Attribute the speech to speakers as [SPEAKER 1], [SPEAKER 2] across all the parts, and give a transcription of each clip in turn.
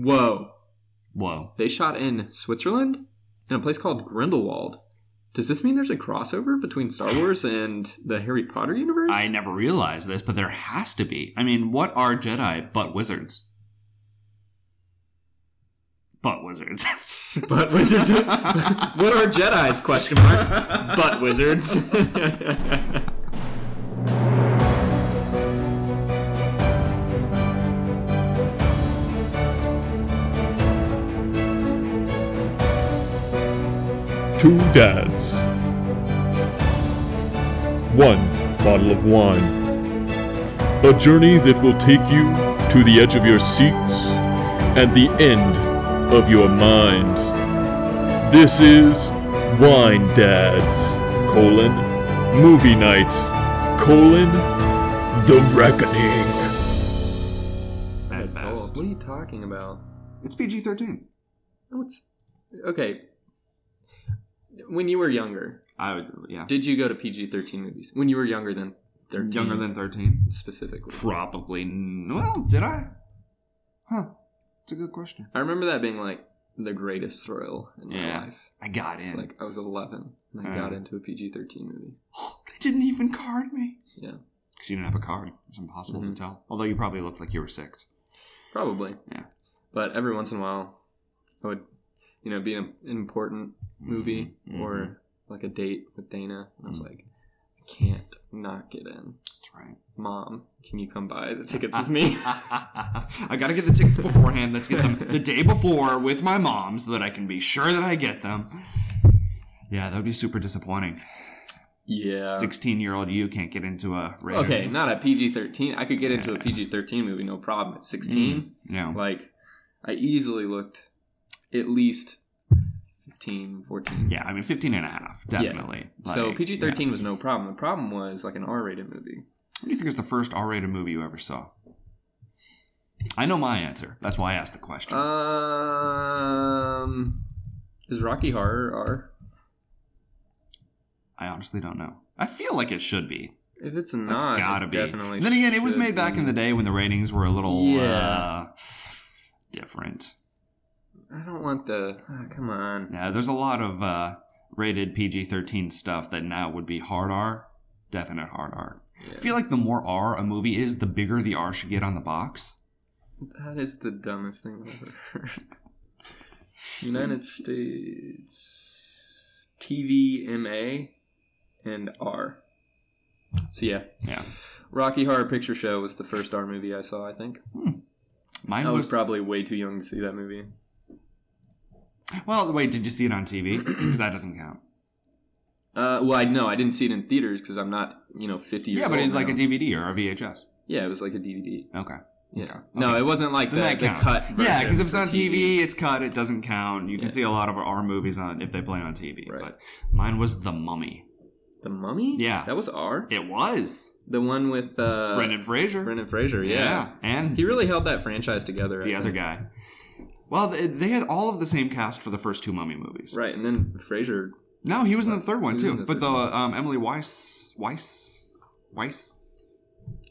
[SPEAKER 1] Whoa.
[SPEAKER 2] Whoa.
[SPEAKER 1] They shot in Switzerland in a place called Grindelwald. Does this mean there's a crossover between Star Wars and the Harry Potter universe?
[SPEAKER 2] I never realized this, but there has to be. I mean, what are Jedi but wizards? But wizards.
[SPEAKER 1] Butt wizards. what are Jedi's? Question mark. Butt wizards.
[SPEAKER 3] Two dads. One bottle of wine. A journey that will take you to the edge of your seats and the end of your mind. This is Wine Dads, colon, movie night, colon, the reckoning.
[SPEAKER 2] At
[SPEAKER 1] What
[SPEAKER 2] best.
[SPEAKER 1] are you talking about?
[SPEAKER 2] It's PG 13.
[SPEAKER 1] What's okay? When you were younger,
[SPEAKER 2] I would, yeah.
[SPEAKER 1] did you go to PG thirteen movies? When you were younger than thirteen,
[SPEAKER 2] Younger than 13?
[SPEAKER 1] specifically.
[SPEAKER 2] Probably. n- Well, did I? Huh. It's a good question.
[SPEAKER 1] I remember that being like the greatest thrill in
[SPEAKER 2] Yeah.
[SPEAKER 1] my life.
[SPEAKER 2] I got
[SPEAKER 1] It's
[SPEAKER 2] in.
[SPEAKER 1] like I was eleven and I
[SPEAKER 2] Yeah.
[SPEAKER 1] got into a PG thirteen movie.
[SPEAKER 2] they didn't even card me.
[SPEAKER 1] Yeah,
[SPEAKER 2] Because you didn't have a card. It's impossible
[SPEAKER 1] Mhm.
[SPEAKER 2] to tell. Although you probably looked like you were six.
[SPEAKER 1] probably.
[SPEAKER 2] Yeah.
[SPEAKER 1] but every once in a while, I would, you know, be in a- an important movie
[SPEAKER 2] Mhm.
[SPEAKER 1] or like a date with Dana. And I was
[SPEAKER 2] Mhm.
[SPEAKER 1] like, I can't not get in.
[SPEAKER 2] That's right.
[SPEAKER 1] Mom, can you come buy the tickets with me?
[SPEAKER 2] I gotta get the tickets beforehand. Let's get them the day before with my mom so that I can be sure that I get them. Yeah, that would be super disappointing.
[SPEAKER 1] yeah.
[SPEAKER 2] 16 year old you can't get into a rated.
[SPEAKER 1] Okay, not a PG thirteen. I could get into a PG thirteen movie, no problem. At sixteen,
[SPEAKER 2] Yeah.
[SPEAKER 1] like I easily looked at least 15, 14.
[SPEAKER 2] Yeah, I mean 15 and a half, definitely.
[SPEAKER 1] so
[SPEAKER 2] Like,
[SPEAKER 1] PG
[SPEAKER 2] yeah.
[SPEAKER 1] thirteen was no problem. The problem was like an R rated movie.
[SPEAKER 2] What do you think is the first R rated movie you ever saw? I know my answer. That's why I asked the question.
[SPEAKER 1] Uh, Um, is Rocky Horror R?
[SPEAKER 2] I honestly don't know. I feel like it should be.
[SPEAKER 1] If it's not,
[SPEAKER 2] That's
[SPEAKER 1] it
[SPEAKER 2] gotta be.
[SPEAKER 1] definitely.
[SPEAKER 2] then again, it was
[SPEAKER 1] should
[SPEAKER 2] made back
[SPEAKER 1] be.
[SPEAKER 2] in the day when the ratings were a little
[SPEAKER 1] Yeah.
[SPEAKER 2] uh, different.
[SPEAKER 1] I don't want the. ah, come on.
[SPEAKER 2] Yeah, there's a lot of uh, rated PG-13 stuff that now would be hard R, definite hard R. I
[SPEAKER 1] Yeah.
[SPEAKER 2] feel like the more R a movie is, the bigger the R should get on the box.
[SPEAKER 1] That is the dumbest thing I've ever heard. United States TVMA and R. So yeah,
[SPEAKER 2] Yeah,
[SPEAKER 1] Rocky Horror Picture Show was the first R movie I saw. I think
[SPEAKER 2] mine
[SPEAKER 1] I
[SPEAKER 2] was,
[SPEAKER 1] was probably way too young to see that movie.
[SPEAKER 2] Well, wait, did you see it on TV? 'Cause that doesn't count.
[SPEAKER 1] Uh, well, I no, I didn't see it in theaters because I'm not you know 50 years
[SPEAKER 2] yeah, but
[SPEAKER 1] old
[SPEAKER 2] it's like
[SPEAKER 1] now.
[SPEAKER 2] a DVD or a VHS.
[SPEAKER 1] yeah, it was like a DVD.
[SPEAKER 2] Okay.
[SPEAKER 1] Yeah,
[SPEAKER 2] Okay.
[SPEAKER 1] no, it wasn't like the,
[SPEAKER 2] Then that
[SPEAKER 1] the
[SPEAKER 2] counts.
[SPEAKER 1] cut.
[SPEAKER 2] yeah,
[SPEAKER 1] version
[SPEAKER 2] because if it's
[SPEAKER 1] for
[SPEAKER 2] on TV, it's cut. It doesn't count. You can
[SPEAKER 1] Yeah.
[SPEAKER 2] see a lot of R movies on if they play on TV.
[SPEAKER 1] Right.
[SPEAKER 2] But mine was The Mummy.
[SPEAKER 1] The Mummy.
[SPEAKER 2] Yeah.
[SPEAKER 1] that was R.
[SPEAKER 2] It was
[SPEAKER 1] The one with uh,
[SPEAKER 2] Brendan Fraser.
[SPEAKER 1] Brendan Fraser.
[SPEAKER 2] yeah.
[SPEAKER 1] yeah.
[SPEAKER 2] and
[SPEAKER 1] He really held that franchise together. I
[SPEAKER 2] the
[SPEAKER 1] think.
[SPEAKER 2] other guy. Well, they, they had all of the same cast for the first two Mummy movies.
[SPEAKER 1] Right, and then Frasier.
[SPEAKER 2] No, he was in the third one
[SPEAKER 1] was in
[SPEAKER 2] too.
[SPEAKER 1] the
[SPEAKER 2] But
[SPEAKER 1] third
[SPEAKER 2] the um, Emily Weiss, Weiss, Weiss,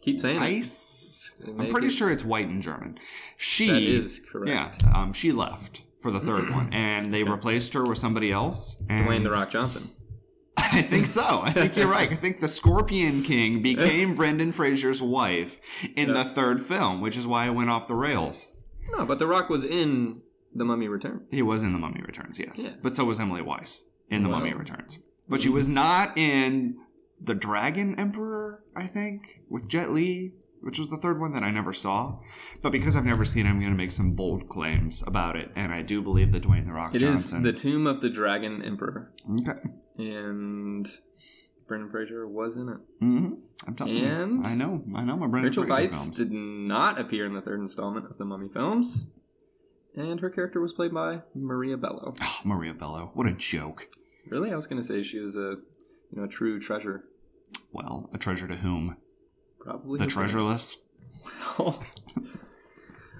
[SPEAKER 1] Keep saying it.
[SPEAKER 2] Weiss. I'm
[SPEAKER 1] Make
[SPEAKER 2] pretty
[SPEAKER 1] it-
[SPEAKER 2] sure it's white in German. She
[SPEAKER 1] That is correct.
[SPEAKER 2] Yeah, um, she left for the third one, and they replaced her with somebody else. And
[SPEAKER 1] Dwayne the Rock Johnson.
[SPEAKER 2] I think so. I think you're right. I think the Scorpion King became Brendan Fraser's wife in the
[SPEAKER 1] Yeah.
[SPEAKER 2] third film, which is why it went off the rails.
[SPEAKER 1] No, but the Rock was in The Mummy Returns.
[SPEAKER 2] He was in The Mummy Returns, yes,
[SPEAKER 1] Yeah.
[SPEAKER 2] but so was Emily Weiss in The
[SPEAKER 1] Wow.
[SPEAKER 2] Mummy Returns, but she was not in The Dragon Emperor. I think with Jet Li. Which was the third one that I never saw, but because I've never seen, it, I'm going to make some bold claims about it, and I do believe that Dwayne the Rock
[SPEAKER 1] It is
[SPEAKER 2] Johnson.
[SPEAKER 1] the Tomb of the Dragon Emperor,
[SPEAKER 2] Okay.
[SPEAKER 1] and Brendan Fraser was in it.
[SPEAKER 2] hmm I'm telling
[SPEAKER 1] And-
[SPEAKER 2] you. I know. I know my Brendan
[SPEAKER 1] Rachel
[SPEAKER 2] Fraser
[SPEAKER 1] Weitz
[SPEAKER 2] films.
[SPEAKER 1] did not appear in the third installment of the Mummy films, and her character was played by Maria Bello.
[SPEAKER 2] Oh, Maria Bello. What a joke.
[SPEAKER 1] really, I was going to say she was a you know a true treasure,
[SPEAKER 2] Well, a treasure to whom?
[SPEAKER 1] probably
[SPEAKER 2] The
[SPEAKER 1] her parents.
[SPEAKER 2] treasureless?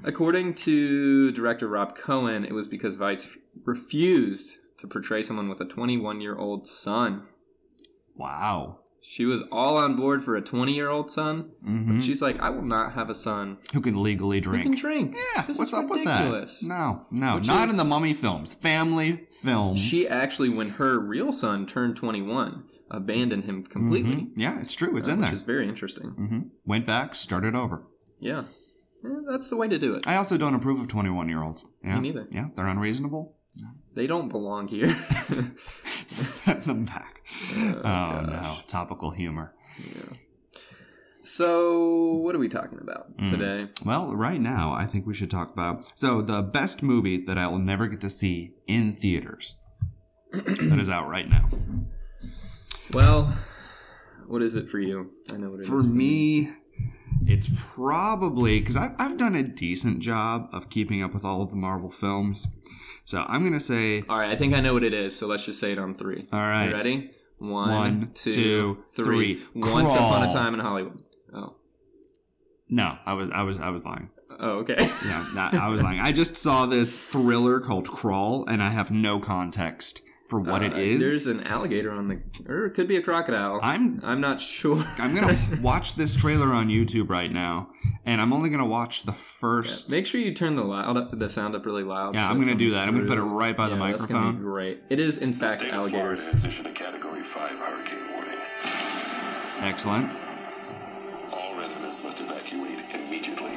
[SPEAKER 1] According to director Rob Cohen, it was because Weitz refused to portray someone with a 21 year old son.
[SPEAKER 2] Wow.
[SPEAKER 1] She was all on board for a 20 year old son.
[SPEAKER 2] Mhm.
[SPEAKER 1] But she's like, I will not have a son
[SPEAKER 2] Who can legally
[SPEAKER 1] who can
[SPEAKER 2] drink?
[SPEAKER 1] drink.
[SPEAKER 2] Yeah,
[SPEAKER 1] This
[SPEAKER 2] what's
[SPEAKER 1] is
[SPEAKER 2] up
[SPEAKER 1] ridiculous.
[SPEAKER 2] with that? No, no,
[SPEAKER 1] Which
[SPEAKER 2] not in
[SPEAKER 1] is-
[SPEAKER 2] the mummy films. Family films.
[SPEAKER 1] She actually, when her real son turned 21, abandoned him completely.
[SPEAKER 2] Mhm. Yeah, it's true. It's
[SPEAKER 1] uh,
[SPEAKER 2] in
[SPEAKER 1] which
[SPEAKER 2] there.
[SPEAKER 1] is very interesting.
[SPEAKER 2] hmm Went back, started over.
[SPEAKER 1] Yeah. Yeah, that's the way to do it.
[SPEAKER 2] I also don't approve of 21 year olds. Yeah.
[SPEAKER 1] Me neither.
[SPEAKER 2] Yeah, they're unreasonable.
[SPEAKER 1] They don't belong here.
[SPEAKER 2] Send them back.
[SPEAKER 1] Oh,
[SPEAKER 2] Oh, no.
[SPEAKER 1] gosh.
[SPEAKER 2] Topical humor.
[SPEAKER 1] So, what are we talking about
[SPEAKER 2] Mm.
[SPEAKER 1] today?
[SPEAKER 2] Well, right now, I think we should talk about. So, the best movie that I will never get to see in theaters that is out right now.
[SPEAKER 1] Well, what is it for you? I know what it is
[SPEAKER 2] For me, it's probably because I've, I've done a decent job of keeping up with all of the Marvel films. So, I'm going to say.
[SPEAKER 1] All right, I think I know what it is, so let's just say it on three.
[SPEAKER 2] All
[SPEAKER 1] You
[SPEAKER 2] right.
[SPEAKER 1] ready?
[SPEAKER 2] One,
[SPEAKER 1] One,
[SPEAKER 2] two,
[SPEAKER 1] two, three.
[SPEAKER 2] three.
[SPEAKER 1] Once upon
[SPEAKER 2] Crawl.
[SPEAKER 1] a time in Hollywood. Oh,
[SPEAKER 2] No, I was, I was, I was lying.
[SPEAKER 1] oh okay.
[SPEAKER 2] Yeah, that, I was lying. I just saw this thriller called Crawl, and I have no context for what it
[SPEAKER 1] Uh, There's
[SPEAKER 2] is.
[SPEAKER 1] an alligator on the, or it could be a crocodile.
[SPEAKER 2] I'm
[SPEAKER 1] I'm not sure.
[SPEAKER 2] I'm gonna watch this trailer on YouTube right now, and I'm only gonna watch the first.
[SPEAKER 1] Make sure you turn the loud up, the sound up really loud.
[SPEAKER 2] Yeah,
[SPEAKER 1] so
[SPEAKER 2] I'm
[SPEAKER 1] it
[SPEAKER 2] gonna do
[SPEAKER 1] comes
[SPEAKER 2] that. I'm gonna put it
[SPEAKER 1] through.
[SPEAKER 2] right by the
[SPEAKER 1] Yeah, That's gonna be
[SPEAKER 2] microphone.
[SPEAKER 1] great. It is in fact
[SPEAKER 4] State of Florida
[SPEAKER 1] alligators.
[SPEAKER 4] has issued a Category 5 hurricane warning.
[SPEAKER 2] Excellent.
[SPEAKER 4] All residents must evacuate immediately.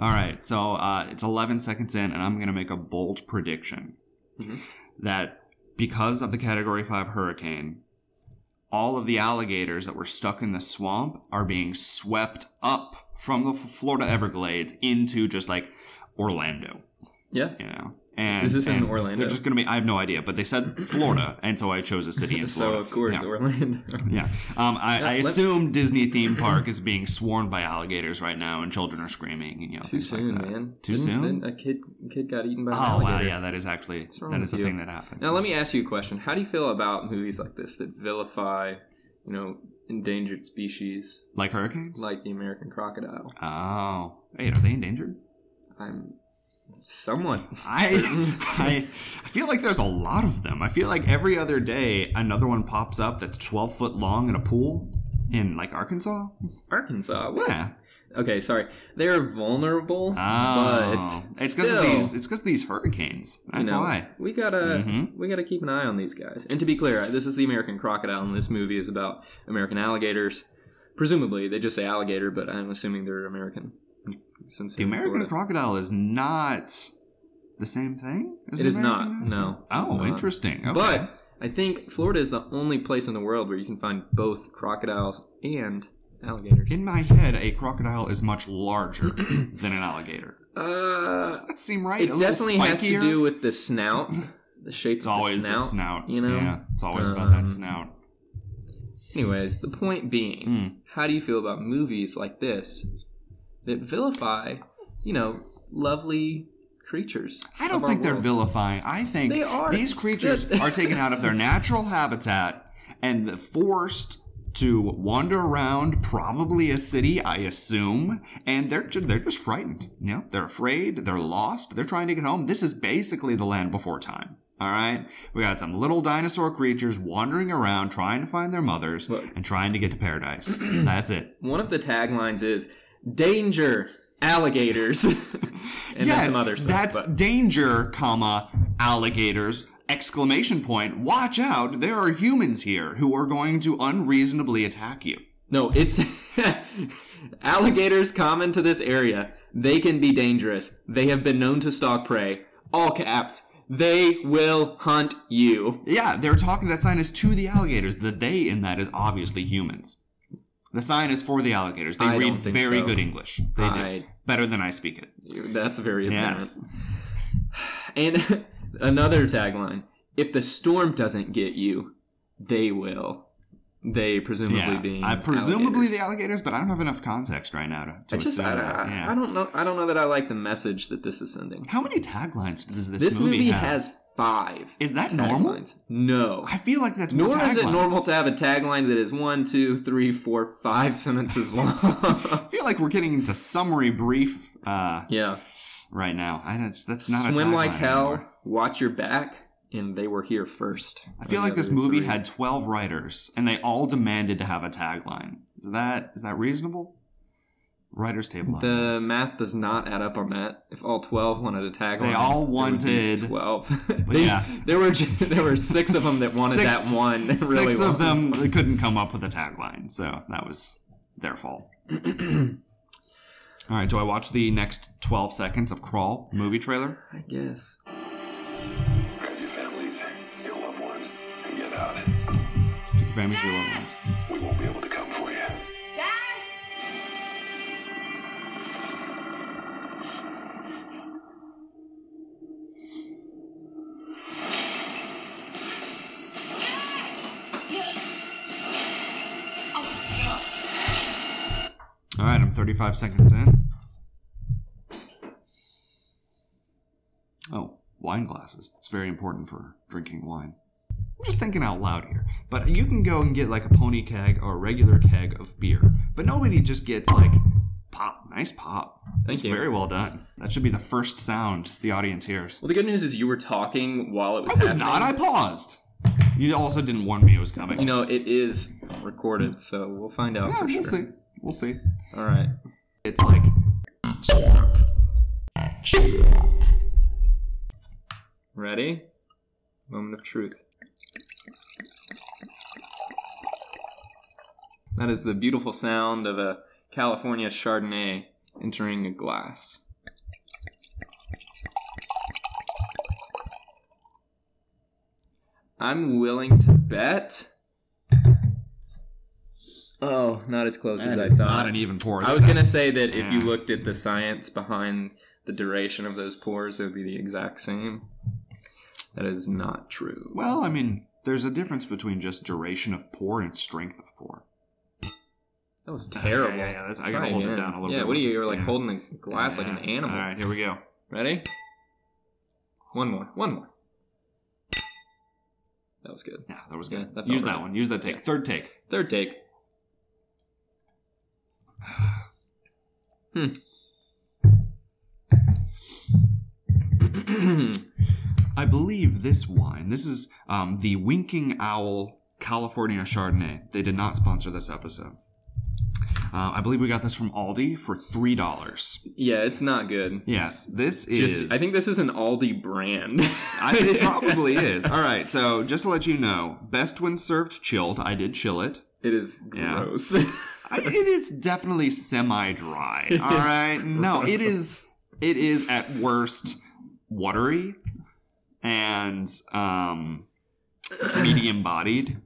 [SPEAKER 2] All right, so uh, it's 11 seconds in, and I'm gonna make a bold prediction
[SPEAKER 1] Mhm.
[SPEAKER 2] that because of the Category Five hurricane, all of the alligators that were stuck in the swamp are being swept up from the F- Florida Everglades into just like Orlando.
[SPEAKER 1] Yeah.
[SPEAKER 2] you know. And
[SPEAKER 1] Is this in
[SPEAKER 2] and
[SPEAKER 1] Orlando?
[SPEAKER 2] They're just gonna be. I have no idea, but they said Florida, and so I chose a city in Florida.
[SPEAKER 1] So of course,
[SPEAKER 2] yeah.
[SPEAKER 1] Orlando.
[SPEAKER 2] yeah. Um, I, I
[SPEAKER 1] let's-
[SPEAKER 2] assume Disney theme park is being sworn by alligators right now, and children are screaming and you know
[SPEAKER 1] Too
[SPEAKER 2] things
[SPEAKER 1] soon,
[SPEAKER 2] like that.
[SPEAKER 1] man.
[SPEAKER 2] Too
[SPEAKER 1] Didn't-
[SPEAKER 2] soon.
[SPEAKER 1] didn't a kid kid got eaten by an
[SPEAKER 2] oh
[SPEAKER 1] alligator.
[SPEAKER 2] wow, yeah, that is actually
[SPEAKER 1] wrong
[SPEAKER 2] that is a
[SPEAKER 1] with you?
[SPEAKER 2] thing that happened.
[SPEAKER 1] Now let me ask you a question. How do you feel about movies like this that vilify, you know, endangered species
[SPEAKER 2] like hurricanes.
[SPEAKER 1] like the American crocodile?
[SPEAKER 2] oh, wait, are they endangered?
[SPEAKER 1] I'm somewhat.
[SPEAKER 2] I, I I feel like there's a lot of them. I feel like every other day another one pops up that's 12 foot long in a pool in like Arkansas.
[SPEAKER 1] Arkansas. What?
[SPEAKER 2] Yeah.
[SPEAKER 1] Okay, sorry. They're vulnerable,
[SPEAKER 2] Oh,
[SPEAKER 1] but
[SPEAKER 2] it's because
[SPEAKER 1] still,
[SPEAKER 2] of these. It's because of these hurricanes.
[SPEAKER 1] you
[SPEAKER 2] That's
[SPEAKER 1] know,
[SPEAKER 2] why.
[SPEAKER 1] we gotta
[SPEAKER 2] Mhm.
[SPEAKER 1] we gotta keep an eye on these guys. And to be clear, this is the American crocodile, and this movie is about American alligators. Presumably, they just say alligator, but I'm assuming they're American. Since
[SPEAKER 2] The
[SPEAKER 1] they're in
[SPEAKER 2] American
[SPEAKER 1] Florida.
[SPEAKER 2] crocodile is not the same thing. As
[SPEAKER 1] It
[SPEAKER 2] the
[SPEAKER 1] is not,
[SPEAKER 2] American-
[SPEAKER 1] no,
[SPEAKER 2] Oh,
[SPEAKER 1] it's not.
[SPEAKER 2] interesting. Okay.
[SPEAKER 1] But I think Florida is the only place in the world where you can find both crocodiles and alligators.
[SPEAKER 2] in my head, a crocodile is much larger than an alligator.
[SPEAKER 1] Uh,
[SPEAKER 2] Does that seem right?
[SPEAKER 1] it
[SPEAKER 2] a little
[SPEAKER 1] definitely has to
[SPEAKER 2] spikier?
[SPEAKER 1] do with the snout, the shape
[SPEAKER 2] It's
[SPEAKER 1] of
[SPEAKER 2] always
[SPEAKER 1] the snout.
[SPEAKER 2] the snout.
[SPEAKER 1] you know?
[SPEAKER 2] Yeah, it's always about that
[SPEAKER 1] Um,
[SPEAKER 2] snout.
[SPEAKER 1] Anyways, the point being,
[SPEAKER 2] Mm.
[SPEAKER 1] how do you feel about movies like this that vilify, you know, lovely creatures?
[SPEAKER 2] I don't
[SPEAKER 1] of our
[SPEAKER 2] think they're
[SPEAKER 1] world?
[SPEAKER 2] vilifying. I think
[SPEAKER 1] They are.
[SPEAKER 2] these creatures
[SPEAKER 1] They're-
[SPEAKER 2] are taken out of their natural habitat and forced to wander around probably a city, I assume, and they're ju- they're just frightened. You know, they're afraid, they're lost, they're trying to get home. This is basically the land before time. All right, we got some little dinosaur creatures wandering around trying to find their mothers
[SPEAKER 1] Look.
[SPEAKER 2] and trying to get to paradise. That's it.
[SPEAKER 1] One of the taglines is "Danger, alligators," and then some other stuff.
[SPEAKER 2] That's
[SPEAKER 1] but-
[SPEAKER 2] danger, comma, alligators, exclamation point. Watch out, there are humans here who are going to unreasonably attack you.
[SPEAKER 1] No, it's alligators common to this area. They can be dangerous. They have been known to stalk prey. All caps. They will hunt you.
[SPEAKER 2] Yeah, they're talking that sign is to the alligators. The they in that is obviously humans. The sign is for the alligators. They
[SPEAKER 1] I
[SPEAKER 2] read
[SPEAKER 1] don't think
[SPEAKER 2] very
[SPEAKER 1] so.
[SPEAKER 2] good English. They do.
[SPEAKER 1] I-
[SPEAKER 2] Better than I speak it.
[SPEAKER 1] That's very apparent.
[SPEAKER 2] Yes.
[SPEAKER 1] And another tagline: If the storm doesn't get you, they will. They presumably
[SPEAKER 2] Yeah.
[SPEAKER 1] being
[SPEAKER 2] I presumably
[SPEAKER 1] alligators.
[SPEAKER 2] the alligators, but I don't have enough context right now to, to
[SPEAKER 1] I just
[SPEAKER 2] assume
[SPEAKER 1] I,
[SPEAKER 2] that.
[SPEAKER 1] I-
[SPEAKER 2] Yeah.
[SPEAKER 1] I don't know I don't know that I like the message that this is sending.
[SPEAKER 2] How many taglines does this,
[SPEAKER 1] This, movie,
[SPEAKER 2] have?
[SPEAKER 1] has five.
[SPEAKER 2] Is that normal?
[SPEAKER 1] taglines. No.
[SPEAKER 2] I feel like that's
[SPEAKER 1] Nor
[SPEAKER 2] more
[SPEAKER 1] is it
[SPEAKER 2] taglines.
[SPEAKER 1] normal to have a tagline that is one, two, three, four, five sentences long.
[SPEAKER 2] I feel like we're getting into summary brief uh,
[SPEAKER 1] yeah.
[SPEAKER 2] right now. I don't, that's not a
[SPEAKER 1] Swim like
[SPEAKER 2] tagline
[SPEAKER 1] hell,
[SPEAKER 2] anymore.
[SPEAKER 1] watch your back, and they were here first.
[SPEAKER 2] I feel
[SPEAKER 1] And
[SPEAKER 2] like
[SPEAKER 1] the
[SPEAKER 2] this
[SPEAKER 1] other
[SPEAKER 2] movie
[SPEAKER 1] three-
[SPEAKER 2] had 12 writers and they all demanded to have a tagline. Is that is that reasonable? Writers table.
[SPEAKER 1] The
[SPEAKER 2] ideas.
[SPEAKER 1] math does not add up on that. If all twelve wanted a tagline,
[SPEAKER 2] They all
[SPEAKER 1] there would be
[SPEAKER 2] wanted-
[SPEAKER 1] twelve.
[SPEAKER 2] But
[SPEAKER 1] They-
[SPEAKER 2] yeah.
[SPEAKER 1] there were ju- there were six of them that wanted
[SPEAKER 2] Six-
[SPEAKER 1] that one. They really
[SPEAKER 2] Six of
[SPEAKER 1] wanted-
[SPEAKER 2] them they couldn't come up with a tagline, so that was their fault. all right, do I watch the next 12 seconds of Crawl movie trailer?
[SPEAKER 1] I guess.
[SPEAKER 4] Grab your families, your loved ones, and get out.
[SPEAKER 2] Take your families, your loved ones.
[SPEAKER 4] We won't be able to come for you.
[SPEAKER 5] Dad?
[SPEAKER 2] All right, I'm 35 seconds in. Oh, wine glasses. It's very important for drinking wine. I'm just thinking out loud here. But you can go and get like a pony keg or a regular keg of beer. But nobody just gets like pop. Nice pop.
[SPEAKER 1] Thank
[SPEAKER 2] It's
[SPEAKER 1] you.
[SPEAKER 2] Very well done. That should be the first sound the audience hears.
[SPEAKER 1] Well, the good news is you were talking while it was.
[SPEAKER 2] I was
[SPEAKER 1] happening.
[SPEAKER 2] not. I paused. You also didn't warn me it was coming.
[SPEAKER 1] You know, it is recorded, so we'll find out
[SPEAKER 2] yeah,
[SPEAKER 1] for
[SPEAKER 2] we'll
[SPEAKER 1] sure.
[SPEAKER 2] see. We'll see.
[SPEAKER 1] All right.
[SPEAKER 2] It's like.
[SPEAKER 1] Ready? Moment of truth. That is the beautiful sound of a California Chardonnay entering a glass. I'm willing to bet. Oh, not as close as I thought.
[SPEAKER 2] eh, Not an even pour.
[SPEAKER 1] I was gonna say that if you
[SPEAKER 2] Yeah.
[SPEAKER 1] looked at the science behind the duration of those pores, it would be the exact same. That is not true.
[SPEAKER 2] Well, I mean, there's a difference between just duration of pour and strength of pour.
[SPEAKER 1] That was terrible.
[SPEAKER 2] yeah, yeah, that's- I
[SPEAKER 1] Try
[SPEAKER 2] gotta hold it
[SPEAKER 1] again.
[SPEAKER 2] down a little
[SPEAKER 1] Yeah,
[SPEAKER 2] bit
[SPEAKER 1] what are you?
[SPEAKER 2] more.
[SPEAKER 1] You're like
[SPEAKER 2] Yeah.
[SPEAKER 1] holding the glass like an
[SPEAKER 2] Yeah.
[SPEAKER 1] animal.
[SPEAKER 2] All right, here we go.
[SPEAKER 1] Ready? One more. One more. That was good.
[SPEAKER 2] Yeah, that was
[SPEAKER 1] Yeah,
[SPEAKER 2] good.
[SPEAKER 1] that felt
[SPEAKER 2] Use
[SPEAKER 1] right.
[SPEAKER 2] that one. Use that take.
[SPEAKER 1] Yeah.
[SPEAKER 2] Third take.
[SPEAKER 1] Third take. Hmm.
[SPEAKER 2] I believe this wine. This is um, the Winking Owl California Chardonnay. They did not sponsor this episode. Uh, I believe we got this from Aldi for three dollars.
[SPEAKER 1] yeah, it's not good.
[SPEAKER 2] Yes, this
[SPEAKER 1] Just,
[SPEAKER 2] is.
[SPEAKER 1] I think this is an Aldi brand.
[SPEAKER 2] I, it probably is. All right, so just to let you know, best when served chilled. I did chill it.
[SPEAKER 1] It is
[SPEAKER 2] Yeah.
[SPEAKER 1] gross.
[SPEAKER 2] I, it is definitely semi-dry. All right, no, it is. It is at worst watery and um, medium-bodied.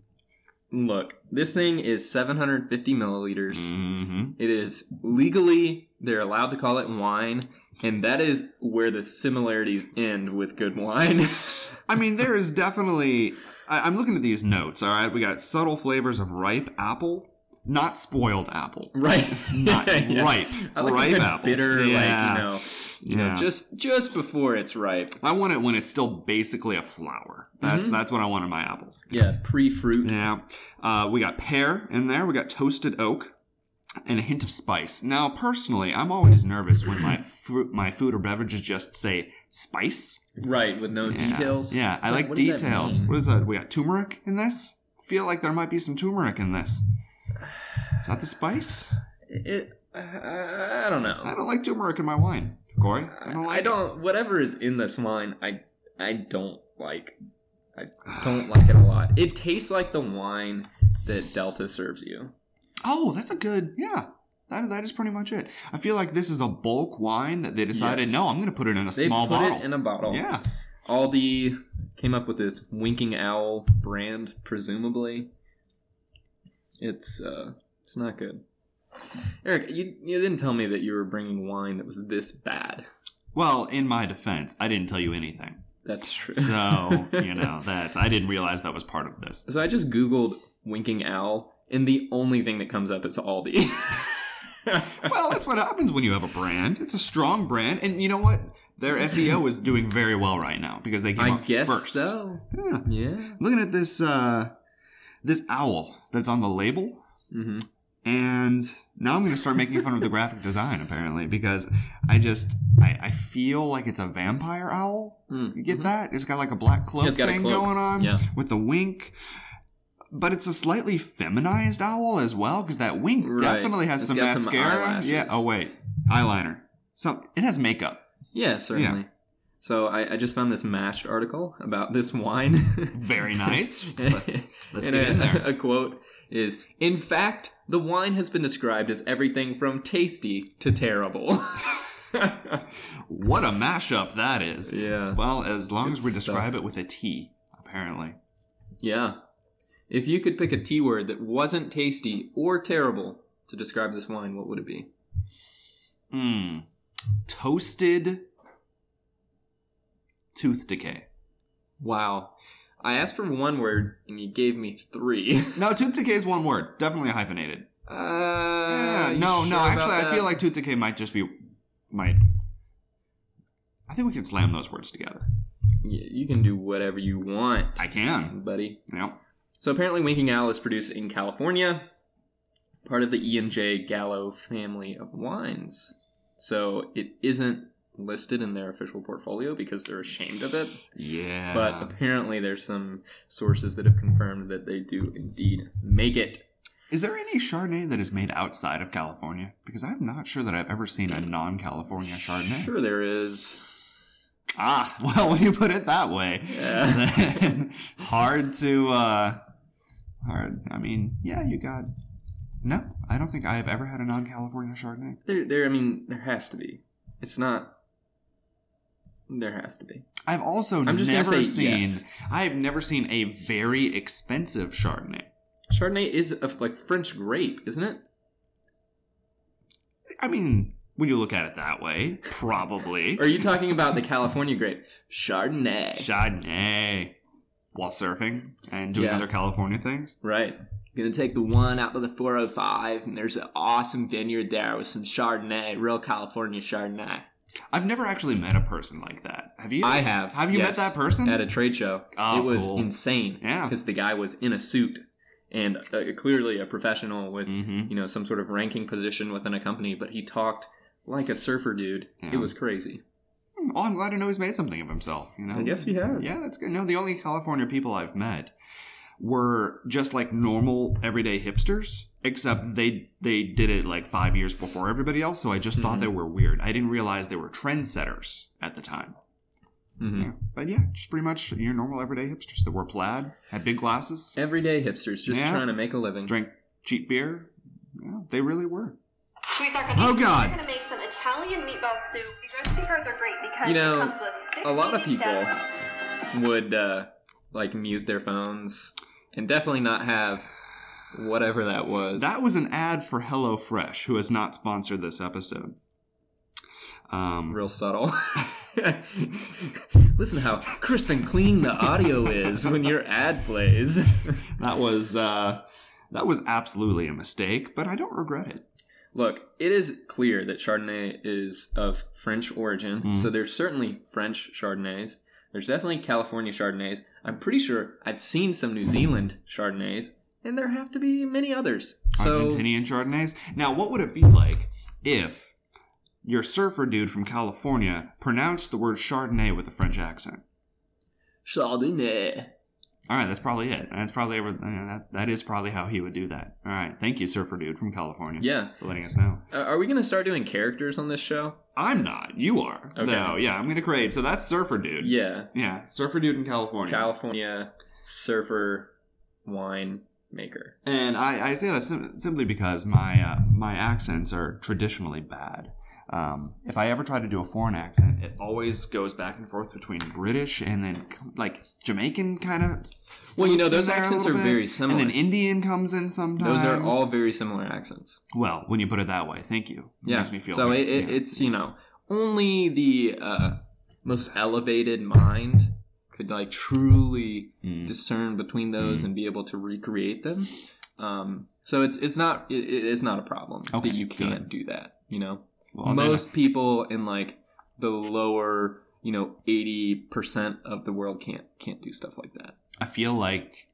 [SPEAKER 1] Look, this thing is 750 milliliters.
[SPEAKER 2] hmm
[SPEAKER 1] It is legally they're allowed to call it wine, and that is where the similarities end with good wine.
[SPEAKER 2] I mean, there is definitely. I, I'm looking at these notes. All right, we got subtle flavors of ripe apple, not spoiled apple,
[SPEAKER 1] right?
[SPEAKER 2] not
[SPEAKER 1] Yeah.
[SPEAKER 2] ripe,
[SPEAKER 1] I like a
[SPEAKER 2] ripe
[SPEAKER 1] good
[SPEAKER 2] apple,
[SPEAKER 1] bitter, like
[SPEAKER 2] Yeah.
[SPEAKER 1] you know, you
[SPEAKER 2] Yeah.
[SPEAKER 1] know, just just before it's ripe.
[SPEAKER 2] I want it when it's still basically a flower. That's that's what I want in my apples.
[SPEAKER 1] Yeah, pre-fruit.
[SPEAKER 2] Yeah. Uh, we got pear in there. We got toasted oak and a hint of spice. Now, personally, I'm always nervous when my fruit, my food or beverages just say spice.
[SPEAKER 1] Right, with no
[SPEAKER 2] Yeah.
[SPEAKER 1] details.
[SPEAKER 2] Yeah, I
[SPEAKER 1] It's
[SPEAKER 2] like
[SPEAKER 1] what does that
[SPEAKER 2] details.
[SPEAKER 1] mean?
[SPEAKER 2] What is that? We got turmeric in this. Feel like there might be some turmeric in this. Is that the spice?
[SPEAKER 1] It, I, I don't know.
[SPEAKER 2] I don't like turmeric in my wine, Corey. I don't like.
[SPEAKER 1] I don't. Whatever is in this wine, I I don't like. I don't like it a lot. It tastes like the wine that Delta serves you.
[SPEAKER 2] Oh, that's a good. Yeah. That, that is pretty much it. I feel like this is a bulk wine that they decided.
[SPEAKER 1] Yes.
[SPEAKER 2] No, I'm going to put it in a
[SPEAKER 1] They
[SPEAKER 2] small
[SPEAKER 1] put
[SPEAKER 2] bottle.
[SPEAKER 1] it in a bottle.
[SPEAKER 2] yeah.
[SPEAKER 1] Aldi came up with this winking owl brand, presumably. It's uh, it's not good. Eric, you you didn't tell me that you were bringing wine that was this bad.
[SPEAKER 2] Well, in my defense, I didn't tell you anything.
[SPEAKER 1] That's true.
[SPEAKER 2] So, you know, that's I didn't realize that was part of this.
[SPEAKER 1] So I just googled winking owl, and the only thing that comes up is Aldi.
[SPEAKER 2] Well, that's what happens when you have a brand. It's a strong brand, and you know what? Their SEO is doing very well right now because they came
[SPEAKER 1] I
[SPEAKER 2] up
[SPEAKER 1] guess
[SPEAKER 2] first.
[SPEAKER 1] so.
[SPEAKER 2] Yeah.
[SPEAKER 1] Yeah.
[SPEAKER 2] Looking at this uh this owl that's on the label,
[SPEAKER 1] Mm-hmm.
[SPEAKER 2] And now I'm going to start making fun of the graphic design, apparently, because I just, I, I feel like it's a vampire owl.
[SPEAKER 1] Mm.
[SPEAKER 2] You get that? It's got like a black cloak
[SPEAKER 1] Yeah, it's got a
[SPEAKER 2] thing
[SPEAKER 1] cloak.
[SPEAKER 2] going on
[SPEAKER 1] Yeah.
[SPEAKER 2] with the wink. But it's a slightly feminized owl as well, because that wink
[SPEAKER 1] Right.
[SPEAKER 2] definitely has
[SPEAKER 1] It's
[SPEAKER 2] some
[SPEAKER 1] got some
[SPEAKER 2] mascara.
[SPEAKER 1] eyelashes.
[SPEAKER 2] yeah. Oh, wait. Eyeliner. So it has makeup.
[SPEAKER 1] Yeah, certainly. So I, I just found this mashed article about this wine.
[SPEAKER 2] Very nice.
[SPEAKER 1] Let's
[SPEAKER 2] get
[SPEAKER 1] a,
[SPEAKER 2] in there.
[SPEAKER 1] A quote is In fact, the wine has been described as everything from tasty to terrible.
[SPEAKER 2] what a mashup that is.
[SPEAKER 1] yeah.
[SPEAKER 2] Well, as long as
[SPEAKER 1] Good
[SPEAKER 2] we
[SPEAKER 1] stuff.
[SPEAKER 2] describe it with a T, apparently.
[SPEAKER 1] Yeah. If you could pick a T word that wasn't tasty or terrible to describe this wine, what would it be?
[SPEAKER 2] Mm. Toasted tooth decay.
[SPEAKER 1] Wow. I asked for one word and you gave me three.
[SPEAKER 2] No, tooth decay is one word. Definitely hyphenated.
[SPEAKER 1] Uh,
[SPEAKER 2] Yeah,
[SPEAKER 1] you
[SPEAKER 2] no,
[SPEAKER 1] sure
[SPEAKER 2] no.
[SPEAKER 1] about
[SPEAKER 2] Actually, I
[SPEAKER 1] that?
[SPEAKER 2] feel like tooth decay might just be might. I think we can slam those words together.
[SPEAKER 1] Y- you can do whatever you want,
[SPEAKER 2] I can.
[SPEAKER 1] buddy.
[SPEAKER 2] You know,
[SPEAKER 1] So apparently, Winking Owl is produced in California, part of the E and J Gallo family of wines. So it isn't listed in their official portfolio because they're ashamed of it.
[SPEAKER 2] yeah.
[SPEAKER 1] But apparently, there's some sources that have confirmed that they do indeed make it.
[SPEAKER 2] is there any Chardonnay that is made outside of California? Because I'm not sure that I've ever seen a non-California Chardonnay.
[SPEAKER 1] Sure, there is.
[SPEAKER 2] Ah, well, when you put it that way,
[SPEAKER 1] Yeah.
[SPEAKER 2] then hard to uh hard i mean yeah you got no i don't think i've ever had a non-california chardonnay
[SPEAKER 1] There, there. I mean, there has to be. It's not. There has to be.
[SPEAKER 2] i've also
[SPEAKER 1] I'm just gonna
[SPEAKER 2] never
[SPEAKER 1] say
[SPEAKER 2] seen
[SPEAKER 1] yes.
[SPEAKER 2] i've never seen a very expensive chardonnay
[SPEAKER 1] Chardonnay is a, like French grape, isn't it?
[SPEAKER 2] i mean when you look at it that way probably
[SPEAKER 1] Or are you talking about the California grape, Chardonnay?
[SPEAKER 2] chardonnay while surfing and doing
[SPEAKER 1] Yeah.
[SPEAKER 2] other california things
[SPEAKER 1] right. Gonna take the one out to the 405, and there's an awesome vineyard there with some Chardonnay, real California Chardonnay.
[SPEAKER 2] i've never actually met a person like that have you
[SPEAKER 1] I have.
[SPEAKER 2] have you
[SPEAKER 1] yes,
[SPEAKER 2] met that person
[SPEAKER 1] At a trade show.
[SPEAKER 2] Oh,
[SPEAKER 1] it was
[SPEAKER 2] cool.
[SPEAKER 1] insane.
[SPEAKER 2] Yeah.
[SPEAKER 1] Because the guy was in a suit and uh, clearly a professional with,
[SPEAKER 2] Mhm.
[SPEAKER 1] you know, some sort of ranking position within a company, but he talked like a surfer dude.
[SPEAKER 2] Yeah.
[SPEAKER 1] It was crazy.
[SPEAKER 2] Oh, I'm glad to know he's made something of himself. You know,
[SPEAKER 1] I guess he has.
[SPEAKER 2] Yeah, that's good. No, the only California people I've met were just like normal everyday hipsters, except they they did it like five years before everybody else. So I just thought
[SPEAKER 1] Mm-hmm.
[SPEAKER 2] they were weird. I didn't realize they were trendsetters at the time.
[SPEAKER 1] Mhm.
[SPEAKER 2] Yeah, but yeah, just pretty much your normal everyday hipsters that wore plaid, had big glasses,
[SPEAKER 1] Everyday hipsters just
[SPEAKER 2] Yeah.
[SPEAKER 1] trying to make a living.
[SPEAKER 2] drank cheap beer. Yeah, they really were.
[SPEAKER 5] Should we start cooking?
[SPEAKER 2] Oh God.
[SPEAKER 5] We're gonna make some Italian meatball soup. These recipe cards are great because
[SPEAKER 1] You know,
[SPEAKER 5] it comes with six
[SPEAKER 1] a lot of
[SPEAKER 5] easy
[SPEAKER 1] people
[SPEAKER 5] steps.
[SPEAKER 1] would uh, like mute their phones and definitely not have whatever that was.
[SPEAKER 2] That was an ad for HelloFresh, who has not sponsored this episode. Um,
[SPEAKER 1] real subtle. Listen how crisp and clean the audio is when your ad plays.
[SPEAKER 2] That was uh, that was absolutely a mistake, but I don't regret it.
[SPEAKER 1] Look, it is clear that Chardonnay is of French origin,
[SPEAKER 2] Mm-hmm.
[SPEAKER 1] so there's certainly French Chardonnays. There's definitely California Chardonnays. I'm pretty sure I've seen some New Zealand Chardonnays, and there have to be many others. So,
[SPEAKER 2] Argentinian Chardonnays. Now, what would it be like if your surfer dude from California pronounced the word Chardonnay with a French accent?
[SPEAKER 1] Chardonnay.
[SPEAKER 2] All right, that's probably it. That's probably uh, that, that is probably how he would do that. All right, thank you, surfer dude from California.
[SPEAKER 1] Yeah.
[SPEAKER 2] for letting us know.
[SPEAKER 1] Uh, are we going to start doing characters on this show?
[SPEAKER 2] I'm not. You are.
[SPEAKER 1] Okay.
[SPEAKER 2] No. Yeah, I'm gonna create. So that's surfer dude.
[SPEAKER 1] Yeah.
[SPEAKER 2] Yeah, surfer dude in California.
[SPEAKER 1] California surfer wine maker.
[SPEAKER 2] And I, I say that sim- simply because my uh, my accents are traditionally bad. Um, if I ever try to do a foreign accent, it always goes back and forth between British and then like Jamaican kind of.
[SPEAKER 1] Well, you know,
[SPEAKER 2] slips in
[SPEAKER 1] those
[SPEAKER 2] there a
[SPEAKER 1] accents
[SPEAKER 2] little
[SPEAKER 1] are very similar.
[SPEAKER 2] And then Indian comes in sometimes.
[SPEAKER 1] Those are all very similar accents.
[SPEAKER 2] Well, when you put it that way, thank you. It
[SPEAKER 1] Yeah.
[SPEAKER 2] makes me feel.
[SPEAKER 1] so
[SPEAKER 2] like-
[SPEAKER 1] it, it,
[SPEAKER 2] yeah.
[SPEAKER 1] it's, you know, only the uh, most elevated mind could, like, truly
[SPEAKER 2] Mm.
[SPEAKER 1] discern between those
[SPEAKER 2] Hmm.
[SPEAKER 1] and be able to recreate them. Um, so it's it's not it, it- it's not a problem
[SPEAKER 2] Okay,
[SPEAKER 1] that you
[SPEAKER 2] good.
[SPEAKER 1] can't do that. You know,
[SPEAKER 2] Well, then-
[SPEAKER 1] most people in like the lower you know 80% of the world can't can't do stuff like that
[SPEAKER 2] I feel like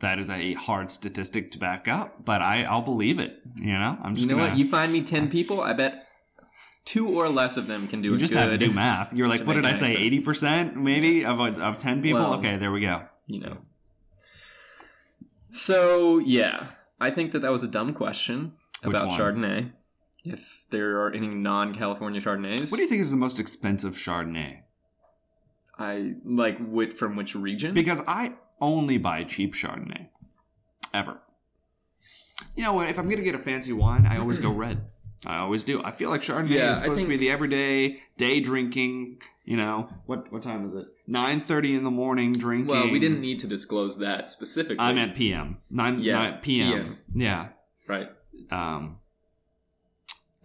[SPEAKER 2] That is a hard statistic to back up, but I, I'll believe it. You know, I'm just
[SPEAKER 1] You know
[SPEAKER 2] gonna.
[SPEAKER 1] what? You find me ten people, I bet two or less of them can do
[SPEAKER 2] You
[SPEAKER 1] a
[SPEAKER 2] just
[SPEAKER 1] good.
[SPEAKER 2] have to do math. You're like,
[SPEAKER 1] to
[SPEAKER 2] what
[SPEAKER 1] make
[SPEAKER 2] did I
[SPEAKER 1] an
[SPEAKER 2] say?
[SPEAKER 1] exit.
[SPEAKER 2] Eighty percent, maybe of a, of ten people.
[SPEAKER 1] Well-
[SPEAKER 2] okay, there we go.
[SPEAKER 1] You know. So yeah, I think that that was a dumb question
[SPEAKER 2] Which
[SPEAKER 1] about
[SPEAKER 2] one?
[SPEAKER 1] Chardonnay. If there are any non-California Chardonnays,
[SPEAKER 2] What do you think is the most expensive Chardonnay?
[SPEAKER 1] I like which from which region?
[SPEAKER 2] Because I only buy cheap Chardonnay, ever. You know what? If I'm gonna get a fancy wine, I always go red. I always do. I feel like Chardonnay
[SPEAKER 1] Yeah, I
[SPEAKER 2] is supposed
[SPEAKER 1] think-
[SPEAKER 2] to be the everyday day drinking. You know what? What time is it? Nine thirty in the morning drinking.
[SPEAKER 1] well, we didn't need to disclose that specifically.
[SPEAKER 2] I meant PM. Nine,
[SPEAKER 1] Yeah,
[SPEAKER 2] nine PM.
[SPEAKER 1] PM.
[SPEAKER 2] Yeah.
[SPEAKER 1] right.
[SPEAKER 2] Um.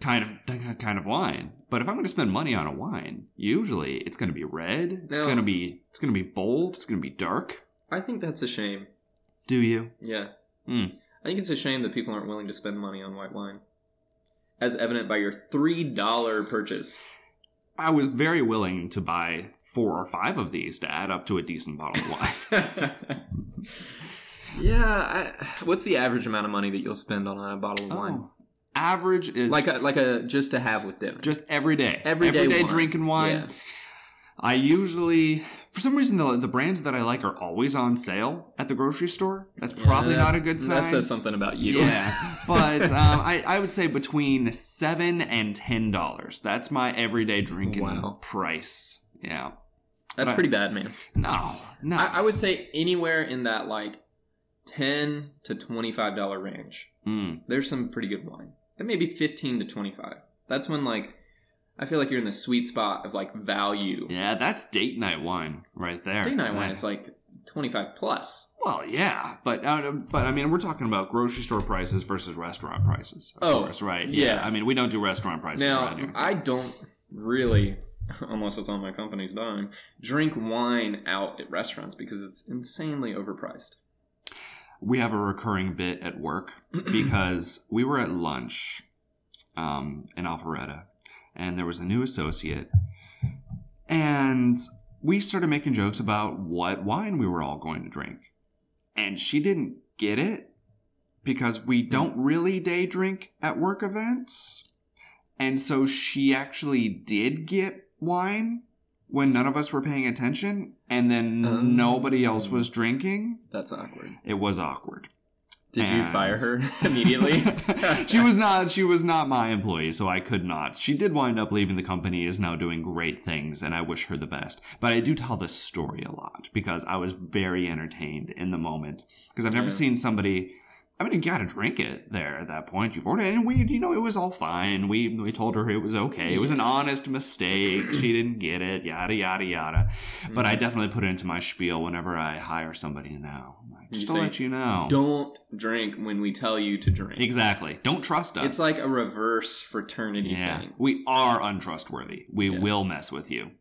[SPEAKER 2] Kind of, kind of wine. But if I'm going to spend money on a wine, usually it's going to be red. It's
[SPEAKER 1] No.
[SPEAKER 2] going to be, it's going to be bold. It's going to be dark.
[SPEAKER 1] I think that's a shame.
[SPEAKER 2] Do you?
[SPEAKER 1] Yeah.
[SPEAKER 2] Hmm.
[SPEAKER 1] I think it's a shame that people aren't willing to spend money on white wine, as evident by your three dollar purchase.
[SPEAKER 2] I was very willing to buy four or five of these to add up to a decent bottle of wine.
[SPEAKER 1] yeah. I, what's the average amount of money that you'll spend on a bottle of wine?
[SPEAKER 2] Oh. Average is
[SPEAKER 1] Like a like a just to have with dinner.
[SPEAKER 2] just every day,
[SPEAKER 1] Everyday
[SPEAKER 2] everyday
[SPEAKER 1] wine.
[SPEAKER 2] drinking wine.
[SPEAKER 1] Yeah.
[SPEAKER 2] I usually, for some reason, the, the brands that I like are always on sale at the grocery store. That's probably
[SPEAKER 1] That-
[SPEAKER 2] not a good sign.
[SPEAKER 1] That says something about you.
[SPEAKER 2] Yeah, but um, I, I would say between seven and ten dollars. That's my everyday drinking
[SPEAKER 1] Wow.
[SPEAKER 2] price. Yeah.
[SPEAKER 1] That's pretty bad, man.
[SPEAKER 2] No, no.
[SPEAKER 1] I, I would say anywhere in that like ten to twenty five dollar range.
[SPEAKER 2] Mm.
[SPEAKER 1] There's some pretty good wine. And maybe fifteen to twenty five. That's when like I feel like you're in the sweet spot of like value.
[SPEAKER 2] Yeah, that's date night wine right there.
[SPEAKER 1] Day night wine
[SPEAKER 2] That-
[SPEAKER 1] is like twenty five plus.
[SPEAKER 2] Well, yeah, but uh, but I mean, we're talking about grocery store prices versus restaurant prices. Of
[SPEAKER 1] Oh,
[SPEAKER 2] course, right?
[SPEAKER 1] yeah.
[SPEAKER 2] I mean, we don't do restaurant prices
[SPEAKER 1] Now,
[SPEAKER 2] around here.
[SPEAKER 1] I don't really, unless it's on my company's dime, drink wine out at restaurants because it's insanely overpriced.
[SPEAKER 2] we have a recurring bit at work because we were at lunch um, in Alpharetta, and there was a new associate, and we started making jokes about what wine we were all going to drink, and she didn't get it because we don't really day drink at work events, and so she actually did get wine when none of us were paying attention, and then
[SPEAKER 1] Oh.
[SPEAKER 2] nobody else was drinking.
[SPEAKER 1] That's awkward.
[SPEAKER 2] It was awkward.
[SPEAKER 1] Did you
[SPEAKER 2] And-
[SPEAKER 1] fire her immediately?
[SPEAKER 2] she was not she was not my employee, so I could not. She did wind up leaving the company, is now doing great things, and I wish her the best. But I do tell this story a lot because I was very entertained in the moment. Because I've never
[SPEAKER 1] Yeah.
[SPEAKER 2] seen somebody I mean, you gotta drink it there at that point. You've ordered, it, and we, you know, it was all fine. We we told her it was okay. It was an honest mistake. she didn't get it. Yada yada yada. But
[SPEAKER 1] Mm-hmm.
[SPEAKER 2] I definitely put it into my spiel whenever I hire somebody now. I'm like,
[SPEAKER 1] You
[SPEAKER 2] just to
[SPEAKER 1] say,
[SPEAKER 2] let you know,
[SPEAKER 1] Don't drink when we tell you to drink.
[SPEAKER 2] Exactly. Don't trust us.
[SPEAKER 1] It's like a reverse fraternity
[SPEAKER 2] yeah,
[SPEAKER 1] thing.
[SPEAKER 2] we are untrustworthy. We
[SPEAKER 1] Yeah.
[SPEAKER 2] will mess with you.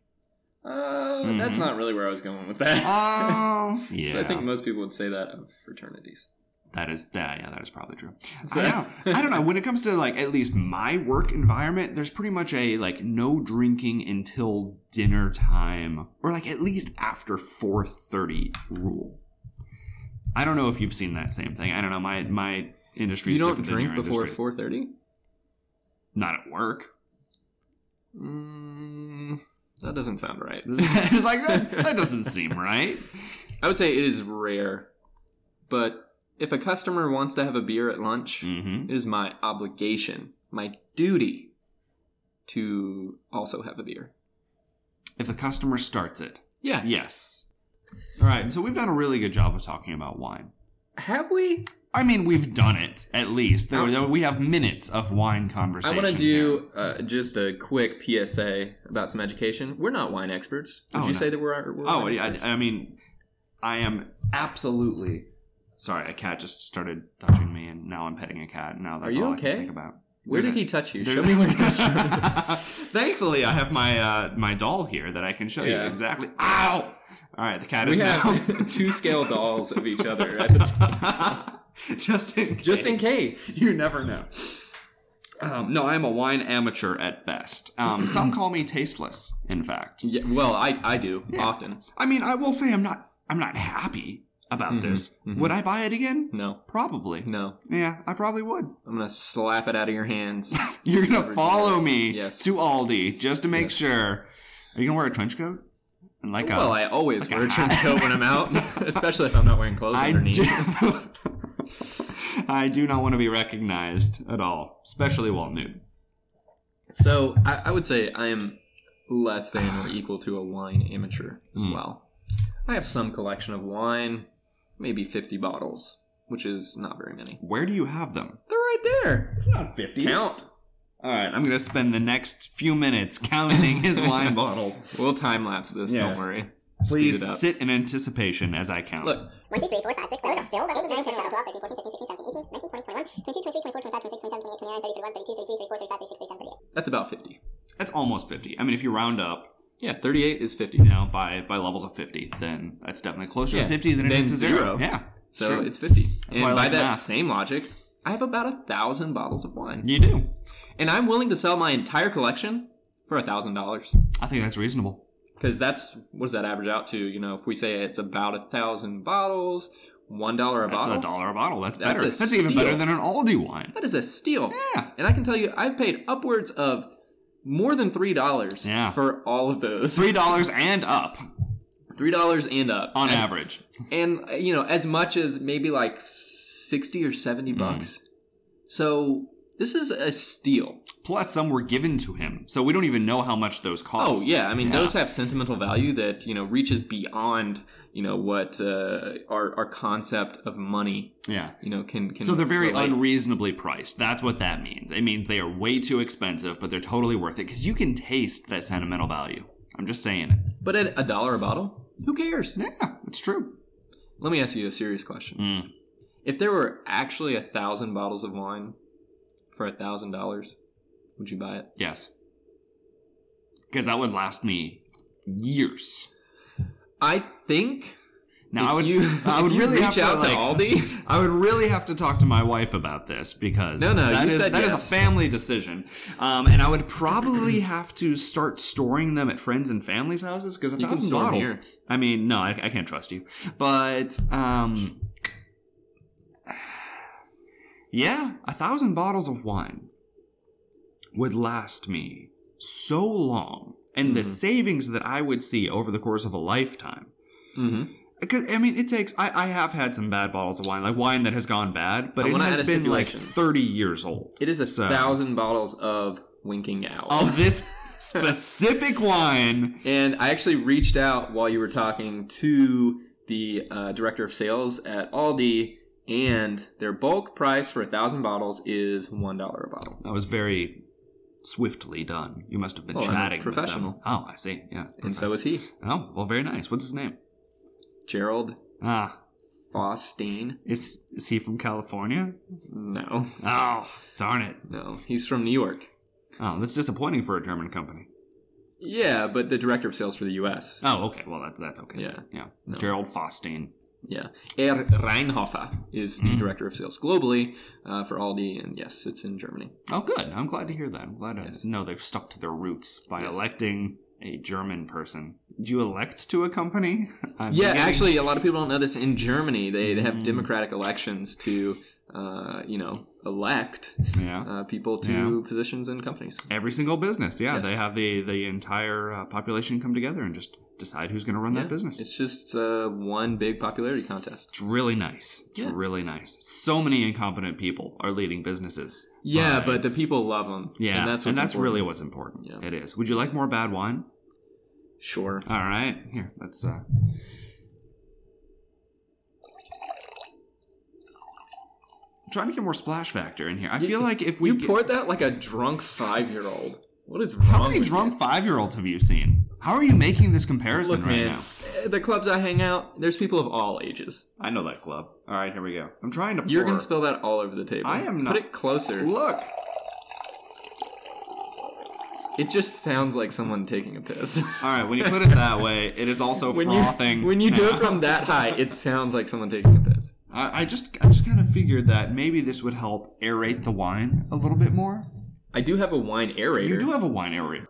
[SPEAKER 1] Uh, That's
[SPEAKER 2] Mhm.
[SPEAKER 1] not really where I was going with that.
[SPEAKER 2] Oh, yeah.
[SPEAKER 1] So I think most people would say that of fraternities.
[SPEAKER 2] that is that. Yeah, that is probably true.
[SPEAKER 1] So-
[SPEAKER 2] I, don't, I don't know. When it comes to like at least my work environment, there's pretty much a like no drinking until dinner time, or like at least after four thirty rule. I don't know if you've seen that same thing. I don't know. My my industry.
[SPEAKER 1] You
[SPEAKER 2] is
[SPEAKER 1] don't
[SPEAKER 2] different than
[SPEAKER 1] drink
[SPEAKER 2] your
[SPEAKER 1] before
[SPEAKER 2] industry.
[SPEAKER 1] four thirty.
[SPEAKER 2] Not at work.
[SPEAKER 1] Mm, that doesn't sound right.
[SPEAKER 2] it's like that, that doesn't seem right.
[SPEAKER 1] I would say it is rare, but if a customer wants to have a beer at lunch,
[SPEAKER 2] Mm-hmm.
[SPEAKER 1] it is my obligation, my duty, to also have a beer.
[SPEAKER 2] If the customer starts it,
[SPEAKER 1] Yeah.
[SPEAKER 2] Yes. All right. So we've done a really good job of talking about wine.
[SPEAKER 1] Have we?
[SPEAKER 2] I mean, we've done it at least. There, there- we have minutes of wine
[SPEAKER 1] I
[SPEAKER 2] conversation.
[SPEAKER 1] want to do uh, just a quick PSA about some education. We're not wine experts. Would
[SPEAKER 2] Oh,
[SPEAKER 1] you
[SPEAKER 2] no.
[SPEAKER 1] say that we're? we're
[SPEAKER 2] here. Oh,
[SPEAKER 1] wine
[SPEAKER 2] yeah,
[SPEAKER 1] experts?
[SPEAKER 2] I, I mean, I am absolutely sorry. A cat just started touching me, and now I'm petting a cat. and Now that's
[SPEAKER 1] Are you
[SPEAKER 2] all I
[SPEAKER 1] okay?
[SPEAKER 2] can think about.
[SPEAKER 1] Where
[SPEAKER 2] there's
[SPEAKER 1] did
[SPEAKER 2] a-
[SPEAKER 1] he touch you? Show
[SPEAKER 2] There's-
[SPEAKER 1] me where he touched you.
[SPEAKER 2] Thankfully, I have my uh, my doll here that I can show
[SPEAKER 1] Yeah.
[SPEAKER 2] you exactly. Ow! All right, the cat is
[SPEAKER 1] We
[SPEAKER 2] now
[SPEAKER 1] have two scale dolls of each other at the t-
[SPEAKER 2] just in
[SPEAKER 1] just
[SPEAKER 2] case.
[SPEAKER 1] in case.
[SPEAKER 2] you never know. Um, no, I am a wine amateur at best. Um, some call me tasteless. In fact,
[SPEAKER 1] Yeah, well, I, I do often.
[SPEAKER 2] I mean, I will say I'm not. I'm not happy. about
[SPEAKER 1] Mhm,
[SPEAKER 2] this.
[SPEAKER 1] mhm.
[SPEAKER 2] Would I buy it again?
[SPEAKER 1] No,
[SPEAKER 2] Probably.
[SPEAKER 1] no.
[SPEAKER 2] Yeah, I probably would.
[SPEAKER 1] I'm gonna slap it out of your hands.
[SPEAKER 2] You're
[SPEAKER 1] Never
[SPEAKER 2] gonna
[SPEAKER 1] do
[SPEAKER 2] follow
[SPEAKER 1] that.
[SPEAKER 2] me
[SPEAKER 1] Yes.
[SPEAKER 2] to Aldi just to make
[SPEAKER 1] Yes.
[SPEAKER 2] sure. Are you gonna wear a trench coat? And like uh,
[SPEAKER 1] well,
[SPEAKER 2] a,
[SPEAKER 1] I always
[SPEAKER 2] like a
[SPEAKER 1] wear a trench
[SPEAKER 2] hat.
[SPEAKER 1] coat when I'm out, especially if I'm not wearing clothes
[SPEAKER 2] I
[SPEAKER 1] underneath.
[SPEAKER 2] do, I do not want to be recognized at all, especially while nude.
[SPEAKER 1] So I, I would say I am less than or equal to a wine amateur as
[SPEAKER 2] Hmm.
[SPEAKER 1] well. I have some collection of wine, maybe 50 bottles, which is not very many.
[SPEAKER 2] Where do you have them?
[SPEAKER 1] They're right there.
[SPEAKER 2] It's not 50.
[SPEAKER 1] Count.
[SPEAKER 2] All right, I'm gonna spend the next few minutes counting his wine bottles.
[SPEAKER 1] We'll time lapse this. Don't
[SPEAKER 2] Yes.
[SPEAKER 1] worry.
[SPEAKER 2] Please
[SPEAKER 1] Speed it up.
[SPEAKER 2] sit in anticipation as I count.
[SPEAKER 1] Look,
[SPEAKER 6] 1, 2, 3, 4, 5, 6, 7, 8, 9, 10, 11, 12, 13, 14, 15, 16, 17, 18, 19, 20, 21, 22, 23, 24, 25, 26, 27, 28, 29, 30, 31, 32, 33, 34, 35, 36, 37, 38.
[SPEAKER 1] that's about 50.
[SPEAKER 2] That's almost 50. I mean, if you round up,
[SPEAKER 1] Yeah, 38 is 50.
[SPEAKER 2] you know, by by levels of 50, then that's definitely closer to
[SPEAKER 1] Yeah.
[SPEAKER 2] 50 than it
[SPEAKER 1] Then
[SPEAKER 2] is to
[SPEAKER 1] zero.
[SPEAKER 2] zero. Yeah. it's
[SPEAKER 1] so
[SPEAKER 2] true.
[SPEAKER 1] it's 50. and
[SPEAKER 2] why I
[SPEAKER 1] by
[SPEAKER 2] like
[SPEAKER 1] that
[SPEAKER 2] math.
[SPEAKER 1] same logic, I have about a thousand bottles of wine.
[SPEAKER 2] you do.
[SPEAKER 1] And I'm willing to sell my entire collection for a thousand dollars.
[SPEAKER 2] I think that's reasonable.
[SPEAKER 1] because that's what does that average out to? You know, if we say it's about a thousand bottles, one dollar a
[SPEAKER 2] That's
[SPEAKER 1] bottle,
[SPEAKER 2] a dollar a bottle. That's
[SPEAKER 1] That's
[SPEAKER 2] better.
[SPEAKER 1] a
[SPEAKER 2] That's, even
[SPEAKER 1] steal.
[SPEAKER 2] better than an Aldi wine.
[SPEAKER 1] that is a steal.
[SPEAKER 2] Yeah.
[SPEAKER 1] And I can tell you, I've paid upwards of more than three dollars
[SPEAKER 2] Yeah.
[SPEAKER 1] for all of those,
[SPEAKER 2] Three dollars and up
[SPEAKER 1] three dollars and up,
[SPEAKER 2] on average.
[SPEAKER 1] and uh, you know, as much as maybe like sixty or seventy
[SPEAKER 2] Mm-hmm.
[SPEAKER 1] bucks. So this is a steal.
[SPEAKER 2] Plus, some were given to him, so we don't even know how much those
[SPEAKER 1] Oh
[SPEAKER 2] cost.
[SPEAKER 1] yeah, I mean those have sentimental value that you know reaches beyond you know what uh, our our concept of money
[SPEAKER 2] yeah.
[SPEAKER 1] you know can can
[SPEAKER 2] So they're very
[SPEAKER 1] relate.
[SPEAKER 2] unreasonably priced. That's what that means. It means they are way too expensive, but they're totally worth it because you can taste that sentimental value. I'm just saying it.
[SPEAKER 1] But at a dollar a bottle, who cares?
[SPEAKER 2] Yeah, it's true.
[SPEAKER 1] Let me ask you a serious question.
[SPEAKER 2] Mm.
[SPEAKER 1] If there were actually a thousand bottles of wine for a thousand dollars, would you buy it?
[SPEAKER 2] Yes, because that would last me years.
[SPEAKER 1] I think
[SPEAKER 2] Now
[SPEAKER 1] if
[SPEAKER 2] I would.
[SPEAKER 1] you,
[SPEAKER 2] I would
[SPEAKER 1] if you
[SPEAKER 2] really have
[SPEAKER 1] reach out
[SPEAKER 2] to, like,
[SPEAKER 1] Aldi.
[SPEAKER 2] I would really have to talk to my wife about this because
[SPEAKER 1] No, no,
[SPEAKER 2] that
[SPEAKER 1] you
[SPEAKER 2] is-
[SPEAKER 1] said
[SPEAKER 2] that is
[SPEAKER 1] yes.
[SPEAKER 2] a family decision, um, and I would probably have to start storing them at friends and family's houses because a
[SPEAKER 1] You can
[SPEAKER 2] thousand
[SPEAKER 1] store 'em
[SPEAKER 2] bottles.
[SPEAKER 1] here.
[SPEAKER 2] I mean, no, I, I can't trust you, but um, yeah, a thousand bottles of wine would last me so long, and
[SPEAKER 1] Mm-hmm.
[SPEAKER 2] the savings that I would see over the course of a lifetime Mm-hmm.
[SPEAKER 1] hmm
[SPEAKER 2] because I mean, it takes. I, I have had some bad bottles of wine, like wine that has gone bad, but
[SPEAKER 1] I
[SPEAKER 2] it
[SPEAKER 1] wanna
[SPEAKER 2] has
[SPEAKER 1] add a
[SPEAKER 2] been like
[SPEAKER 1] stipulation.
[SPEAKER 2] thirty years old.
[SPEAKER 1] It is a
[SPEAKER 2] So- Oh.
[SPEAKER 1] thousand bottles of winking owl.
[SPEAKER 2] Of this specific wine,
[SPEAKER 1] And I actually reached out while you were talking to the uh, director of sales at Aldi, and their bulk price for a thousand bottles is one dollar a bottle.
[SPEAKER 2] that was very swiftly done. You must have been
[SPEAKER 1] Well, Oh, I'm a
[SPEAKER 2] chatting. with them.
[SPEAKER 1] professional.
[SPEAKER 2] Oh, I see. Yeah.
[SPEAKER 1] And so is he,
[SPEAKER 2] Oh, well, very nice. What's his name?
[SPEAKER 1] Gerald
[SPEAKER 2] Ah,
[SPEAKER 1] Faustine.
[SPEAKER 2] is is he from California?
[SPEAKER 1] No,
[SPEAKER 2] Oh, darn it.
[SPEAKER 1] no, he's from New York.
[SPEAKER 2] Oh, that's disappointing for a German company.
[SPEAKER 1] Yeah, but the director of sales for the U.S.
[SPEAKER 2] Oh, okay. Well, that, that's okay.
[SPEAKER 1] Yeah.
[SPEAKER 2] Yeah. Gerald Faustine.
[SPEAKER 1] Yeah, Er Reinhofer is
[SPEAKER 2] Mm.
[SPEAKER 1] the director of sales globally uh, for Aldi, and yes, it's in Germany.
[SPEAKER 2] Oh, good. I'm glad to hear that. I'm glad to
[SPEAKER 1] Yes.
[SPEAKER 2] know they've stuck to their roots by
[SPEAKER 1] Yes.
[SPEAKER 2] electing a German person. Do you elect to a company? I'm
[SPEAKER 1] Yeah,
[SPEAKER 2] getting-
[SPEAKER 1] actually, a lot of people don't know this. In Germany, they, they
[SPEAKER 2] Mm.
[SPEAKER 1] have democratic elections to, uh, you know, elect
[SPEAKER 2] Yeah.
[SPEAKER 1] uh, people to
[SPEAKER 2] Yeah.
[SPEAKER 1] positions in companies.
[SPEAKER 2] Every single business. Yeah, they
[SPEAKER 1] Yes.
[SPEAKER 2] have the, the entire uh, population come together and just decide who's going to run
[SPEAKER 1] Yeah,
[SPEAKER 2] that business. It's,
[SPEAKER 1] It's just uh, one big popularity contest.
[SPEAKER 2] really nice. It's
[SPEAKER 1] Yeah.
[SPEAKER 2] really nice. So many incompetent people are leading businesses.
[SPEAKER 1] Yeah, but the
[SPEAKER 2] it's-
[SPEAKER 1] people love them.
[SPEAKER 2] Yeah,
[SPEAKER 1] and that's what's important.
[SPEAKER 2] really what's important.
[SPEAKER 1] Yeah.
[SPEAKER 2] It is. Would you like more bad wine?
[SPEAKER 1] sure.
[SPEAKER 2] All right. Here, let's. Uh... I'm trying to get more splash factor in here. I feel like if we.
[SPEAKER 1] you
[SPEAKER 2] get-
[SPEAKER 1] poured that like a drunk five year old. What is wrong?
[SPEAKER 2] How many
[SPEAKER 1] with
[SPEAKER 2] drunk five year olds have you seen? How are you making this
[SPEAKER 1] you?
[SPEAKER 2] comparison
[SPEAKER 1] Look,
[SPEAKER 2] right
[SPEAKER 1] man,
[SPEAKER 2] now?
[SPEAKER 1] eh, the clubs I hang out, there's people of all ages.
[SPEAKER 2] I know that club. All right, here we go. I'm trying to.
[SPEAKER 1] You're
[SPEAKER 2] pour.
[SPEAKER 1] gonna spill that all over the table.
[SPEAKER 2] I am not-
[SPEAKER 1] Put it closer.
[SPEAKER 2] Look.
[SPEAKER 1] It just sounds like someone taking a piss.
[SPEAKER 2] All right. When you put it that way, it is also frothing.
[SPEAKER 1] you when you do it from that high, it sounds like someone taking a piss.
[SPEAKER 2] I, I just, I just kind of figured that maybe this would help aerate the wine a little bit more.
[SPEAKER 1] I do have a wine aerator.
[SPEAKER 2] You do have a wine aerator.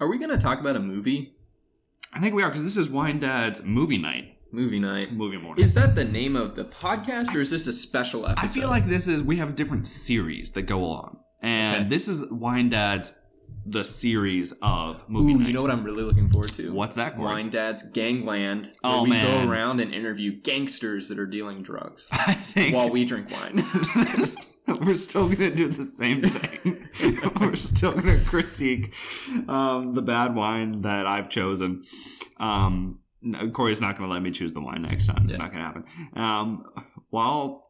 [SPEAKER 1] Are we gonna talk about a movie?
[SPEAKER 2] I think we are because this is Wine Dad's movie night.
[SPEAKER 1] Movie night.
[SPEAKER 2] Movie morning.
[SPEAKER 1] Is that the name of the podcast, or is this a special episode?
[SPEAKER 2] I feel like this is we have different series that go on, and
[SPEAKER 1] Okay.
[SPEAKER 2] this is Wine Dad's the series of movie
[SPEAKER 1] Ooh,
[SPEAKER 2] night.
[SPEAKER 1] you know what I'm really looking forward to?
[SPEAKER 2] What's that, Corey?
[SPEAKER 1] Wine Dad's Gangland. Where
[SPEAKER 2] Oh,
[SPEAKER 1] we
[SPEAKER 2] man.
[SPEAKER 1] go around and interview gangsters that are dealing drugs
[SPEAKER 2] I think
[SPEAKER 1] while we drink wine.
[SPEAKER 2] we're still gonna do the same thing. we're still gonna critique um, the bad wine that I've chosen. Um, no, Corey's not gonna let me choose the wine next time. It's
[SPEAKER 1] Yeah.
[SPEAKER 2] not gonna happen. Um, while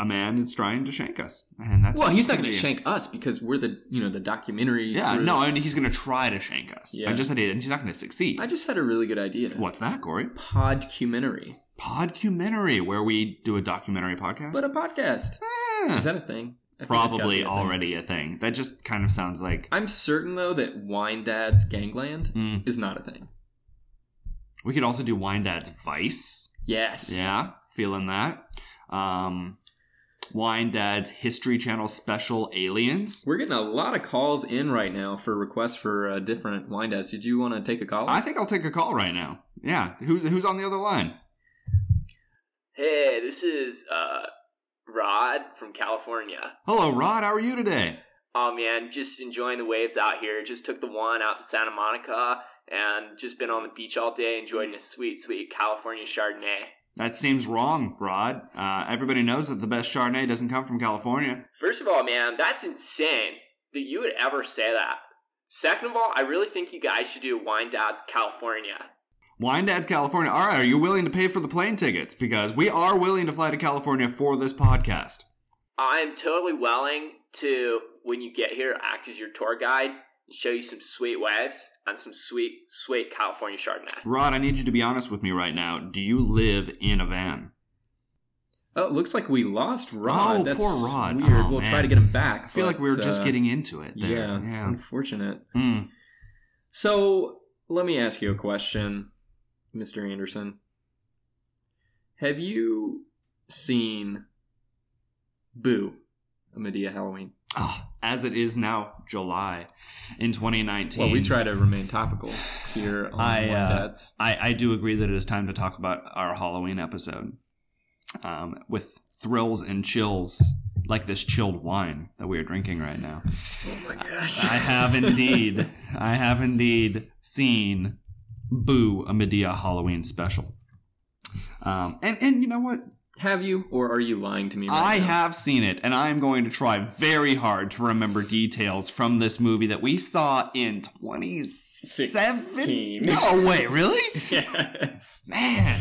[SPEAKER 2] a man is trying to shank us, and that's
[SPEAKER 1] well,
[SPEAKER 2] what
[SPEAKER 1] he's
[SPEAKER 2] it's
[SPEAKER 1] not going
[SPEAKER 2] be.
[SPEAKER 1] to shank us because we're the you know the documentary.
[SPEAKER 2] Yeah,
[SPEAKER 1] crew.
[SPEAKER 2] no, and he's gonna try to shank us. I
[SPEAKER 1] Yeah.
[SPEAKER 2] just said it, and he's not gonna succeed.
[SPEAKER 1] I just had a really good idea.
[SPEAKER 2] What's that, Corey?
[SPEAKER 1] Podcumentary,
[SPEAKER 2] Podcumentary, where we do a documentary podcast.
[SPEAKER 1] but a podcast.
[SPEAKER 2] Eh,
[SPEAKER 1] Is that a thing? I think it's gotta be
[SPEAKER 2] probably
[SPEAKER 1] a thing.
[SPEAKER 2] already a thing. That just kind of sounds like
[SPEAKER 1] I'm certain though that Wine Dad's Gangland
[SPEAKER 2] Mm.
[SPEAKER 1] is not a thing.
[SPEAKER 2] we could also do Wine Dad's Vice.
[SPEAKER 1] Yes.
[SPEAKER 2] Yeah, feeling that. Um, Wine Dad's History Channel special Aliens.
[SPEAKER 1] We're getting a lot of calls in right now for requests for uh, different wine dads. Did you want to take a call?
[SPEAKER 2] I think I'll take a call right now. Yeah, who's who's on the other line?
[SPEAKER 1] Hey, this is uh, Rod from California.
[SPEAKER 2] Hello, Rod. How are you today?
[SPEAKER 1] Oh man, just enjoying the waves out here. Just took the one out to Santa Monica and just been on the beach all day, enjoying a sweet, sweet California Chardonnay.
[SPEAKER 2] That seems wrong, Rod. Uh, everybody knows that the best Chardonnay doesn't come from California.
[SPEAKER 1] First of all, man, that's insane that you would ever say that. Second of all, I really think you guys should do Wine Dads California.
[SPEAKER 2] Wine Dad's California. All right, are you willing to pay for the plane tickets? Because we are willing to fly to California for this podcast.
[SPEAKER 1] I'm totally willing to, when you get here, act as your tour guide and show you some sweet waves and some sweet, sweet California Chardonnay.
[SPEAKER 2] Rod, I need you to be honest with me right now. Do you live in a van?
[SPEAKER 1] Oh, it looks like we lost
[SPEAKER 2] Rod. Oh, That's poor Rod. weird. Oh, We'll man. try to get
[SPEAKER 1] him back. uh,
[SPEAKER 2] I feel like we were just getting into it. There.
[SPEAKER 1] Yeah,
[SPEAKER 2] uh, Yeah.
[SPEAKER 1] unfortunate.
[SPEAKER 2] Hmm.
[SPEAKER 1] So let me ask you a question, Mr. Anderson. Have you seen Boo, a Medea Halloween?
[SPEAKER 2] Ah, as it is now, July in 2019.
[SPEAKER 1] Well, we try to remain topical here on
[SPEAKER 2] I,
[SPEAKER 1] One
[SPEAKER 2] uh,
[SPEAKER 1] Dad's.
[SPEAKER 2] I, I do agree that it is time to talk about our Halloween episode um, with thrills and chills like this chilled wine that we are drinking right now.
[SPEAKER 1] Oh my gosh.
[SPEAKER 2] I have indeed, I have indeed seen Boo, a Medea Halloween special. Um, and, and you know what?
[SPEAKER 1] Have you, or are you lying to me? Right
[SPEAKER 2] I
[SPEAKER 1] now?
[SPEAKER 2] have seen it, and I'm going to try very hard to remember details from this movie that we saw in 2017.
[SPEAKER 1] Sixteen.
[SPEAKER 2] No, wait, really?
[SPEAKER 1] Yes.
[SPEAKER 2] Man.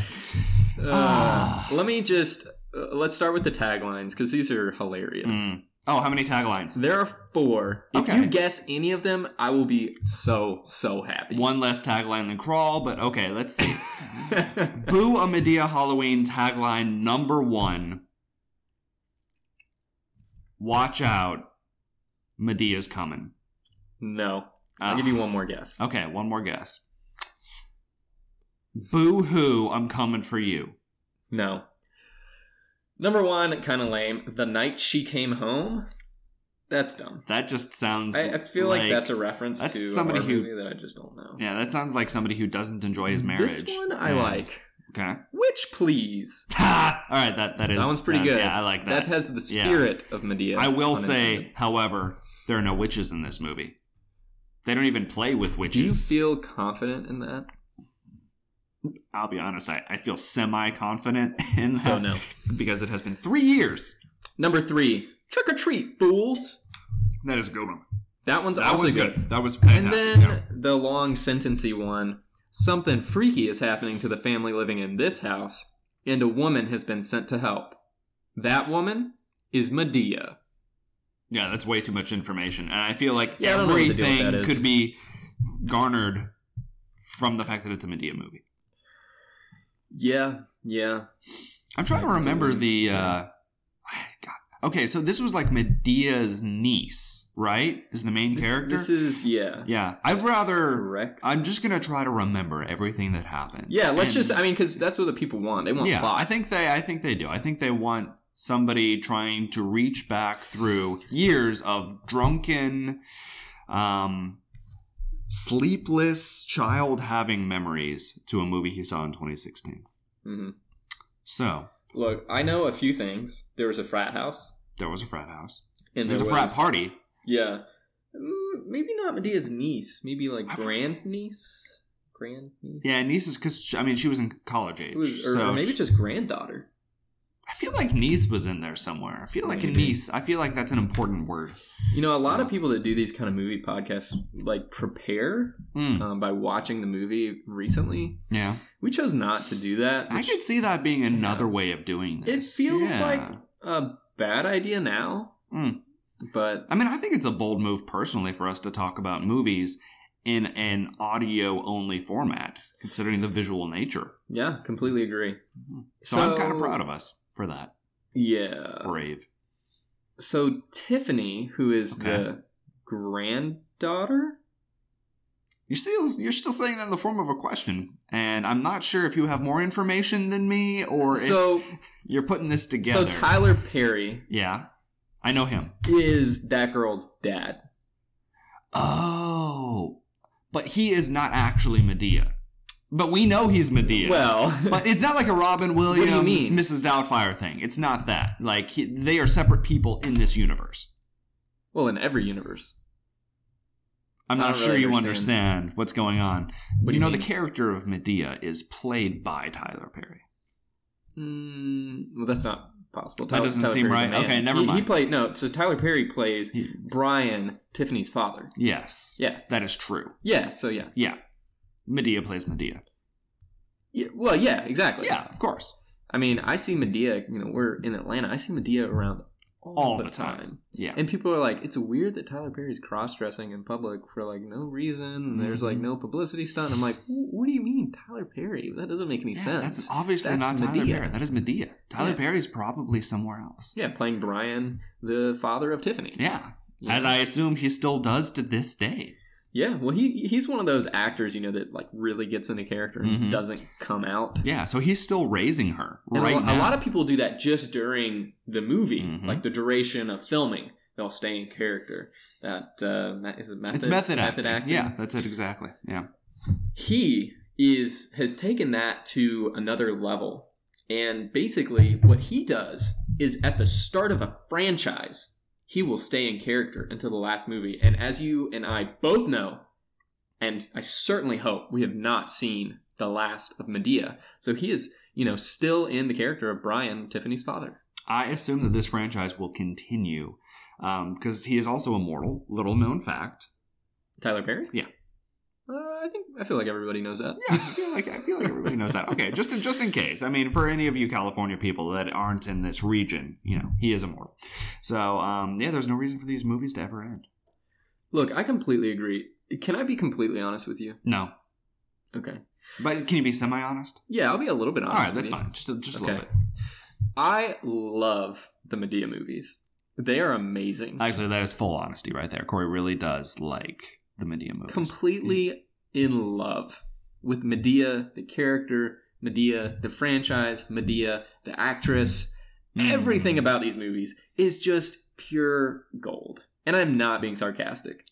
[SPEAKER 1] Uh,
[SPEAKER 2] Ah.
[SPEAKER 1] Let me just uh, let's start with the taglines because these are hilarious.
[SPEAKER 2] Mm. Oh, how many taglines?
[SPEAKER 1] There are four. If
[SPEAKER 2] Okay.
[SPEAKER 1] you guess any of them, I will be so so happy.
[SPEAKER 2] One less tagline than Crawl, but okay, let's see. Boo a Medea Halloween tagline number one. Watch out. Medea's coming. Ah.
[SPEAKER 1] no, I'll give you one more guess.
[SPEAKER 2] Okay, one more guess. Boo hoo, I'm coming for you.
[SPEAKER 1] No. Number one, kind of lame. The night she came home. That's dumb.
[SPEAKER 2] That just sounds.
[SPEAKER 1] I, I feel like, that's a reference
[SPEAKER 2] that's
[SPEAKER 1] to
[SPEAKER 2] somebody
[SPEAKER 1] somebody
[SPEAKER 2] who-
[SPEAKER 1] movie that I just don't know.
[SPEAKER 2] Yeah, that sounds like somebody who doesn't enjoy his marriage.
[SPEAKER 1] This one I
[SPEAKER 2] Yeah.
[SPEAKER 1] like.
[SPEAKER 2] Okay.
[SPEAKER 1] Witch, please.
[SPEAKER 2] Ha! All right, that that is
[SPEAKER 1] That one's pretty
[SPEAKER 2] that's-
[SPEAKER 1] good.
[SPEAKER 2] Yeah, I like that.
[SPEAKER 1] That has the
[SPEAKER 2] Yeah.
[SPEAKER 1] spirit of Medea.
[SPEAKER 2] I will
[SPEAKER 1] on it.
[SPEAKER 2] say, however, there are no witches in this movie. They don't even play with
[SPEAKER 1] Do you
[SPEAKER 2] witches.
[SPEAKER 1] feel confident in that?
[SPEAKER 2] I'll be honest, I, I feel semi confident in that
[SPEAKER 1] So Oh, no.
[SPEAKER 2] because it has been three years.
[SPEAKER 1] Number three, trick or treat, fools.
[SPEAKER 2] That is a good one.
[SPEAKER 1] That one's
[SPEAKER 2] That
[SPEAKER 1] also
[SPEAKER 2] was
[SPEAKER 1] good.
[SPEAKER 2] good. That was
[SPEAKER 1] And
[SPEAKER 2] fantastic.
[SPEAKER 1] then
[SPEAKER 2] yeah.
[SPEAKER 1] the long sentency one. Something freaky is happening to the family living in this house, and a woman has been sent to help. That woman is Medea.
[SPEAKER 2] Yeah, that's way too much information, and I feel like
[SPEAKER 1] Yeah, I don't know what to do with
[SPEAKER 2] everything
[SPEAKER 1] that is.
[SPEAKER 2] could be garnered from the fact that it's a Medea movie.
[SPEAKER 1] Yeah, yeah.
[SPEAKER 2] I'm trying to remember the. Uh, God. Okay, so this was like Medea's niece, right? Is the main
[SPEAKER 1] This,
[SPEAKER 2] character?
[SPEAKER 1] this is yeah.
[SPEAKER 2] yeah, I'd rather.
[SPEAKER 1] Correct.
[SPEAKER 2] I'm just gonna try to remember everything that happened.
[SPEAKER 1] yeah, let's
[SPEAKER 2] And-
[SPEAKER 1] just. I mean, because that's what the people want. They want
[SPEAKER 2] yeah,
[SPEAKER 1] plot.
[SPEAKER 2] I think they. I think they do. I think they want somebody trying to reach back through years of drunken, um, sleepless child having memories to a movie he saw in 2016.
[SPEAKER 1] hmm
[SPEAKER 2] So
[SPEAKER 1] Look, I know a few things. There was a frat house,
[SPEAKER 2] there was a frat house.
[SPEAKER 1] and
[SPEAKER 2] There was a
[SPEAKER 1] there
[SPEAKER 2] frat party.
[SPEAKER 1] Yeah, Mm, maybe not Medea's niece. Maybe like
[SPEAKER 2] I-
[SPEAKER 1] grand niece, grand niece.
[SPEAKER 2] Yeah, niece is because I mean she was in college age.
[SPEAKER 1] It was, or,
[SPEAKER 2] so
[SPEAKER 1] or maybe
[SPEAKER 2] she-
[SPEAKER 1] just granddaughter.
[SPEAKER 2] I feel like niece was in there somewhere. I feel like a
[SPEAKER 1] Maybe.
[SPEAKER 2] niece. I feel like that's an important word.
[SPEAKER 1] You know, a lot of people that do these kind of movie podcasts like prepare
[SPEAKER 2] Mm,
[SPEAKER 1] um, by watching the movie recently.
[SPEAKER 2] yeah,
[SPEAKER 1] We chose not to do that.
[SPEAKER 2] I
[SPEAKER 1] which
[SPEAKER 2] could see that being another way of doing
[SPEAKER 1] it
[SPEAKER 2] this.
[SPEAKER 1] feels
[SPEAKER 2] Yeah.
[SPEAKER 1] like a bad idea now,
[SPEAKER 2] Mm.
[SPEAKER 1] but
[SPEAKER 2] I mean, I think it's a bold move personally for us to talk about movies in an audio only format, considering the visual nature.
[SPEAKER 1] yeah, completely agree.
[SPEAKER 2] So, I'm kind of proud of us for that.
[SPEAKER 1] Yeah.
[SPEAKER 2] Brave.
[SPEAKER 1] So Tiffany, who is
[SPEAKER 2] Okay.
[SPEAKER 1] the granddaughter,
[SPEAKER 2] You're still you're still saying that in the form of a question, and I'm not sure if you have more information than me or
[SPEAKER 1] so
[SPEAKER 2] if you're putting this
[SPEAKER 1] so
[SPEAKER 2] together.
[SPEAKER 1] Tyler Perry
[SPEAKER 2] yeah, I know him.
[SPEAKER 1] is that girl's dad.
[SPEAKER 2] Oh, but he is not actually Medea. But we know he's Medea.
[SPEAKER 1] Well,
[SPEAKER 2] but it's not like a Robin
[SPEAKER 1] do
[SPEAKER 2] Williams
[SPEAKER 1] you mean?
[SPEAKER 2] Mrs. Doubtfire thing. It's not that. Like he, they are separate people in this universe.
[SPEAKER 1] well, in every universe,
[SPEAKER 2] I'm
[SPEAKER 1] I
[SPEAKER 2] not
[SPEAKER 1] don't
[SPEAKER 2] sure
[SPEAKER 1] really
[SPEAKER 2] you
[SPEAKER 1] understand.
[SPEAKER 2] understand what's going on.
[SPEAKER 1] What do
[SPEAKER 2] you
[SPEAKER 1] you
[SPEAKER 2] know, the
[SPEAKER 1] mean?
[SPEAKER 2] character of Medea is played by Tyler Perry.
[SPEAKER 1] mm, well, that's not possible.
[SPEAKER 2] That
[SPEAKER 1] Tyler-
[SPEAKER 2] doesn't
[SPEAKER 1] Tyler
[SPEAKER 2] seem
[SPEAKER 1] Perry's a
[SPEAKER 2] right.
[SPEAKER 1] man.
[SPEAKER 2] Okay, never
[SPEAKER 1] He- He
[SPEAKER 2] mind.
[SPEAKER 1] played no. So Tyler Perry plays
[SPEAKER 2] He-
[SPEAKER 1] Brian, Tiffany's father.
[SPEAKER 2] Yes.
[SPEAKER 1] Yeah.
[SPEAKER 2] That is true.
[SPEAKER 1] Yeah. So yeah.
[SPEAKER 2] Yeah. Medea plays Medea.
[SPEAKER 1] yeah. Well, yeah. Exactly.
[SPEAKER 2] Yeah, of course.
[SPEAKER 1] I mean, I see Medea. You know, we're in Atlanta. I see Medea around all,
[SPEAKER 2] All
[SPEAKER 1] the,
[SPEAKER 2] the time.
[SPEAKER 1] time.
[SPEAKER 2] Yeah.
[SPEAKER 1] And people are like, it's weird that Tyler Perry's cross dressing in public for like no reason. And there's
[SPEAKER 2] Mm-hmm.
[SPEAKER 1] like no publicity stunt. I'm like, "Wh- what do you mean, Tyler Perry? That doesn't make any
[SPEAKER 2] Yeah,
[SPEAKER 1] sense.
[SPEAKER 2] that's obviously
[SPEAKER 1] That's
[SPEAKER 2] not
[SPEAKER 1] Medea.
[SPEAKER 2] Tyler Perry. That is Medea. Tyler
[SPEAKER 1] Yeah.
[SPEAKER 2] Perry's probably somewhere else.
[SPEAKER 1] Yeah, playing Brian, the father of Tiffany.
[SPEAKER 2] Yeah.
[SPEAKER 1] Yeah.
[SPEAKER 2] As I assume he still does to this day.
[SPEAKER 1] Yeah, well, he he's one of those actors, you know, that like really gets into character and
[SPEAKER 2] Mhm.
[SPEAKER 1] doesn't come out.
[SPEAKER 2] Yeah, so he's still raising her
[SPEAKER 1] And
[SPEAKER 2] right
[SPEAKER 1] a, lo-
[SPEAKER 2] now.
[SPEAKER 1] a lot of people do that just during the movie,
[SPEAKER 2] Mhm.
[SPEAKER 1] like the duration of filming. They'll stay in character. That uh, that is a method.
[SPEAKER 2] it's method,
[SPEAKER 1] method
[SPEAKER 2] acting. Yeah, that's it exactly. Yeah.
[SPEAKER 1] he is has taken that to another level and basically what he does is at the start of a franchise he will stay in character until the last movie and as you and i both know and i certainly hope we have not seen the last of medea so he is you know still in the character of brian tiffany's father
[SPEAKER 2] I assume that this franchise will continue because he is also immortal. Little known fact.
[SPEAKER 1] tyler perry
[SPEAKER 2] Yeah.
[SPEAKER 1] uh, i think i feel like everybody knows that
[SPEAKER 2] Yeah, I feel like I feel like everybody knows that. Okay, just in, just in case. I mean, for any of you California people that aren't in this region, you know, he is immortal. So um, yeah, there's no reason for these movies to ever end.
[SPEAKER 1] look i completely agree can i be completely honest with you
[SPEAKER 2] No,
[SPEAKER 1] okay
[SPEAKER 2] but can you be semi honest?
[SPEAKER 1] yeah i'll be a little bit
[SPEAKER 2] All
[SPEAKER 1] honest
[SPEAKER 2] right,
[SPEAKER 1] with
[SPEAKER 2] that's
[SPEAKER 1] you.
[SPEAKER 2] fine. Just a, just a
[SPEAKER 1] Okay.
[SPEAKER 2] little bit.
[SPEAKER 1] I love the Medea movies. They are amazing.
[SPEAKER 2] Actually, that is full honesty right there. Corey really does like the Medea movies. Mm.
[SPEAKER 1] Completely in love with Medea, the character, Medea, the franchise, Medea, the actress.
[SPEAKER 2] Mm.
[SPEAKER 1] Everything about these movies is just pure gold. And I'm not being sarcastic.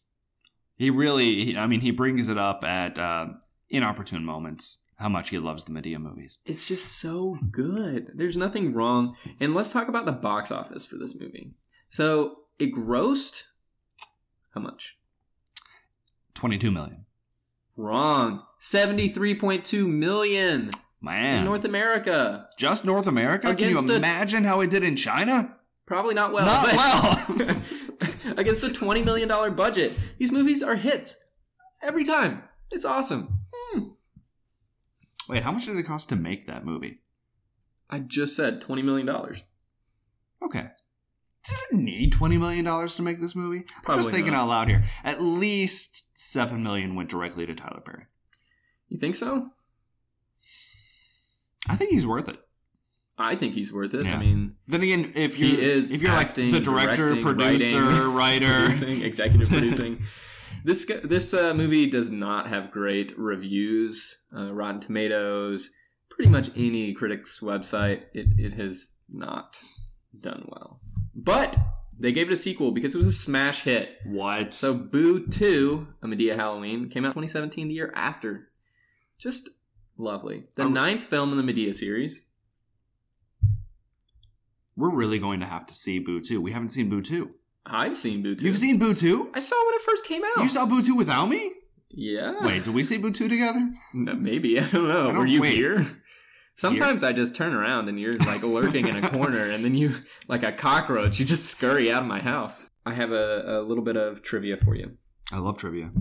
[SPEAKER 2] He really, he- I mean, he brings it up at uh, inopportune moments how much he loves the Medea movies.
[SPEAKER 1] It's just so good. There's nothing wrong. And let's talk about the box office for this movie. So it grossed how much?
[SPEAKER 2] 22 million.
[SPEAKER 1] Wrong. 73.2 million
[SPEAKER 2] Man.
[SPEAKER 1] in North America.
[SPEAKER 2] just North America? Can
[SPEAKER 1] Against
[SPEAKER 2] you
[SPEAKER 1] a-
[SPEAKER 2] imagine how it did in China?
[SPEAKER 1] Probably not well.
[SPEAKER 2] Not
[SPEAKER 1] but-
[SPEAKER 2] well.
[SPEAKER 1] against a $20 million budget. These movies are hits every time. It's awesome.
[SPEAKER 2] Wait, how much did it cost to make that movie?
[SPEAKER 1] I just said $20 million.
[SPEAKER 2] Okay. Does it need $20 million to make this movie? I'm
[SPEAKER 1] Probably
[SPEAKER 2] just thinking
[SPEAKER 1] not.
[SPEAKER 2] out loud here. At least $7 million went directly to Tyler Perry.
[SPEAKER 1] You think so?
[SPEAKER 2] I think he's worth it.
[SPEAKER 1] I think he's worth it.
[SPEAKER 2] Yeah.
[SPEAKER 1] I mean,
[SPEAKER 2] Then again, if
[SPEAKER 1] He
[SPEAKER 2] you're
[SPEAKER 1] is
[SPEAKER 2] if you're
[SPEAKER 1] acting,
[SPEAKER 2] like the director,
[SPEAKER 1] directing,
[SPEAKER 2] producer,
[SPEAKER 1] writing,
[SPEAKER 2] writer,
[SPEAKER 1] producing, executive producing. This g- this uh, movie does not have great reviews. Uh, Rotten Tomatoes, pretty much any critic's website, it, it has not done well. But they gave it a sequel because it was a smash hit.
[SPEAKER 2] what?
[SPEAKER 1] So Boo 2, A Medea Halloween, came out 2017, the year after. Just Lovely. The
[SPEAKER 2] I was-
[SPEAKER 1] ninth film in the Medea series.
[SPEAKER 2] We're really going to have to see Boo 2. We haven't seen Boo 2.
[SPEAKER 1] I've seen Boo 2.
[SPEAKER 2] You've seen Boo 2?
[SPEAKER 1] I saw it when it first came out.
[SPEAKER 2] You saw Boo 2 without me?
[SPEAKER 1] Yeah.
[SPEAKER 2] Wait, did we see Boo 2 together?
[SPEAKER 1] No, maybe. I don't know.
[SPEAKER 2] I don't-
[SPEAKER 1] Were you
[SPEAKER 2] wait.
[SPEAKER 1] here? Sometimes I just turn around and you're like lurking in a corner, and then you, like a cockroach, you just scurry out of my house. I have a, a little bit of trivia for you.
[SPEAKER 2] I love trivia.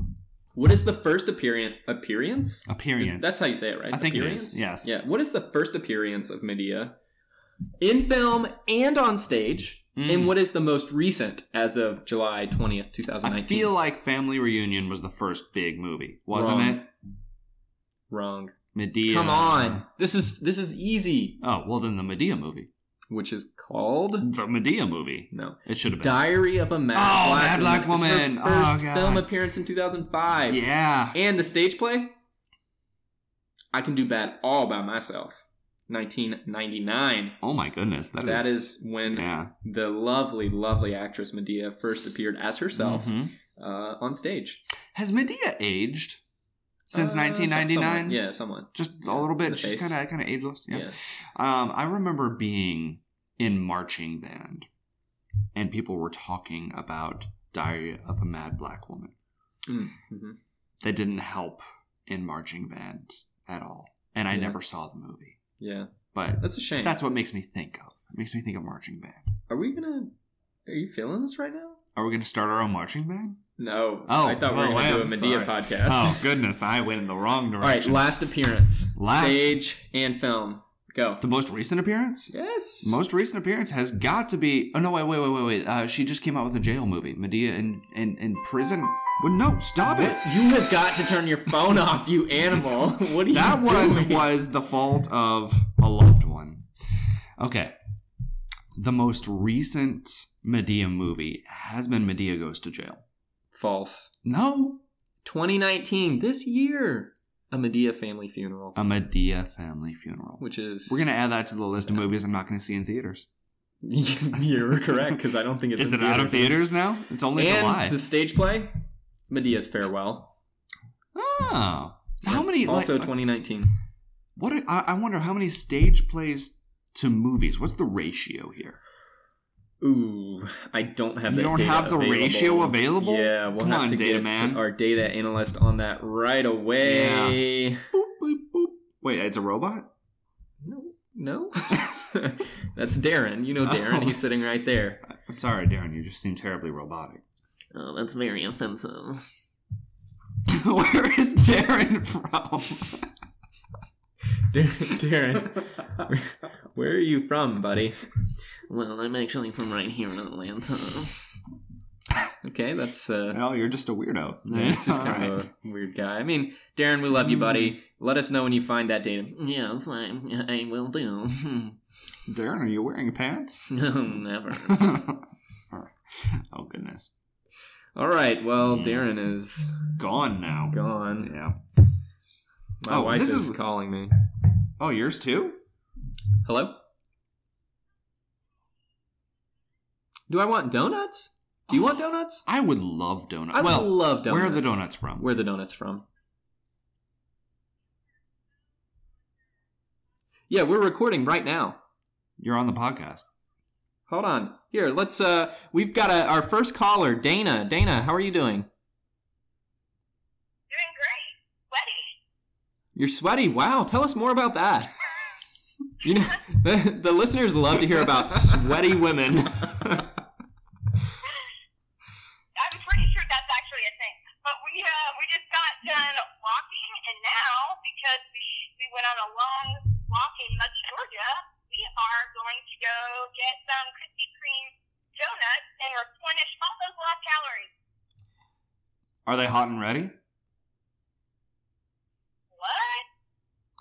[SPEAKER 1] What is the first appearance? Appearance?
[SPEAKER 2] Appearance.
[SPEAKER 1] Is- that's how you say it, right?
[SPEAKER 2] I think it
[SPEAKER 1] appearance?
[SPEAKER 2] is, yes.
[SPEAKER 1] Yeah. What is the first appearance of Medea in film and on stage?
[SPEAKER 2] Mm.
[SPEAKER 1] And what is the most recent as of July 20th, 2019?
[SPEAKER 2] I feel like Family Reunion was the first big movie, wasn't
[SPEAKER 1] Wrong.
[SPEAKER 2] it?
[SPEAKER 1] wrong.
[SPEAKER 2] Medea.
[SPEAKER 1] Come on. This is this is easy,
[SPEAKER 2] Oh, well, then the Medea movie.
[SPEAKER 1] which is called
[SPEAKER 2] The Medea movie.
[SPEAKER 1] No.
[SPEAKER 2] It should have been.
[SPEAKER 1] Diary of a Mad
[SPEAKER 2] Oh,
[SPEAKER 1] Black,
[SPEAKER 2] Mad Black Woman.
[SPEAKER 1] It's her
[SPEAKER 2] Oh,
[SPEAKER 1] first
[SPEAKER 2] God.
[SPEAKER 1] film appearance in 2005.
[SPEAKER 2] Yeah.
[SPEAKER 1] And the stage play, I Can Do Bad All By Myself, 1999.
[SPEAKER 2] Oh my goodness, that is.
[SPEAKER 1] That is when
[SPEAKER 2] Yeah.
[SPEAKER 1] the lovely, lovely actress Medea first appeared as herself
[SPEAKER 2] Mhm.
[SPEAKER 1] uh, on stage.
[SPEAKER 2] Has Medea aged
[SPEAKER 1] Uh,
[SPEAKER 2] since
[SPEAKER 1] some-
[SPEAKER 2] 1999?
[SPEAKER 1] someone- Yeah, someone.
[SPEAKER 2] Just a little bit.
[SPEAKER 1] The
[SPEAKER 2] She's
[SPEAKER 1] face.
[SPEAKER 2] kind of kind of ageless.
[SPEAKER 1] Yeah.
[SPEAKER 2] Yeah. Um, I remember being in marching band, and people were talking about Diary of a Mad Black Woman.
[SPEAKER 1] Mm, mhm.
[SPEAKER 2] That didn't help in marching band at all, and I
[SPEAKER 1] Yeah.
[SPEAKER 2] never saw the movie.
[SPEAKER 1] yeah.
[SPEAKER 2] But
[SPEAKER 1] That's a shame.
[SPEAKER 2] that's what makes me think of. It makes me think of marching band.
[SPEAKER 1] Are we going to. Are you feeling this right now?
[SPEAKER 2] Are we going to start our own marching band?
[SPEAKER 1] No.
[SPEAKER 2] Oh,
[SPEAKER 1] I thought we
[SPEAKER 2] oh,
[SPEAKER 1] were going
[SPEAKER 2] I
[SPEAKER 1] to do a
[SPEAKER 2] am
[SPEAKER 1] Medea
[SPEAKER 2] sorry.
[SPEAKER 1] podcast.
[SPEAKER 2] Oh goodness, I went in the wrong
[SPEAKER 1] All right,
[SPEAKER 2] direction.
[SPEAKER 1] last appearance.
[SPEAKER 2] Last-
[SPEAKER 1] Stage and film. Go.
[SPEAKER 2] the most recent appearance.
[SPEAKER 1] Yes.
[SPEAKER 2] Most recent appearance has got to be. Oh no! Wait, wait, wait, wait, wait. Uh, she just came out with a jail movie, Medea in in, in prison. Well, no, stop it.
[SPEAKER 1] You have got to turn your phone off, you animal. What are you
[SPEAKER 2] That one
[SPEAKER 1] doing?
[SPEAKER 2] was the fault of a loved one. Okay, the most recent Medea movie has been Medea Goes to Jail.
[SPEAKER 1] False.
[SPEAKER 2] No,
[SPEAKER 1] 2019, this year, a Medea family funeral,
[SPEAKER 2] a Medea family funeral.
[SPEAKER 1] which is
[SPEAKER 2] Uh, We're gonna add that to the list of movies I'm not gonna see in theaters.
[SPEAKER 1] you're correct because I don't think it's
[SPEAKER 2] Is
[SPEAKER 1] in
[SPEAKER 2] it out of
[SPEAKER 1] theaters.
[SPEAKER 2] theaters now? It's only
[SPEAKER 1] And
[SPEAKER 2] July.
[SPEAKER 1] the stage play, Medea's farewell.
[SPEAKER 2] Oh, so how many? like-
[SPEAKER 1] Also 2019.
[SPEAKER 2] What are, I, I wonder how many stage plays to movies. What's the ratio here?
[SPEAKER 1] Ooh, I don't have.
[SPEAKER 2] You
[SPEAKER 1] that
[SPEAKER 2] don't
[SPEAKER 1] data
[SPEAKER 2] have the
[SPEAKER 1] available.
[SPEAKER 2] ratio available?
[SPEAKER 1] Yeah, we'll
[SPEAKER 2] Come
[SPEAKER 1] have
[SPEAKER 2] on,
[SPEAKER 1] to
[SPEAKER 2] data
[SPEAKER 1] get
[SPEAKER 2] man.
[SPEAKER 1] our data analyst on that right away.
[SPEAKER 2] Boop, boop, boop. Wait, it's a robot.
[SPEAKER 1] No, no. That's Darren. You know Darren.
[SPEAKER 2] Oh.
[SPEAKER 1] He's sitting right there.
[SPEAKER 2] I'm sorry, Darren. You just seem terribly robotic.
[SPEAKER 1] Oh, that's very offensive.
[SPEAKER 2] Where is Darren from?
[SPEAKER 1] Darren, where are you from, buddy? Well, I'm actually from right here in Atlanta. okay, that's uh,
[SPEAKER 2] well, you're just a weirdo.
[SPEAKER 1] that's just
[SPEAKER 2] All
[SPEAKER 1] kind
[SPEAKER 2] right.
[SPEAKER 1] of a weird guy. I mean, Darren, we love you,
[SPEAKER 2] Mm.
[SPEAKER 1] buddy. Let us know when you find that data. Yes, I, I will do.
[SPEAKER 2] Darren, are you wearing pants?
[SPEAKER 1] Never.
[SPEAKER 2] oh goodness,
[SPEAKER 1] All right. Well,
[SPEAKER 2] Hmm.
[SPEAKER 1] Darren is
[SPEAKER 2] gone now.
[SPEAKER 1] gone.
[SPEAKER 2] Yeah.
[SPEAKER 1] My
[SPEAKER 2] Oh,
[SPEAKER 1] wife
[SPEAKER 2] this
[SPEAKER 1] is
[SPEAKER 2] is-
[SPEAKER 1] calling me.
[SPEAKER 2] Oh, yours too.
[SPEAKER 1] Hello? Do I want donuts? Do you want donuts?
[SPEAKER 2] I would love donuts.
[SPEAKER 1] I would
[SPEAKER 2] well,
[SPEAKER 1] love donuts.
[SPEAKER 2] Where are the donuts from?
[SPEAKER 1] Where are the donuts from? Yeah, we're recording right now.
[SPEAKER 2] You're on the podcast.
[SPEAKER 1] Hold on. Here, let's uh we've got a, our first caller, Dana. Dana, how are you doing?
[SPEAKER 5] Doing great. Sweaty.
[SPEAKER 1] You're sweaty. Wow, tell us more about that. You know, the, the listeners love to hear about sweaty women.
[SPEAKER 5] I'm pretty sure that's actually a thing. But we uh, we just got done walking, and now because we we went on a long walk in Muggy, Georgia, we are going to go get some Krispy Kreme donuts and replenish all those lost calories.
[SPEAKER 2] Are they hot and ready?
[SPEAKER 5] What?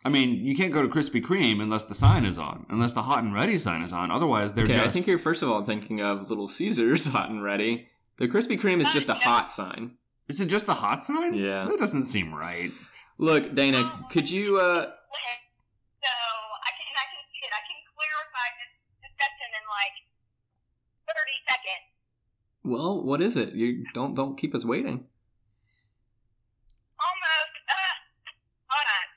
[SPEAKER 2] I mean, you can't go to Krispy Kreme unless the sign is on, unless the hot and ready sign is on. Otherwise, they're
[SPEAKER 1] Okay,
[SPEAKER 2] just.
[SPEAKER 1] I think you're first of all thinking of Little Caesars hot and ready. The Krispy Kreme is just a hot sign.
[SPEAKER 2] Is it just the hot sign?
[SPEAKER 1] Yeah.
[SPEAKER 2] that doesn't seem right.
[SPEAKER 1] Look, Dana, could you uh
[SPEAKER 5] Wait, So I can I can see it. I can clarify this discussion in like 30 seconds.
[SPEAKER 1] well, what is it? You don't don't keep us waiting.
[SPEAKER 5] Almost. Uh, hold on.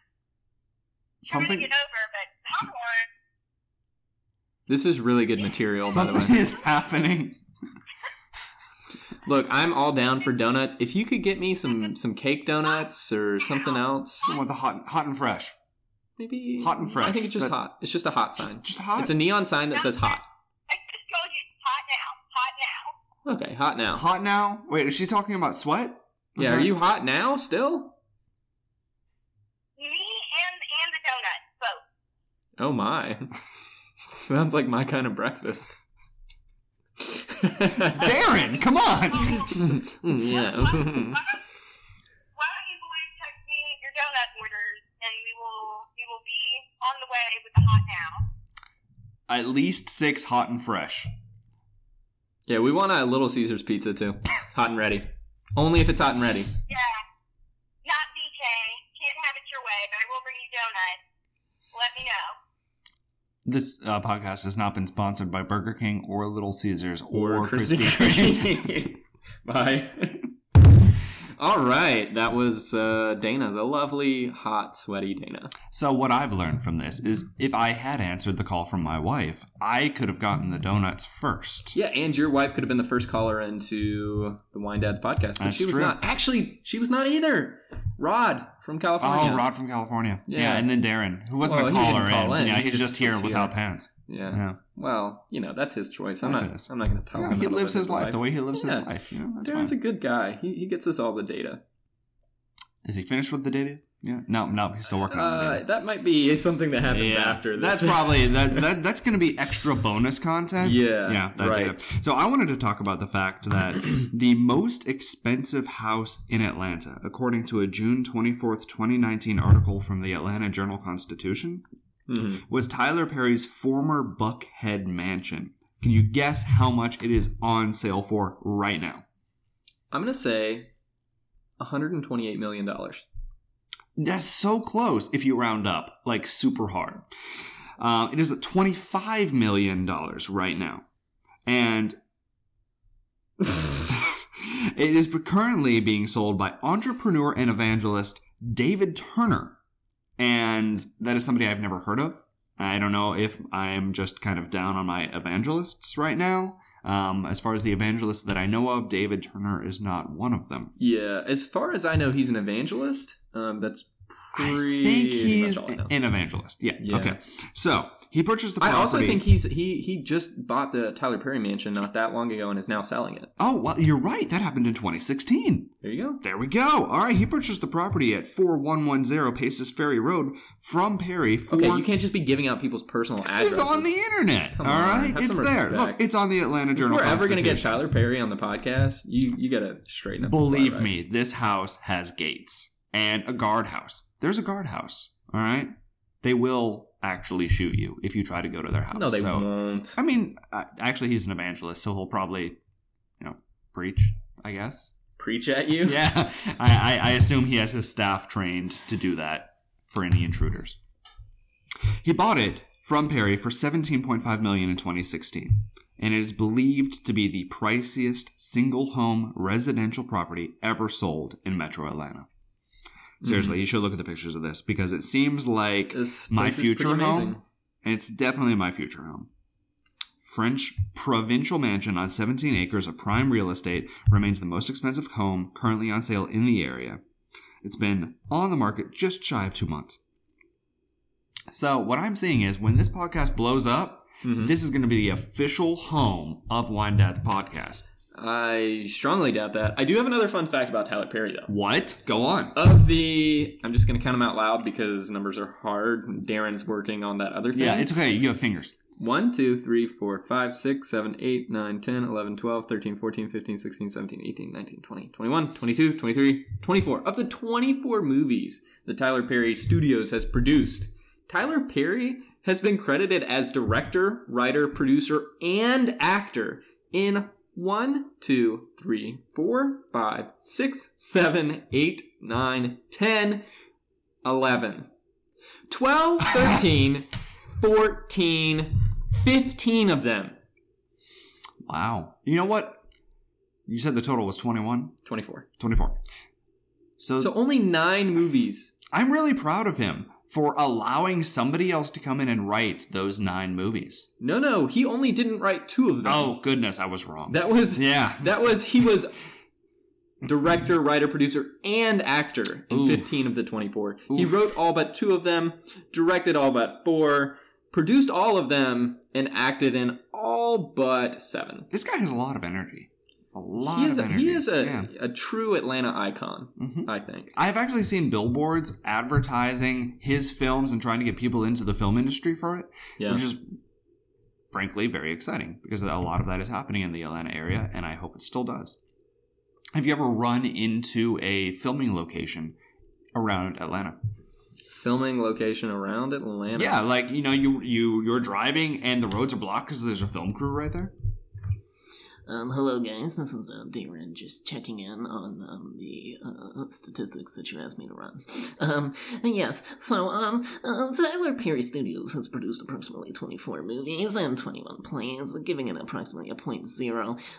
[SPEAKER 2] something
[SPEAKER 5] You're gonna get over, but Hawthorne,
[SPEAKER 1] This is really good material, by the
[SPEAKER 2] something
[SPEAKER 1] way.
[SPEAKER 2] is happening.
[SPEAKER 1] Look, I'm all down for donuts. If you could get me some some cake donuts or something else,
[SPEAKER 2] I want the hot, hot and fresh.
[SPEAKER 1] maybe
[SPEAKER 2] Hot and fresh,
[SPEAKER 1] I think it's just
[SPEAKER 2] but-
[SPEAKER 1] hot. It's just a hot sign.
[SPEAKER 2] Just hot.
[SPEAKER 1] It's a neon sign that says hot.
[SPEAKER 5] I just told you, hot now, hot now.
[SPEAKER 1] Okay, hot now.
[SPEAKER 2] hot now. Wait, is she talking about sweat? Was
[SPEAKER 1] yeah, are
[SPEAKER 2] that-
[SPEAKER 1] you hot now still?
[SPEAKER 5] Me and and the donut, both.
[SPEAKER 1] Oh my. Sounds like my kind of breakfast.
[SPEAKER 2] Darren? Come on.
[SPEAKER 1] Mm, yeah.
[SPEAKER 5] Why don't why don't you boys text me your donut orders, and we will we will be on the way with the hot now.
[SPEAKER 2] At least six hot and fresh.
[SPEAKER 1] yeah, we want a Little Caesars pizza too. Hot and ready. Only if it's hot and ready.
[SPEAKER 5] Yeah, not BK. Can't have it your way, but I will bring you donuts. Let me know.
[SPEAKER 2] This uh, podcast has not been sponsored by Burger King or Little Caesars or,
[SPEAKER 1] Or,
[SPEAKER 2] Krispy
[SPEAKER 1] crispy.
[SPEAKER 2] Kreme.
[SPEAKER 1] Bye. All right, that was uh, Dana, the lovely, hot, sweaty Dana.
[SPEAKER 2] So what I've learned from this is if I had answered the call from my wife, I could have gotten the donuts first.
[SPEAKER 1] Yeah, and your wife could have been the first caller into the Wine Dads podcast, but
[SPEAKER 2] That's
[SPEAKER 1] she was
[SPEAKER 2] true.
[SPEAKER 1] not. Actually, she was not either. Rod from California.
[SPEAKER 2] Oh, Rod from California. Yeah.
[SPEAKER 1] Yeah.
[SPEAKER 2] and then Darren, who wasn't
[SPEAKER 1] Well,
[SPEAKER 2] a
[SPEAKER 1] he
[SPEAKER 2] caller
[SPEAKER 1] didn't call
[SPEAKER 2] in.
[SPEAKER 1] in,
[SPEAKER 2] Yeah,
[SPEAKER 1] he
[SPEAKER 2] he's
[SPEAKER 1] just
[SPEAKER 2] just here
[SPEAKER 1] sits
[SPEAKER 2] without
[SPEAKER 1] here.
[SPEAKER 2] pants.
[SPEAKER 1] Yeah.
[SPEAKER 2] Yeah.
[SPEAKER 1] Well, you know that's his choice. I'm
[SPEAKER 2] That's
[SPEAKER 1] not.
[SPEAKER 2] his.
[SPEAKER 1] I'm not going to tell
[SPEAKER 2] Yeah,
[SPEAKER 1] him.
[SPEAKER 2] he
[SPEAKER 1] how to
[SPEAKER 2] lives
[SPEAKER 1] live
[SPEAKER 2] his life the way he lives
[SPEAKER 1] Yeah.
[SPEAKER 2] his life. Yeah, that's
[SPEAKER 1] Darren's
[SPEAKER 2] fine.
[SPEAKER 1] a good guy. He, he gets us all the data.
[SPEAKER 2] Is he finished with the data? Yeah. No, no, he's still working on the
[SPEAKER 1] Uh,
[SPEAKER 2] data.
[SPEAKER 1] that might be something that happens after this.
[SPEAKER 2] That's probably that, that that's going to be extra bonus content.
[SPEAKER 1] Yeah,
[SPEAKER 2] yeah, that
[SPEAKER 1] right.
[SPEAKER 2] data. So I wanted to talk about the fact that the most expensive house in Atlanta, according to a June twenty fourth, twenty nineteen article from the Atlanta Journal Constitution,
[SPEAKER 1] Mhm.
[SPEAKER 2] was Tyler Perry's former Buckhead mansion. Can you guess how much it is on sale for right now?
[SPEAKER 1] I'm going to say 128 million dollars.
[SPEAKER 2] That's so close if you round up, like super hard. Uh, it is at $25 million right now. And it is currently being sold by entrepreneur and evangelist David Turner. And that is somebody I've never heard of. I don't know if I'm just kind of down on my evangelists right now. Um, as far as the evangelists that I know of, David Turner is not one of them.
[SPEAKER 1] Yeah, as far as I know, he's an evangelist. Um, that's
[SPEAKER 2] I
[SPEAKER 1] pretty
[SPEAKER 2] think
[SPEAKER 1] much
[SPEAKER 2] he's
[SPEAKER 1] all I know.
[SPEAKER 2] an evangelist. Yeah.
[SPEAKER 1] Yeah.
[SPEAKER 2] Okay. So he purchased the
[SPEAKER 1] I
[SPEAKER 2] property.
[SPEAKER 1] also think he's he he just bought the Tyler Perry mansion not that long ago and is now selling it.
[SPEAKER 2] oh, well, you're right. That happened in 2016.
[SPEAKER 1] There you go.
[SPEAKER 2] There we go. All right. He purchased the property at 4110 Paces Ferry Road from Perry for.
[SPEAKER 1] Okay, you can't just be giving out people's personal
[SPEAKER 2] this
[SPEAKER 1] addresses.
[SPEAKER 2] is on the internet.
[SPEAKER 1] Come
[SPEAKER 2] all
[SPEAKER 1] on,
[SPEAKER 2] right.
[SPEAKER 1] have
[SPEAKER 2] It's
[SPEAKER 1] some
[SPEAKER 2] there.
[SPEAKER 1] respect.
[SPEAKER 2] Look, it's on the Atlanta
[SPEAKER 1] if
[SPEAKER 2] Journal.
[SPEAKER 1] we're ever going to get
[SPEAKER 2] Constitution.
[SPEAKER 1] Tyler Perry on the podcast, you you got to straighten up. the
[SPEAKER 2] Believe
[SPEAKER 1] fly, right?
[SPEAKER 2] me, this house has gates and a guardhouse. There's a guardhouse. All right. They will actually shoot you if you try to go to their house.
[SPEAKER 1] No, they
[SPEAKER 2] So-
[SPEAKER 1] won't.
[SPEAKER 2] I mean, uh, actually, he's an evangelist, so he'll probably, you know, preach. I guess.
[SPEAKER 1] Preach at you.
[SPEAKER 2] Yeah, I, I, I assume he has his staff trained to do that for any intruders. He bought it from Perry for 17.5 million in 2016, and it is believed to be the priciest single home residential property ever sold in Metro Atlanta. Seriously, you should look at the pictures of this because it seems like
[SPEAKER 1] This
[SPEAKER 2] my
[SPEAKER 1] place is pretty
[SPEAKER 2] future
[SPEAKER 1] amazing.
[SPEAKER 2] home, and it's definitely my future home. French provincial mansion on 17 acres of prime real estate remains the most expensive home currently on sale in the area. It's been on the market just shy of two months. So, what I'm seeing is when this podcast blows up,
[SPEAKER 1] Mhm.
[SPEAKER 2] this is going to be the official home of Wine Dad's podcast.
[SPEAKER 1] I strongly doubt that. I do have another fun fact about Tyler Perry though.
[SPEAKER 2] What? Go on.
[SPEAKER 1] Of the, I'm just going to count them out loud because numbers are hard. and Darren's working on that other thing.
[SPEAKER 2] Yeah, it's okay. You have fingers.
[SPEAKER 1] 1, 2, 3, 4, 5, 6, 7, 8, 9, 10, 11, 12, 13, 14, 15, 16, 17, 18, 19, 20, 21, 22, 23, 24. Of the 24 movies that Tyler Perry Studios has produced, Tyler Perry has been credited as director, writer, producer, and actor in 1, 2, 3, 4, 5, 6, 7, 8, 9, 10, 11, 12, 13, 14, 15 of them.
[SPEAKER 2] Wow. You know what? You said the total was 21,
[SPEAKER 1] 24.
[SPEAKER 2] 24.
[SPEAKER 1] So only nine movies.
[SPEAKER 2] I'm really proud of him. for allowing somebody else to come in and write those nine movies.
[SPEAKER 1] No, no, he only didn't write two of them.
[SPEAKER 2] Oh goodness, I was wrong.
[SPEAKER 1] That was
[SPEAKER 2] yeah.
[SPEAKER 1] That was he was director, writer, producer, and actor in
[SPEAKER 2] Oof.
[SPEAKER 1] 15 of the 24. He
[SPEAKER 2] Oof.
[SPEAKER 1] wrote all but two of them, directed all but four, produced all of them, and acted in all but seven.
[SPEAKER 2] This guy has a lot of energy. A lot
[SPEAKER 1] He is
[SPEAKER 2] of
[SPEAKER 1] a,
[SPEAKER 2] energy.
[SPEAKER 1] he is a,
[SPEAKER 2] Yeah.
[SPEAKER 1] a true Atlanta icon,
[SPEAKER 2] Mhm.
[SPEAKER 1] I think.
[SPEAKER 2] I've actually seen billboards advertising his films and trying to get people into the film industry for it,
[SPEAKER 1] Yeah.
[SPEAKER 2] which is frankly very exciting because a lot of that is happening in the Atlanta area, and I hope it still does. Have you ever run into a filming location around Atlanta?
[SPEAKER 1] Filming location around Atlanta.
[SPEAKER 2] Yeah, like you know, you you you're driving and the roads are blocked because there's a film crew right there.
[SPEAKER 7] Um, hello guys, this is uh, Darren just checking in on um, the uh, statistics that you asked me to run. Um, and yes, so um, uh, Tyler Perry Studios has produced approximately 24 movies and 21 plays, giving it approximately a 0.0,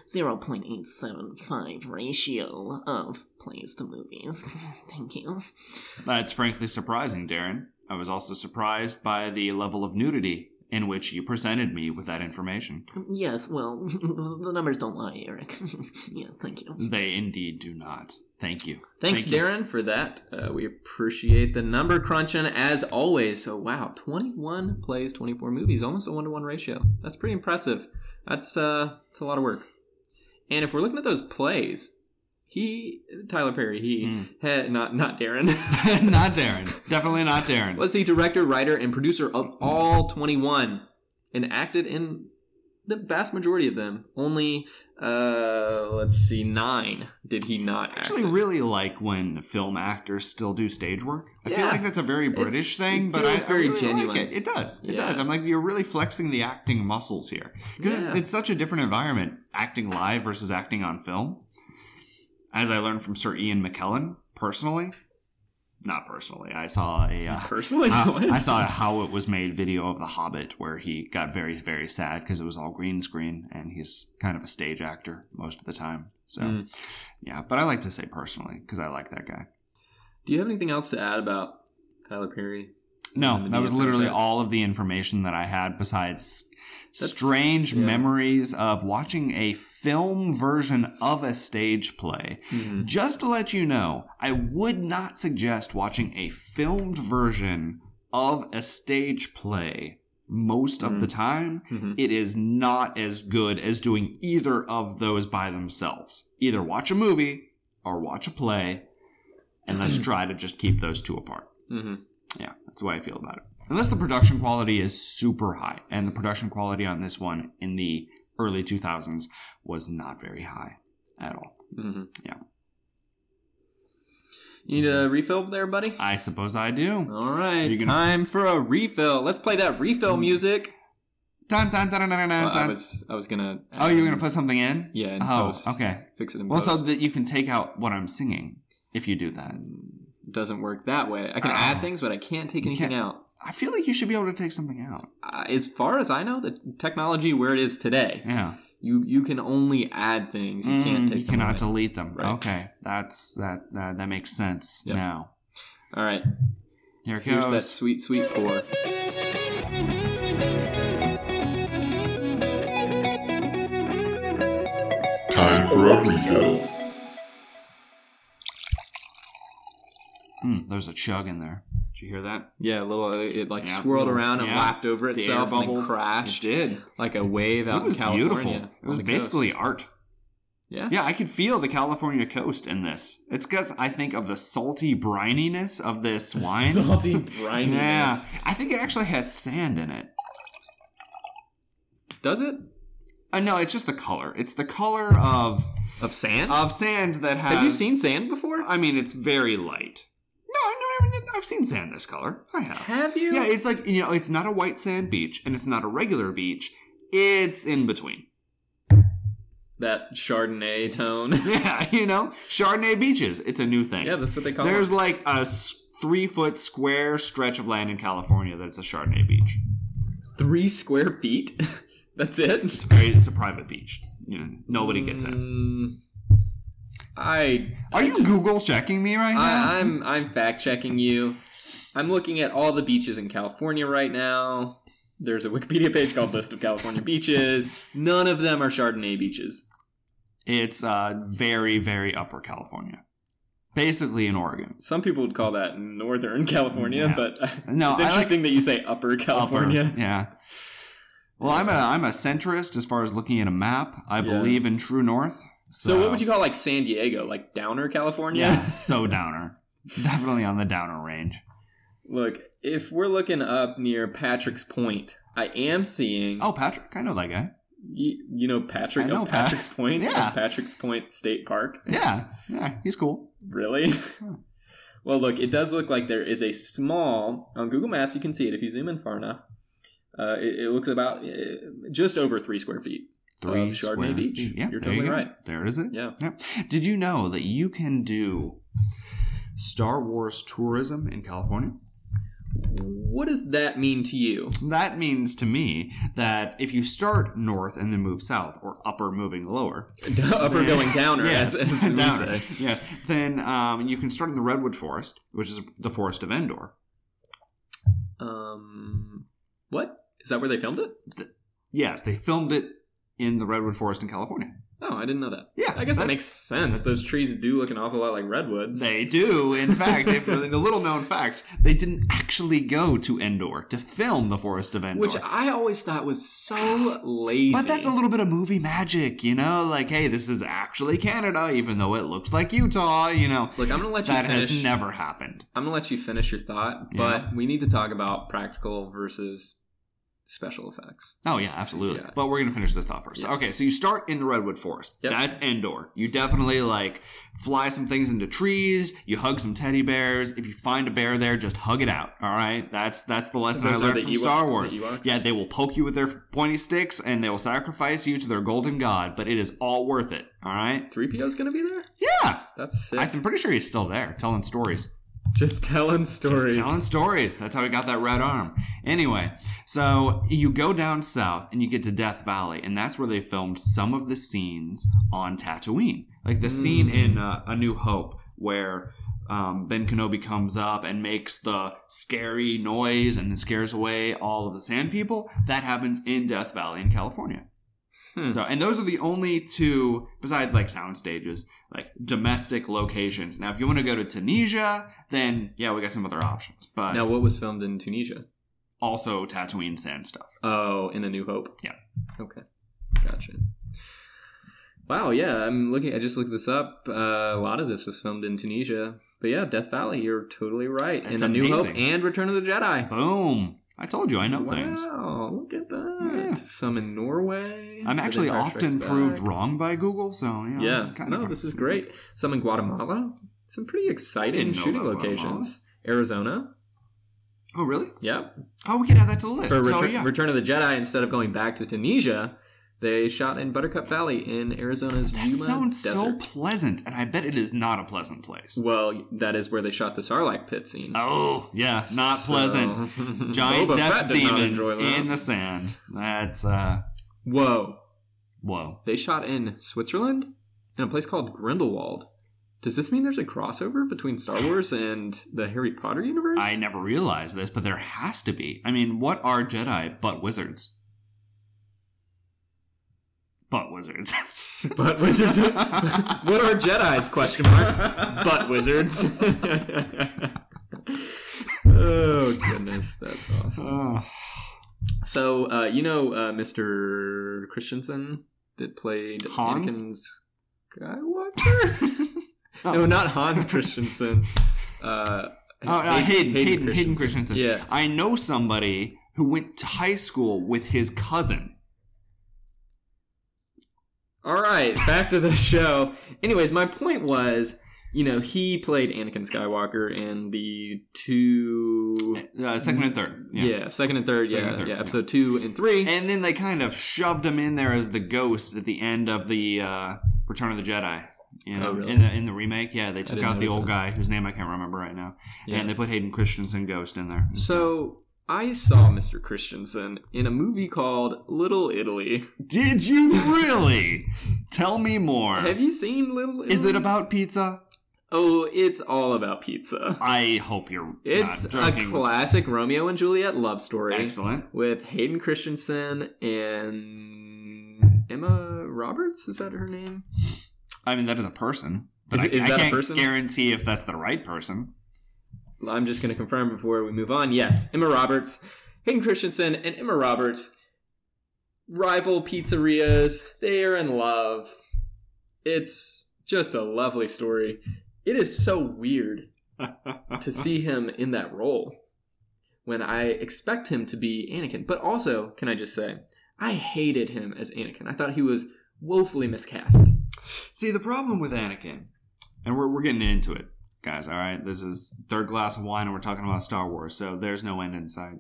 [SPEAKER 7] 0.875 ratio of plays to movies. Thank you.
[SPEAKER 2] That's frankly surprising, Darren. I was also surprised by the level of nudity in which you presented me with that information.
[SPEAKER 7] Yes, well, the numbers don't lie, Eric. yeah, thank you.
[SPEAKER 2] They indeed do not. Thank you.
[SPEAKER 1] Thanks,
[SPEAKER 2] Thank you.
[SPEAKER 1] Darren, for that. Uh, we appreciate the number crunching as always. So, wow, 21 plays, 24 movies, almost a one to one ratio. That's pretty impressive. That's, uh, that's a lot of work. And if we're looking at those plays, he, Tyler Perry, he,
[SPEAKER 2] Hmm.
[SPEAKER 1] had, not, not Darren,
[SPEAKER 2] not Darren. Definitely not Darren.
[SPEAKER 1] was the director, writer, and producer of all 21 and acted in the vast majority of them. Only, uh, let's see, nine did he not
[SPEAKER 2] I actually
[SPEAKER 1] act in.
[SPEAKER 2] really like when film actors still do stage work. I feel
[SPEAKER 1] Yeah.
[SPEAKER 2] like that's a very
[SPEAKER 1] It's-
[SPEAKER 2] British thing,
[SPEAKER 1] it
[SPEAKER 2] but I,
[SPEAKER 1] feels
[SPEAKER 2] I
[SPEAKER 1] very
[SPEAKER 2] really
[SPEAKER 1] genuine.
[SPEAKER 2] like it. It does. It
[SPEAKER 1] Yeah.
[SPEAKER 2] does. I'm like, you're really flexing the acting muscles here. Because it's,
[SPEAKER 1] Yeah.
[SPEAKER 2] it's such a different environment, acting live versus acting on film. As I learned from Sir Ian McKellen, personally, not personally, I saw a uh,
[SPEAKER 1] Personally,
[SPEAKER 2] how-
[SPEAKER 1] what?
[SPEAKER 2] I saw a how it was made video of The Hobbit where he got very, very sad because it was all green screen and he's kind of a stage actor most of the time. So,
[SPEAKER 1] Hmm.
[SPEAKER 2] yeah, but I like to say personally because I like that guy.
[SPEAKER 1] Do you have anything else to add about Tyler Perry?
[SPEAKER 2] No,
[SPEAKER 1] Lemony
[SPEAKER 2] that was
[SPEAKER 1] and
[SPEAKER 2] literally
[SPEAKER 1] franchise.
[SPEAKER 2] all of the information that I had besides
[SPEAKER 1] That's-
[SPEAKER 2] strange
[SPEAKER 1] yeah.
[SPEAKER 2] memories of watching a film version of a stage play. Just to let you know, I would not suggest watching a filmed version of a stage play most of the time.
[SPEAKER 1] Mm-hmm.
[SPEAKER 2] It is not as good as doing either of those by themselves. Either watch a movie or watch a play, and let's try to just keep those two apart.
[SPEAKER 1] Mm-hmm.
[SPEAKER 2] Yeah, that's the way I feel about it. Unless the production quality is super high, and the production quality on this one in the early 2000s was not very high at all.
[SPEAKER 1] Mm-hmm.
[SPEAKER 2] Yeah.
[SPEAKER 1] You need a refill there, buddy?
[SPEAKER 2] I suppose I do.
[SPEAKER 1] All right.
[SPEAKER 2] You gonna-
[SPEAKER 1] Time for a refill. Let's play that refill music.
[SPEAKER 2] Dun, dun, dun, dun, dun, dun,
[SPEAKER 1] Well, I
[SPEAKER 2] dun.
[SPEAKER 1] was I was gonna. um,
[SPEAKER 2] Oh, you were gonna put something in?
[SPEAKER 1] Yeah, in
[SPEAKER 2] oh,
[SPEAKER 1] post.
[SPEAKER 2] okay.
[SPEAKER 1] fix it in
[SPEAKER 2] Well,
[SPEAKER 1] post.
[SPEAKER 2] so that you can take out what I'm singing if you do that.
[SPEAKER 1] Mm, doesn't work that way. I can
[SPEAKER 2] Ah.
[SPEAKER 1] add things, but I can't take
[SPEAKER 2] You
[SPEAKER 1] anything
[SPEAKER 2] can't-
[SPEAKER 1] out.
[SPEAKER 2] I feel like you should be able to take something out.
[SPEAKER 1] Uh, as far as I know, the technology where it is today,
[SPEAKER 2] Yeah.
[SPEAKER 1] you you can only add things. You can't
[SPEAKER 2] Mm,
[SPEAKER 1] take.
[SPEAKER 2] you
[SPEAKER 1] them
[SPEAKER 2] cannot
[SPEAKER 1] away.
[SPEAKER 2] delete them.
[SPEAKER 1] Right.
[SPEAKER 2] Okay, that's that, that. That makes sense
[SPEAKER 1] Yep.
[SPEAKER 2] now.
[SPEAKER 1] All right.
[SPEAKER 2] Here it goes.
[SPEAKER 1] Here's that sweet sweet pour.
[SPEAKER 3] Time for a refill.
[SPEAKER 2] Mm, there's a chug in there. Did you hear that?
[SPEAKER 1] Yeah, a little. It, it, like
[SPEAKER 2] Yeah.
[SPEAKER 1] swirled around and
[SPEAKER 2] Yeah.
[SPEAKER 1] lapped over
[SPEAKER 2] The air
[SPEAKER 1] itself and then
[SPEAKER 2] bubbles.
[SPEAKER 1] crashed.
[SPEAKER 2] It did.
[SPEAKER 1] like a wave out
[SPEAKER 2] It was
[SPEAKER 1] in California.
[SPEAKER 2] beautiful. It
[SPEAKER 1] on
[SPEAKER 2] was
[SPEAKER 1] the
[SPEAKER 2] basically
[SPEAKER 1] coast.
[SPEAKER 2] art.
[SPEAKER 1] yeah.
[SPEAKER 2] Yeah, I could feel the California coast in this. It's because I think of the salty brininess of this wine.
[SPEAKER 1] salty brininess.
[SPEAKER 2] yeah, I think it actually has sand in it.
[SPEAKER 1] Does it
[SPEAKER 2] Uh, no, it's just the color. It's the color of
[SPEAKER 1] of sand?
[SPEAKER 2] of sand that has.
[SPEAKER 1] Have you seen sand before?
[SPEAKER 2] Uh, I mean, it's very light. No, I no, I haven't. I've seen sand this color. I have.
[SPEAKER 1] Have you?
[SPEAKER 2] Yeah, it's like you know, it's not a white sand beach, and it's not a regular beach. It's in between.
[SPEAKER 1] that Chardonnay tone.
[SPEAKER 2] Yeah, you know, Chardonnay beaches. It's a new thing.
[SPEAKER 1] yeah, that's what they call
[SPEAKER 2] There's
[SPEAKER 1] it.
[SPEAKER 2] like a three foot square stretch of land in California that it's a Chardonnay beach.
[SPEAKER 1] Three square feet. that's it.
[SPEAKER 2] It's very, it's a private beach. You know, nobody gets it.
[SPEAKER 1] Mm, I
[SPEAKER 2] Are you Google checking me right now?
[SPEAKER 1] I, I'm I'm fact checking you. I'm looking at all the beaches in California right now. There's a Wikipedia page called List of California Beaches. None of them are Chardonnay beaches.
[SPEAKER 2] It's uh, very, very upper California, basically in Oregon.
[SPEAKER 1] Some people would call that Northern California,
[SPEAKER 2] Yeah.
[SPEAKER 1] but
[SPEAKER 2] No,
[SPEAKER 1] it's
[SPEAKER 2] I like-
[SPEAKER 1] interesting that you say Upper California.
[SPEAKER 2] Upper, yeah. Well, I'm a I'm a centrist as far as looking at a map. I
[SPEAKER 1] Yeah.
[SPEAKER 2] believe in true north. So,
[SPEAKER 1] So, what would you call like San Diego, like Downer, California?
[SPEAKER 2] Yeah, so downer. Definitely on the downer range.
[SPEAKER 1] Look, if we're looking up near Patrick's Point, I am seeing
[SPEAKER 2] Oh, Patrick, I know that guy.
[SPEAKER 1] you, you know Patrick
[SPEAKER 2] I know
[SPEAKER 1] of
[SPEAKER 2] Pat-
[SPEAKER 1] Patrick's Point, of
[SPEAKER 2] Yeah.
[SPEAKER 1] Patrick's Point State Park.
[SPEAKER 2] Yeah, yeah, he's cool.
[SPEAKER 1] Really? well, look, it does look like there is a small on Google Maps. You can see it if you zoom in far enough. Uh, it, it looks about uh, just over three square feet.
[SPEAKER 2] Three
[SPEAKER 1] Of Chardonnay
[SPEAKER 2] square-
[SPEAKER 1] Beach.
[SPEAKER 2] Yeah,
[SPEAKER 1] You're
[SPEAKER 2] there you
[SPEAKER 1] totally
[SPEAKER 2] go.
[SPEAKER 1] right.
[SPEAKER 2] There is it.
[SPEAKER 1] Yeah.
[SPEAKER 2] Yep. Did you know that you can do Star Wars tourism in California?
[SPEAKER 1] What does that mean to you?
[SPEAKER 2] That means to me that if you start north and then move south, or upper moving lower,
[SPEAKER 1] Upper going downer, yes, as, as we
[SPEAKER 2] downer.
[SPEAKER 1] say.
[SPEAKER 2] Yes. Then um, you can start in the redwood forest, which is the forest of Endor.
[SPEAKER 1] Um, what is that? Where they filmed it?
[SPEAKER 2] Yes, they filmed it in the redwood forest in California.
[SPEAKER 1] Oh, I didn't know that.
[SPEAKER 2] Yeah,
[SPEAKER 1] I guess
[SPEAKER 2] that's-
[SPEAKER 1] that makes sense. Those trees do look an awful lot like redwoods.
[SPEAKER 2] They do, in fact. if, in a little known fact, they didn't actually go to Endor to film the forest of Endor.
[SPEAKER 1] which I always thought was so lazy.
[SPEAKER 2] but that's a little bit of movie magic, you know? Like, hey, this is actually Canada, even though it looks like Utah, you know?
[SPEAKER 1] Look, I'm gonna let you
[SPEAKER 2] that has
[SPEAKER 1] finish.
[SPEAKER 2] never happened.
[SPEAKER 1] I'm gonna let you finish your thought,
[SPEAKER 2] Yeah.
[SPEAKER 1] but we need to talk about practical versus special effects.
[SPEAKER 2] Oh yeah, absolutely.
[SPEAKER 1] CGI.
[SPEAKER 2] But we're gonna finish this thought first.
[SPEAKER 1] Yes.
[SPEAKER 2] Okay, so you start in the redwood forest.
[SPEAKER 1] Yep.
[SPEAKER 2] That's Endor. You definitely like fly some things into trees. You hug some teddy bears. If you find a bear there, just hug it out. All right, that's that's the lesson
[SPEAKER 1] Those
[SPEAKER 2] I
[SPEAKER 1] are
[SPEAKER 2] learned
[SPEAKER 1] the
[SPEAKER 2] from
[SPEAKER 1] Ewok-
[SPEAKER 2] Star Wars.
[SPEAKER 1] the Ewoks?
[SPEAKER 2] yeah, they will poke you with their pointy sticks and they will sacrifice you to their golden god. But it is all worth it. All right.
[SPEAKER 1] Three PO's gonna be there.
[SPEAKER 2] Yeah,
[SPEAKER 1] That's sick.
[SPEAKER 2] I'm pretty sure he's still there telling stories.
[SPEAKER 1] Just telling stories.
[SPEAKER 2] Just telling stories. That's how he got that red arm. Anyway, so you go down south and you get to Death Valley, and that's where they filmed some of the scenes on Tatooine, like the scene in uh, A New Hope where. Um, ben Kenobi comes up and makes the scary noise and then scares away all of the sand people. That happens in Death Valley in California. So, and those are the only two, besides like sound stages, like domestic locations. Now, if you want to go to Tunisia, then yeah, we got some other options, but
[SPEAKER 1] now, what was filmed in Tunisia?
[SPEAKER 2] also Tatooine sand stuff.
[SPEAKER 1] Oh, in A New Hope.
[SPEAKER 2] Yeah.
[SPEAKER 1] Okay. Gotcha. Wow. Yeah, I'm looking. I just looked this up. Uh, a lot of this is filmed in Tunisia. But yeah, Death Valley. You're totally right.
[SPEAKER 2] That's
[SPEAKER 1] in A New Hope
[SPEAKER 2] amazing.
[SPEAKER 1] and Return of the Jedi.
[SPEAKER 2] Boom! I told you, I know
[SPEAKER 1] wow,
[SPEAKER 2] things.
[SPEAKER 1] look at that.
[SPEAKER 2] Yeah.
[SPEAKER 1] Some in Norway.
[SPEAKER 2] I'm
[SPEAKER 1] The
[SPEAKER 2] actually
[SPEAKER 1] Empire
[SPEAKER 2] often
[SPEAKER 1] Strikes
[SPEAKER 2] proved
[SPEAKER 1] Back.
[SPEAKER 2] wrong by Google, so you know,
[SPEAKER 1] Yeah,
[SPEAKER 2] kind
[SPEAKER 1] no,
[SPEAKER 2] of-
[SPEAKER 1] this is great. Some in Guatemala, some pretty exciting
[SPEAKER 2] didn't know
[SPEAKER 1] shooting
[SPEAKER 2] about
[SPEAKER 1] locations. Arizona,
[SPEAKER 2] Oh, really?
[SPEAKER 1] yeah.
[SPEAKER 2] Oh, we can add that to the list.
[SPEAKER 1] For
[SPEAKER 2] so
[SPEAKER 1] Retur-
[SPEAKER 2] yeah,
[SPEAKER 1] Return of the Jedi, instead of going back to Tunisia, they shot in Buttercup Valley in Arizona's
[SPEAKER 2] that
[SPEAKER 1] Yuma
[SPEAKER 2] sounds
[SPEAKER 1] desert.
[SPEAKER 2] so pleasant, and I bet it is not a pleasant place.
[SPEAKER 1] well, that is where they shot the Sarlacc pit scene.
[SPEAKER 2] Oh, yeah, not
[SPEAKER 1] So- hmm.
[SPEAKER 2] pleasant. Giant
[SPEAKER 1] Boba
[SPEAKER 2] death
[SPEAKER 1] Fett did not
[SPEAKER 2] demons
[SPEAKER 1] enjoy that.
[SPEAKER 2] in the sand. That's uh,
[SPEAKER 1] Whoa!
[SPEAKER 2] whoa.
[SPEAKER 1] They shot in Switzerland in a place called Grindelwald. Does this mean there's a crossover between Star Wars and the Harry Potter universe?
[SPEAKER 2] I never realized this, but there has to be. I mean, what are Jedi but wizards? But wizards.
[SPEAKER 1] Butt wizards. what are Jedi's? Question mark. Butt wizards. oh goodness, that's awesome.
[SPEAKER 2] Ugh.
[SPEAKER 1] So uh, you know uh, Mr. Christensen that played
[SPEAKER 2] Hans?
[SPEAKER 1] Anakin Skywalker. No, not Hans Christensen. Uh,
[SPEAKER 2] oh, no, Hayden, Hayden, Hayden, Christensen.
[SPEAKER 1] Yeah.
[SPEAKER 2] I know somebody who went to high school with his cousin.
[SPEAKER 1] All right, back to the show. Anyways, my point was, you know, he played Anakin Skywalker in the two
[SPEAKER 2] Uh, second and third.
[SPEAKER 1] Yeah, second and third.
[SPEAKER 2] Second
[SPEAKER 1] yeah,
[SPEAKER 2] and third,
[SPEAKER 1] yeah.
[SPEAKER 2] yeah.
[SPEAKER 1] Episode two and three.
[SPEAKER 2] And then they kind of shoved him in there as the ghost at the end of the uh, Return of the Jedi. You know,
[SPEAKER 1] Oh, really?
[SPEAKER 2] in the in the remake, yeah, they took
[SPEAKER 1] didn't
[SPEAKER 2] out the
[SPEAKER 1] notice
[SPEAKER 2] old
[SPEAKER 1] that.
[SPEAKER 2] guy whose name I can't remember right now,
[SPEAKER 1] Yeah.
[SPEAKER 2] and they put Hayden Christensen Ghost in there.
[SPEAKER 1] so I saw Mr. Christensen in a movie called Little Italy.
[SPEAKER 2] Did you really? Tell me more.
[SPEAKER 1] Have you seen Little Italy?
[SPEAKER 2] Is it about pizza?
[SPEAKER 1] Oh, it's all about pizza.
[SPEAKER 2] I hope you're.
[SPEAKER 1] It's
[SPEAKER 2] not
[SPEAKER 1] a
[SPEAKER 2] joking.
[SPEAKER 1] classic Romeo and Juliet love story
[SPEAKER 2] Excellent.
[SPEAKER 1] with Hayden Christensen and Emma Roberts. Is that her name?
[SPEAKER 2] I mean, that is a person. But
[SPEAKER 1] Is
[SPEAKER 2] I,
[SPEAKER 1] it- is
[SPEAKER 2] I
[SPEAKER 1] that a
[SPEAKER 2] can't
[SPEAKER 1] person?
[SPEAKER 2] guarantee if that's the right person.
[SPEAKER 1] I'm just going to confirm before we move on. Yes, Emma Roberts, Hayden Christensen, and Emma Roberts rival pizzerias. They are in love. It's just a lovely story. It is so weird to see him in that role when I expect him to be Anakin. But also, can I just say, I hated him as Anakin. I thought he was woefully miscast.
[SPEAKER 2] See, the problem with Anakin, and we're, we're getting into it, guys, all right? This is third glass of wine, and we're talking about Star Wars, so there's no end in sight.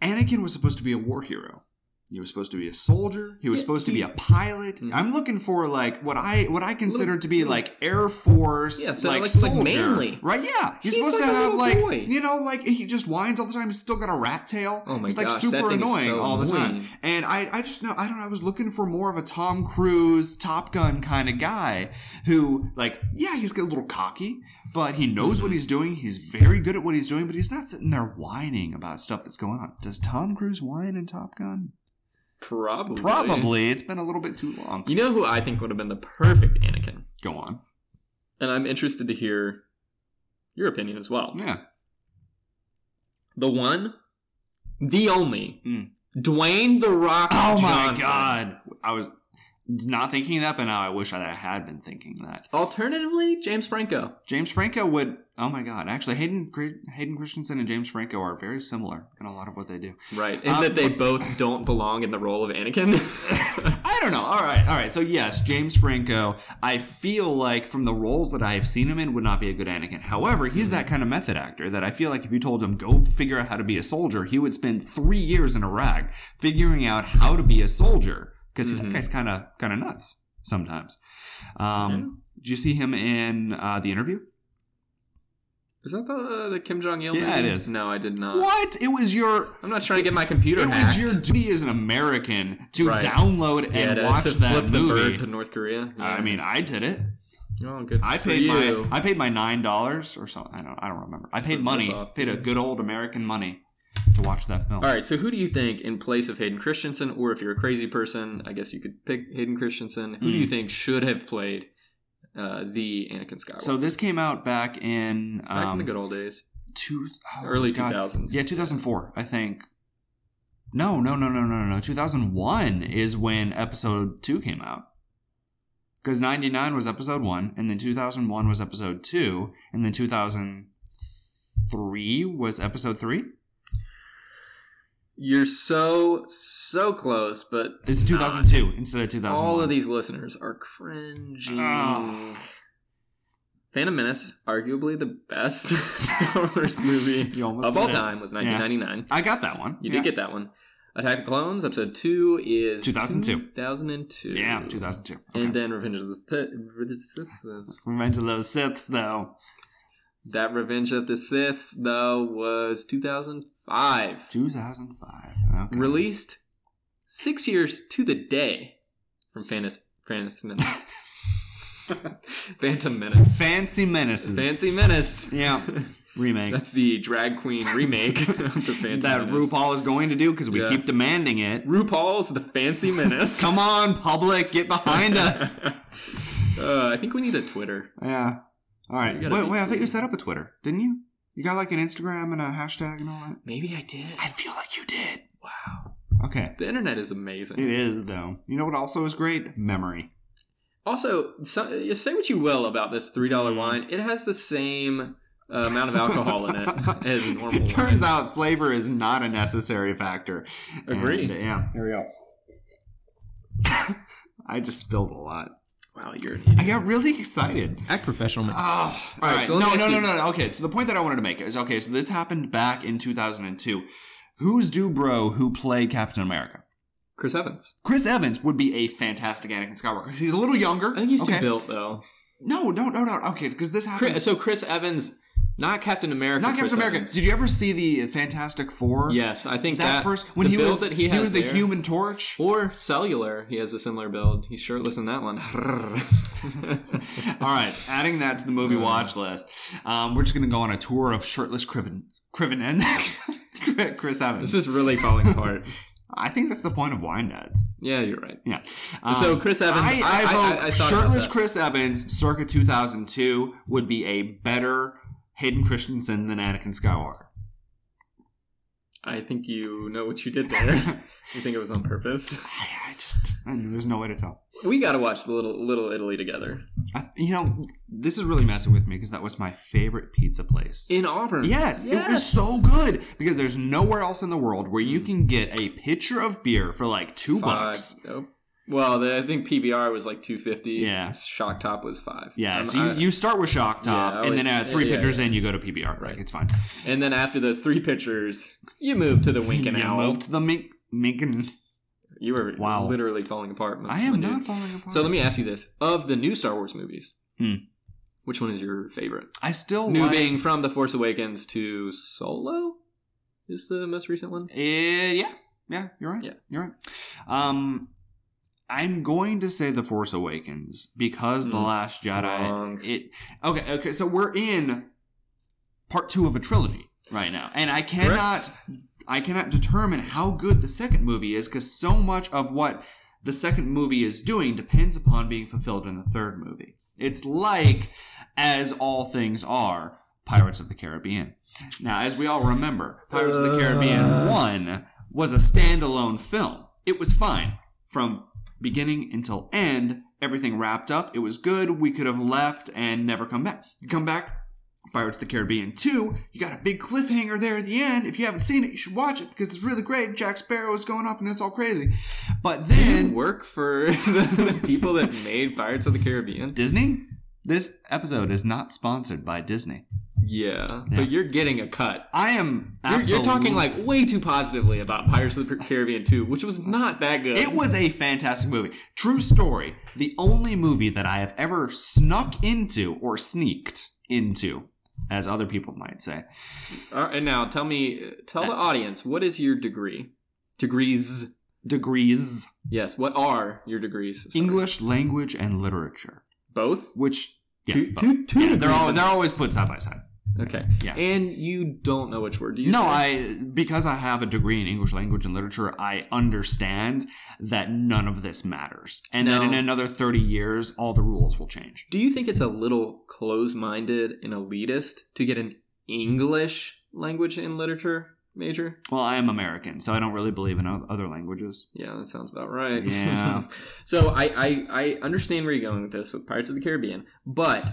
[SPEAKER 2] Anakin was supposed to be a war hero. He was supposed to be a soldier. He was
[SPEAKER 1] Yeah,
[SPEAKER 2] supposed to
[SPEAKER 1] he- Mm-hmm.
[SPEAKER 2] be a pilot. I'm looking for like what I what I consider to be like Air Force,
[SPEAKER 1] Yeah, so like-
[SPEAKER 2] like,
[SPEAKER 1] like
[SPEAKER 2] soldier,
[SPEAKER 1] manly.
[SPEAKER 2] right? Yeah, he's,
[SPEAKER 1] He's
[SPEAKER 2] supposed
[SPEAKER 1] like
[SPEAKER 2] to
[SPEAKER 1] a
[SPEAKER 2] have
[SPEAKER 1] little
[SPEAKER 2] like
[SPEAKER 1] boy.
[SPEAKER 2] you know like he just whines all the time. He's still got a rat tail.
[SPEAKER 1] Oh my
[SPEAKER 2] he's like
[SPEAKER 1] gosh, that
[SPEAKER 2] super
[SPEAKER 1] thing is
[SPEAKER 2] annoying
[SPEAKER 1] so
[SPEAKER 2] all the time.
[SPEAKER 1] annoying.
[SPEAKER 2] And I, I just know, I don't know, I was looking for more of a Tom Cruise, Top Gun kind of guy who, like, yeah, he's got a little cocky, but he knows what he's doing. He's very good at what he's doing, but he's not sitting there whining about stuff that's going on. Does Tom Cruise whine in Top Gun?
[SPEAKER 1] Probably.
[SPEAKER 2] Probably. It's been a little bit too long.
[SPEAKER 1] You know who I think would have been the perfect Anakin?
[SPEAKER 2] Go on.
[SPEAKER 1] and I'm interested to hear your opinion as well.
[SPEAKER 2] Yeah.
[SPEAKER 1] The one, the only,
[SPEAKER 2] Mm.
[SPEAKER 1] Dwayne the Rock.
[SPEAKER 2] Oh my
[SPEAKER 1] Johnson.
[SPEAKER 2] God. I was not thinking that, but now I wish I had been thinking that.
[SPEAKER 1] Alternatively, James Franco.
[SPEAKER 2] James Franco would. Oh my God! Actually, Hayden Hayden Christensen and James Franco are very similar in a lot of what they do.
[SPEAKER 1] Right, and
[SPEAKER 2] Um,
[SPEAKER 1] that they both don't belong in the role of Anakin.
[SPEAKER 2] I don't know. All right, all right. So yes, James Franco. I feel like from the roles that I have seen him in, would not be a good Anakin. However, he's that kind of method actor that I feel like if you told him go figure out how to be a soldier, he would spend three years in Iraq figuring out how to be a soldier because that guy's kind of kind of nuts sometimes. Um, Did you see him in uh, the interview?
[SPEAKER 1] is that the the Kim Jong Il?
[SPEAKER 2] Yeah, it is.
[SPEAKER 1] No, I did not.
[SPEAKER 2] What? It was your
[SPEAKER 1] I'm not trying to get my computer
[SPEAKER 2] It
[SPEAKER 1] hacked.
[SPEAKER 2] was your duty as an American to
[SPEAKER 1] Right.
[SPEAKER 2] download and
[SPEAKER 1] yeah, to,
[SPEAKER 2] watch
[SPEAKER 1] to
[SPEAKER 2] that
[SPEAKER 1] flip the
[SPEAKER 2] movie.
[SPEAKER 1] bird to North Korea. Yeah.
[SPEAKER 2] I mean, I did it.
[SPEAKER 1] oh, good.
[SPEAKER 2] I
[SPEAKER 1] for
[SPEAKER 2] paid
[SPEAKER 1] you.
[SPEAKER 2] my I paid my nine dollars or something. I don't I don't remember. I paid
[SPEAKER 1] a
[SPEAKER 2] money,
[SPEAKER 1] rip-off.
[SPEAKER 2] paid a good old American money to watch that film.
[SPEAKER 1] All right, so who do you think in place of Hayden Christensen, or if you're a crazy person, I guess you could pick Hayden Christensen. Who do
[SPEAKER 2] Hmm.
[SPEAKER 1] you think should have played uh, the Anakin Skywalker?
[SPEAKER 2] So this came out back in um,
[SPEAKER 1] back in the good old days,
[SPEAKER 2] two, oh,
[SPEAKER 1] early
[SPEAKER 2] God.
[SPEAKER 1] 2000s.
[SPEAKER 2] Yeah, 2004, I think. No, no, no, no, no, no, no. 2001 is when episode 2 came out. Because 99 was episode 1, and then 2001 was episode 2, and then 2003 was episode 3?
[SPEAKER 1] You're so so close, but
[SPEAKER 2] It's 2002 instead of 2001.
[SPEAKER 1] all of these listeners are cringy.
[SPEAKER 2] Ugh.
[SPEAKER 1] Phantom Menace, arguably the best Star Wars movie
[SPEAKER 2] You almost
[SPEAKER 1] of all
[SPEAKER 2] did it.
[SPEAKER 1] time, was 1999.
[SPEAKER 2] I got that one.
[SPEAKER 1] You
[SPEAKER 2] Yeah.
[SPEAKER 1] did get that one. Attack of the Clones, episode two is
[SPEAKER 2] 2002.
[SPEAKER 1] 2002.
[SPEAKER 2] Yeah, 2002. Okay.
[SPEAKER 1] And then Revenge of the Sith. Revenge of the Sith.
[SPEAKER 2] Revenge of those Siths, though.
[SPEAKER 1] That Revenge of the Sith, though, was 2005.
[SPEAKER 2] 2005. Okay.
[SPEAKER 1] Released six years to the day from Phantas, Phantas Menace. Phantom Menace.
[SPEAKER 2] Fancy Menaces.
[SPEAKER 1] Fancy Menace.
[SPEAKER 2] Yeah. Remake.
[SPEAKER 1] That's the drag queen remake of the Phantom
[SPEAKER 2] that
[SPEAKER 1] Menace.
[SPEAKER 2] RuPaul is going to do because we
[SPEAKER 1] Yeah.
[SPEAKER 2] keep demanding it.
[SPEAKER 1] RuPaul's The Fancy Menace.
[SPEAKER 2] Come on, public, get behind us.
[SPEAKER 1] Uh, I think we need a Twitter.
[SPEAKER 2] Yeah. All right.
[SPEAKER 1] You
[SPEAKER 2] Wait,
[SPEAKER 1] gotta be
[SPEAKER 2] wait. I thought you
[SPEAKER 1] cool.
[SPEAKER 2] set up a Twitter, didn't you? You got like an Instagram and a hashtag and all that.
[SPEAKER 1] Maybe I did.
[SPEAKER 2] I feel like you did.
[SPEAKER 1] Wow.
[SPEAKER 2] Okay.
[SPEAKER 1] The internet is amazing.
[SPEAKER 2] It is though. You know what also is great? Memory.
[SPEAKER 1] Also, so, you say what you will about this three dollar wine, it has the same uh, amount of alcohol in it as normal.
[SPEAKER 2] It turns
[SPEAKER 1] wine.
[SPEAKER 2] out flavor is not a necessary factor.
[SPEAKER 1] Agree.
[SPEAKER 2] And, yeah. Here we go. I just spilled a lot.
[SPEAKER 1] Wow, you're an
[SPEAKER 2] I
[SPEAKER 1] idiot.
[SPEAKER 2] got really excited.
[SPEAKER 1] act professional. Man.
[SPEAKER 2] Oh, all
[SPEAKER 1] All right,
[SPEAKER 2] right.
[SPEAKER 1] so let me
[SPEAKER 2] no,
[SPEAKER 1] ask
[SPEAKER 2] no, no,
[SPEAKER 1] you-
[SPEAKER 2] no, no. Okay, so the point that I wanted to make is okay. So this happened back in 2002. Who's Dubro who played Captain America?
[SPEAKER 1] Chris Evans.
[SPEAKER 2] Chris Evans would be a fantastic Anakin Skywalker because he's a little younger.
[SPEAKER 1] I think he's
[SPEAKER 2] okay.
[SPEAKER 1] too built though.
[SPEAKER 2] No, no, no, no. Okay, because this happened.
[SPEAKER 1] Chris, so Chris Evans Not Captain America.
[SPEAKER 2] Not
[SPEAKER 1] for
[SPEAKER 2] Captain America.
[SPEAKER 1] seconds.
[SPEAKER 2] Did you ever see the Fantastic Four?
[SPEAKER 1] Yes, I think
[SPEAKER 2] That,
[SPEAKER 1] that,
[SPEAKER 2] first when
[SPEAKER 1] the
[SPEAKER 2] he
[SPEAKER 1] build
[SPEAKER 2] was
[SPEAKER 1] that
[SPEAKER 2] he,
[SPEAKER 1] he, has
[SPEAKER 2] was the
[SPEAKER 1] there-
[SPEAKER 2] Human Torch.
[SPEAKER 1] or cellular. He has a similar build. He's shirtless in that one.
[SPEAKER 2] All right, adding that to the
[SPEAKER 1] Uh.
[SPEAKER 2] movie watch list, um, we're just gonna go on a tour of shirtless Criven, Criven and Chris Evans.
[SPEAKER 1] this is really falling apart.
[SPEAKER 2] I think that's the point of wine dads.
[SPEAKER 1] Yeah, you're right.
[SPEAKER 2] Yeah.
[SPEAKER 1] So
[SPEAKER 2] Um,
[SPEAKER 1] Chris Evans,
[SPEAKER 2] I, I, vote
[SPEAKER 1] thought about
[SPEAKER 2] shirtless
[SPEAKER 1] that.
[SPEAKER 2] Chris Evans, circa 2002, would be a better Hayden Christensen than Anakin Skywalker.
[SPEAKER 1] I think you know what you did there. you think it was on purpose.
[SPEAKER 2] I, I just, I know, there's no way to tell.
[SPEAKER 1] We gotta watch the Little Little Italy together
[SPEAKER 2] I, you know, this is really messing with me because that was my favorite pizza place.
[SPEAKER 1] in Auburn.
[SPEAKER 2] Yes, it was so good because there's nowhere else in the world where you can get a pitcher of beer for like two
[SPEAKER 1] Five.
[SPEAKER 2] bucks.
[SPEAKER 1] Nope. Well, the, I think PBR was like two fifty.
[SPEAKER 2] Yeah.
[SPEAKER 1] Shock Top was five.
[SPEAKER 2] Yeah,
[SPEAKER 1] Um,
[SPEAKER 2] so you,
[SPEAKER 1] I-
[SPEAKER 2] you start with shock
[SPEAKER 1] Yeah, I
[SPEAKER 2] top, and
[SPEAKER 1] always-
[SPEAKER 2] then uh, three
[SPEAKER 1] yeah,
[SPEAKER 2] pitchers
[SPEAKER 1] yeah.
[SPEAKER 2] in, you go to PBR. Right,
[SPEAKER 1] Right.
[SPEAKER 2] it's fine.
[SPEAKER 1] and then after those three pitchers, you moved to the Winkin'
[SPEAKER 2] you
[SPEAKER 1] Owl.
[SPEAKER 2] move to the mink, minkin.
[SPEAKER 1] You were
[SPEAKER 2] Wow.
[SPEAKER 1] literally falling apart. my-
[SPEAKER 2] I
[SPEAKER 1] my
[SPEAKER 2] am
[SPEAKER 1] dude.
[SPEAKER 2] not falling apart.
[SPEAKER 1] So let me ask you this: of the new Star Wars movies,
[SPEAKER 2] Hmm.
[SPEAKER 1] which one is your favorite?
[SPEAKER 2] I still
[SPEAKER 1] new
[SPEAKER 2] like,
[SPEAKER 1] being from the Force Awakens to Solo is the most recent one.
[SPEAKER 2] Eh, yeah, yeah, you're right.
[SPEAKER 1] Yeah.
[SPEAKER 2] you're right. Um, I'm going to say the Force Awakens because the
[SPEAKER 1] Mm.
[SPEAKER 2] Last Jedi.
[SPEAKER 1] Wrong.
[SPEAKER 2] It okay, okay. So we're in part two of a trilogy right now, and I cannot, I cannot determine how good the second movie is because so much of what the second movie is doing depends upon being fulfilled in the third movie. It's like, as all things are, Pirates of the Caribbean. Now, as we all remember, Pirates of the
[SPEAKER 1] Uh.
[SPEAKER 2] Caribbean 1 was a standalone film. It was fine from beginning until end. Everything wrapped up. It was good. We could have left and never come back. You come back, Pirates of the Caribbean 2, you got a big cliffhanger there at the end. If you haven't seen it, you should watch it because it's really great. Jack Sparrow is going up and it's all crazy. But then.
[SPEAKER 1] Didn't work for the people that made Pirates of the Caribbean.
[SPEAKER 2] Disney? This episode is not sponsored by Disney.
[SPEAKER 1] Yeah, but you're getting a cut.
[SPEAKER 2] I am
[SPEAKER 1] You're,
[SPEAKER 2] absolutely.
[SPEAKER 1] you're talking like way too positively about Pirates of the Caribbean 2, which was not that good.
[SPEAKER 2] It was a fantastic movie. True story. The only movie that I have ever snuck into or sneaked into, as other people might say.
[SPEAKER 1] All right, and now tell me, tell
[SPEAKER 2] Uh,
[SPEAKER 1] the audience, what is your degree? Degrees.
[SPEAKER 2] Degrees
[SPEAKER 1] Yes, what are your degrees? Sorry.
[SPEAKER 2] English, language, and literature.
[SPEAKER 1] Both?
[SPEAKER 2] Which. Yeah,
[SPEAKER 1] Two-
[SPEAKER 2] both.
[SPEAKER 1] two- two
[SPEAKER 2] yeah, they're,
[SPEAKER 1] degrees
[SPEAKER 2] all,
[SPEAKER 1] in-
[SPEAKER 2] they're always put side by side.
[SPEAKER 1] Okay.
[SPEAKER 2] Yeah.
[SPEAKER 1] And you don't know which word do you
[SPEAKER 2] No, I because I have a degree in English language and literature, I understand that none of this matters, and that
[SPEAKER 1] No.
[SPEAKER 2] in another thirty years, all the rules will change.
[SPEAKER 1] Do you think it's a little close minded and elitist to get an English language and literature major?
[SPEAKER 2] Well, I am American, so I don't really believe in o- other languages.
[SPEAKER 1] Yeah, that sounds about right.
[SPEAKER 2] Yeah.
[SPEAKER 1] so I, I I understand where you're going with this with Pirates of the Caribbean, but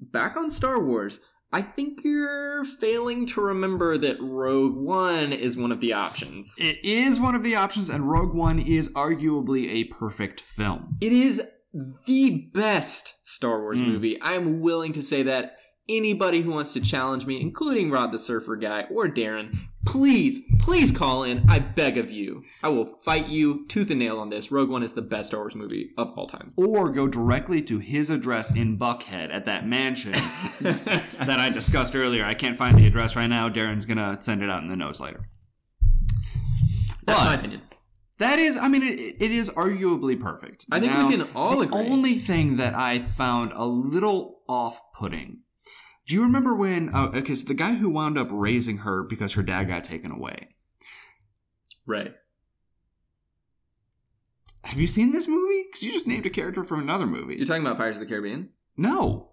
[SPEAKER 1] back on Star Wars, I think you're failing to remember that Rogue One is one of the options.
[SPEAKER 2] It is one of the options, and Rogue One is arguably a perfect film.
[SPEAKER 1] It is the best Star Wars
[SPEAKER 2] Mm.
[SPEAKER 1] movie. I'm willing to say that. Anybody who wants to challenge me, including Rod the Surfer Guy or Darren, please, please call in. I beg of you. I will fight you tooth and nail on this. Rogue One is the best Star Wars movie of all time.
[SPEAKER 2] Or go directly to his address in Buckhead at that mansion that I discussed earlier. I can't find the address right now. Darren's gonna send it out in the notes later.
[SPEAKER 1] That's my
[SPEAKER 2] But-
[SPEAKER 1] opinion.
[SPEAKER 2] That is, I mean, it, it is arguably perfect.
[SPEAKER 1] I think we can all
[SPEAKER 2] the
[SPEAKER 1] agree.
[SPEAKER 2] only thing that I found a little off-putting. Do you remember when? Oh, okay, so the guy who wound up raising her because her dad got taken away.
[SPEAKER 1] Right.
[SPEAKER 2] Have you seen this movie? Because you just named a character from another movie.
[SPEAKER 1] You're talking about Pirates of the Caribbean?
[SPEAKER 2] no,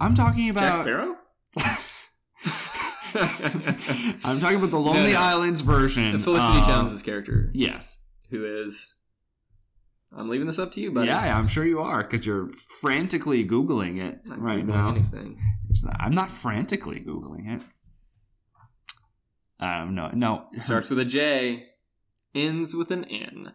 [SPEAKER 2] I'm talking
[SPEAKER 1] Jack
[SPEAKER 2] about.
[SPEAKER 1] Sparrow?
[SPEAKER 2] I'm talking about the Lonely
[SPEAKER 1] no.
[SPEAKER 2] Islands version.
[SPEAKER 1] Felicity
[SPEAKER 2] of-
[SPEAKER 1] Jones's character,
[SPEAKER 2] Yes.
[SPEAKER 1] who is. I'm leaving this up to you, buddy.
[SPEAKER 2] yeah, I'm sure you are because you're frantically googling it
[SPEAKER 1] I'm not
[SPEAKER 2] right
[SPEAKER 1] Googling
[SPEAKER 2] now.
[SPEAKER 1] Anything.
[SPEAKER 2] It's not- I'm not frantically googling it. Um, no, no.
[SPEAKER 1] Starts with a J, ends with an N.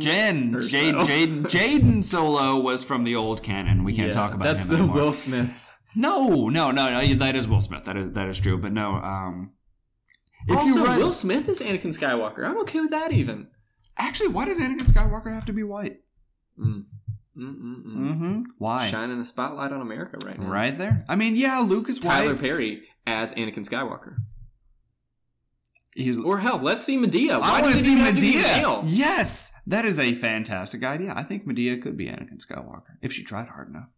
[SPEAKER 1] Jen-
[SPEAKER 2] Jen,
[SPEAKER 1] or
[SPEAKER 2] Jade,
[SPEAKER 1] so.
[SPEAKER 2] Jaden, Jaden Solo was from the old canon. We can't
[SPEAKER 1] Yeah,
[SPEAKER 2] talk about
[SPEAKER 1] That's
[SPEAKER 2] him
[SPEAKER 1] the
[SPEAKER 2] anymore.
[SPEAKER 1] Will Smith.
[SPEAKER 2] no, no, no, no. That is Will Smith. That is that is true. But no. Um, if
[SPEAKER 1] also,
[SPEAKER 2] you read,
[SPEAKER 1] Will Smith is Anakin Skywalker. I'm okay with that even.
[SPEAKER 2] actually, why does Anakin Skywalker have to be white?
[SPEAKER 1] Mm. Mm-mm-mm.
[SPEAKER 2] Mm-hmm. Why?
[SPEAKER 1] Shining a spotlight on America right now.
[SPEAKER 2] Right there. I mean, yeah, Lucas
[SPEAKER 1] Tyler
[SPEAKER 2] White.
[SPEAKER 1] Perry as Anakin Skywalker.
[SPEAKER 2] He's.
[SPEAKER 1] Or hell, let's see Medea. Why
[SPEAKER 2] I want to
[SPEAKER 1] does it
[SPEAKER 2] see
[SPEAKER 1] even have be
[SPEAKER 2] Medea.
[SPEAKER 1] male?
[SPEAKER 2] Yes, that is a fantastic idea. I think Medea could be Anakin Skywalker if she tried hard enough.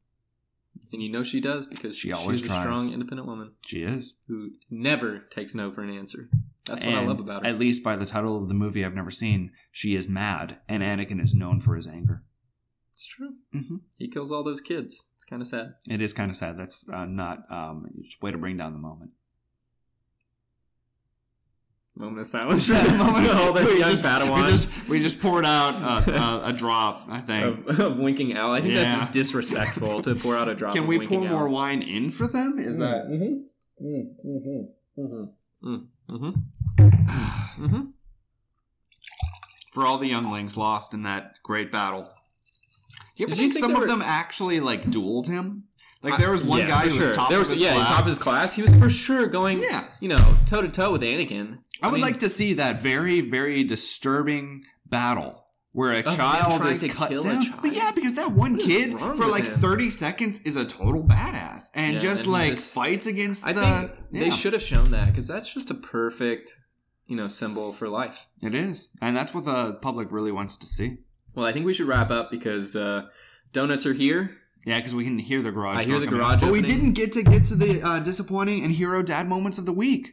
[SPEAKER 1] And you know she does because
[SPEAKER 2] She always
[SPEAKER 1] she's a
[SPEAKER 2] tries.
[SPEAKER 1] strong, independent woman
[SPEAKER 2] She is.
[SPEAKER 1] who never takes no for an answer. That's what I
[SPEAKER 2] And
[SPEAKER 1] love about her.
[SPEAKER 2] At least by the title of the movie I've never seen, she is mad, and Anakin is known for his anger.
[SPEAKER 1] it's true.
[SPEAKER 2] Mhm.
[SPEAKER 1] He kills all those kids. It's kind of sad.
[SPEAKER 2] It is kind of sad. That's uh, not um, it's a way to bring down the moment.
[SPEAKER 1] Moment of silence.
[SPEAKER 2] That moment-
[SPEAKER 1] all those
[SPEAKER 2] we
[SPEAKER 1] young
[SPEAKER 2] just-
[SPEAKER 1] Padawans
[SPEAKER 2] We just, we just poured out a, a, a drop. I think.
[SPEAKER 1] of, of winking owl. I think
[SPEAKER 2] Yeah.
[SPEAKER 1] that's disrespectful to pour out a drop.
[SPEAKER 2] Can
[SPEAKER 1] of
[SPEAKER 2] we
[SPEAKER 1] winking
[SPEAKER 2] pour
[SPEAKER 1] owl.
[SPEAKER 2] more wine in for them? Is
[SPEAKER 1] Hmm.
[SPEAKER 2] that
[SPEAKER 1] Mm-hmm. Mm-hmm. Mm-hmm. Mm-hmm. Mm-hmm.
[SPEAKER 2] for all the younglings lost in that great battle? Did you
[SPEAKER 1] think
[SPEAKER 2] think some
[SPEAKER 1] they
[SPEAKER 2] of
[SPEAKER 1] were-
[SPEAKER 2] them actually like dueled him? Like
[SPEAKER 1] I-
[SPEAKER 2] there was one
[SPEAKER 1] yeah,
[SPEAKER 2] guy
[SPEAKER 1] for
[SPEAKER 2] who
[SPEAKER 1] sure.
[SPEAKER 2] was top
[SPEAKER 1] there
[SPEAKER 2] of his
[SPEAKER 1] yeah,
[SPEAKER 2] class.
[SPEAKER 1] top of his class. He was for sure going,
[SPEAKER 2] Yeah.
[SPEAKER 1] you know, toe to toe with Anakin.
[SPEAKER 2] I would
[SPEAKER 1] mean,
[SPEAKER 2] like to see that very, very disturbing battle where a
[SPEAKER 1] them
[SPEAKER 2] child
[SPEAKER 1] trying
[SPEAKER 2] is
[SPEAKER 1] to
[SPEAKER 2] cut
[SPEAKER 1] kill a
[SPEAKER 2] down.
[SPEAKER 1] child?
[SPEAKER 2] But yeah, because that one
[SPEAKER 1] What is
[SPEAKER 2] kid
[SPEAKER 1] wrong
[SPEAKER 2] for
[SPEAKER 1] with
[SPEAKER 2] like
[SPEAKER 1] him?
[SPEAKER 2] 30 seconds is a total badass and
[SPEAKER 1] Yeah,
[SPEAKER 2] just
[SPEAKER 1] and he
[SPEAKER 2] like
[SPEAKER 1] just-
[SPEAKER 2] fights against
[SPEAKER 1] I
[SPEAKER 2] the.
[SPEAKER 1] think
[SPEAKER 2] yeah,
[SPEAKER 1] they should have shown that because that's just a perfect, you know, symbol for life.
[SPEAKER 2] It is. And that's what the public really wants to see.
[SPEAKER 1] Well, I think we should wrap up because uh, donuts are here.
[SPEAKER 2] Yeah, because we can hear the garage.
[SPEAKER 1] I hear
[SPEAKER 2] door
[SPEAKER 1] the
[SPEAKER 2] coming
[SPEAKER 1] garage
[SPEAKER 2] up. But we
[SPEAKER 1] opening.
[SPEAKER 2] didn't get to get to the uh, disappointing and hero dad moments of the week.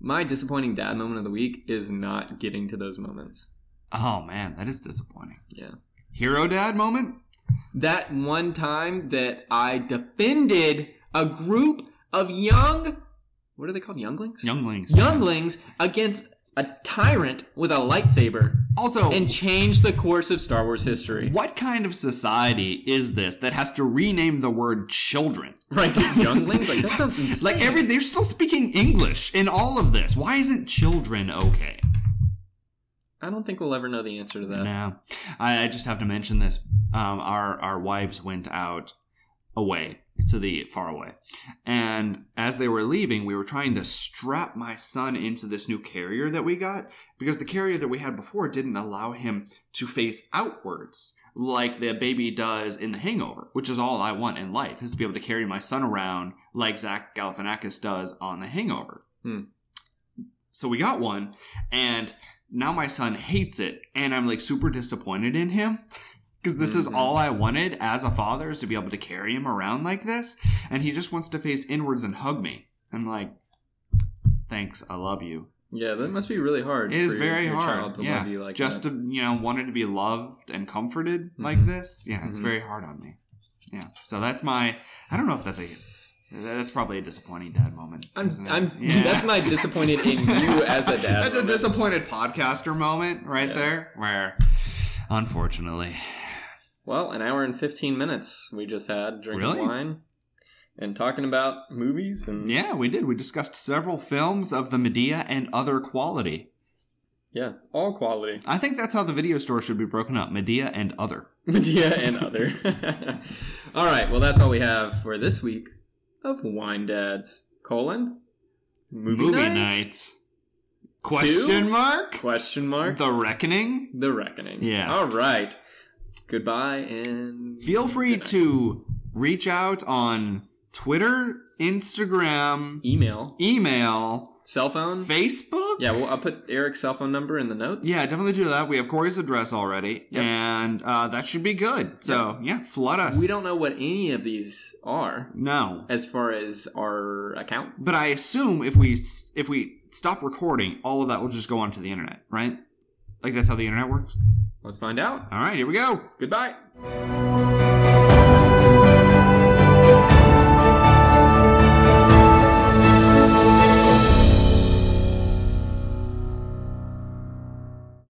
[SPEAKER 1] My disappointing dad moment of the week is not getting to those moments.
[SPEAKER 2] Oh man, that is disappointing.
[SPEAKER 1] Yeah.
[SPEAKER 2] Hero dad moment?
[SPEAKER 1] That one time that I defended a group of young, what are they called? Younglings?
[SPEAKER 2] Younglings.
[SPEAKER 1] Younglings against a tyrant with a lightsaber
[SPEAKER 2] Also,
[SPEAKER 1] and changed the course of Star Wars history.
[SPEAKER 2] What kind of society is this that has to rename the word children?
[SPEAKER 1] Right, younglings? Like, that sounds insane.
[SPEAKER 2] Like every they're still speaking English in all of this. Why isn't children okay?
[SPEAKER 1] I don't think we'll ever know the answer to that.
[SPEAKER 2] No, I, I just have to mention this. Um, our our wives went out away to the far away, and as they were leaving, we were trying to strap my son into this new carrier that we got because the carrier that we had before didn't allow him to face outwards like the baby does in The Hangover, which is all I want in life is to be able to carry my son around like Zach Galifianakis does on The Hangover.
[SPEAKER 1] Hmm.
[SPEAKER 2] So we got one, and now my son hates it and i'm like super disappointed in him because this is
[SPEAKER 1] Mhm.
[SPEAKER 2] all i wanted as a father is to be able to carry him around like this and he just wants to face inwards and hug me i'm like thanks i love you
[SPEAKER 1] Yeah, that must be really hard.
[SPEAKER 2] it is
[SPEAKER 1] for your-
[SPEAKER 2] very
[SPEAKER 1] your
[SPEAKER 2] hard
[SPEAKER 1] Child to
[SPEAKER 2] yeah
[SPEAKER 1] love you like
[SPEAKER 2] just
[SPEAKER 1] that.
[SPEAKER 2] to you know wanted to be loved and comforted like
[SPEAKER 1] Mhm.
[SPEAKER 2] this yeah it's
[SPEAKER 1] Mhm.
[SPEAKER 2] very hard on me yeah so that's my i don't know if that's a that's probably a disappointing dad moment
[SPEAKER 1] I'm,
[SPEAKER 2] isn't it?
[SPEAKER 1] I'm,
[SPEAKER 2] Yeah.
[SPEAKER 1] that's my disappointed in you as a dad.
[SPEAKER 2] That's a
[SPEAKER 1] moment.
[SPEAKER 2] disappointed podcaster moment right there. Where, unfortunately,
[SPEAKER 1] Well, an hour and 15 minutes we just had drinking
[SPEAKER 2] Really?
[SPEAKER 1] wine and talking about movies and
[SPEAKER 2] yeah, we did. We discussed several films of the Medea and other quality.
[SPEAKER 1] yeah, all quality.
[SPEAKER 2] I think that's how the video store should be broken up: Medea and other.
[SPEAKER 1] Medea and other. all right, well, that's all we have for this week of Wine Dads, colon, movie, night?
[SPEAKER 2] Question mark?
[SPEAKER 1] Question mark.
[SPEAKER 2] The Reckoning.
[SPEAKER 1] The Reckoning.
[SPEAKER 2] Yes.
[SPEAKER 1] All right. Goodbye and
[SPEAKER 2] Feel free
[SPEAKER 1] good night.
[SPEAKER 2] to reach out on Twitter, Instagram,
[SPEAKER 1] email,
[SPEAKER 2] email,
[SPEAKER 1] cell phone.
[SPEAKER 2] Facebook.
[SPEAKER 1] E- Yeah, well, I'll put Eric's cell phone number in the notes.
[SPEAKER 2] Yeah, definitely do that. We have Corey's address already,
[SPEAKER 1] Yep.
[SPEAKER 2] and uh, that should be good. So yeah, flood us.
[SPEAKER 1] We don't know what any of these are
[SPEAKER 2] No,
[SPEAKER 1] as far as our account.
[SPEAKER 2] but I assume if we s- if we stop recording, all of that will just go onto the internet, right? Like that's how the internet works.
[SPEAKER 1] Let's find out.
[SPEAKER 2] All right, here we go.
[SPEAKER 1] Goodbye.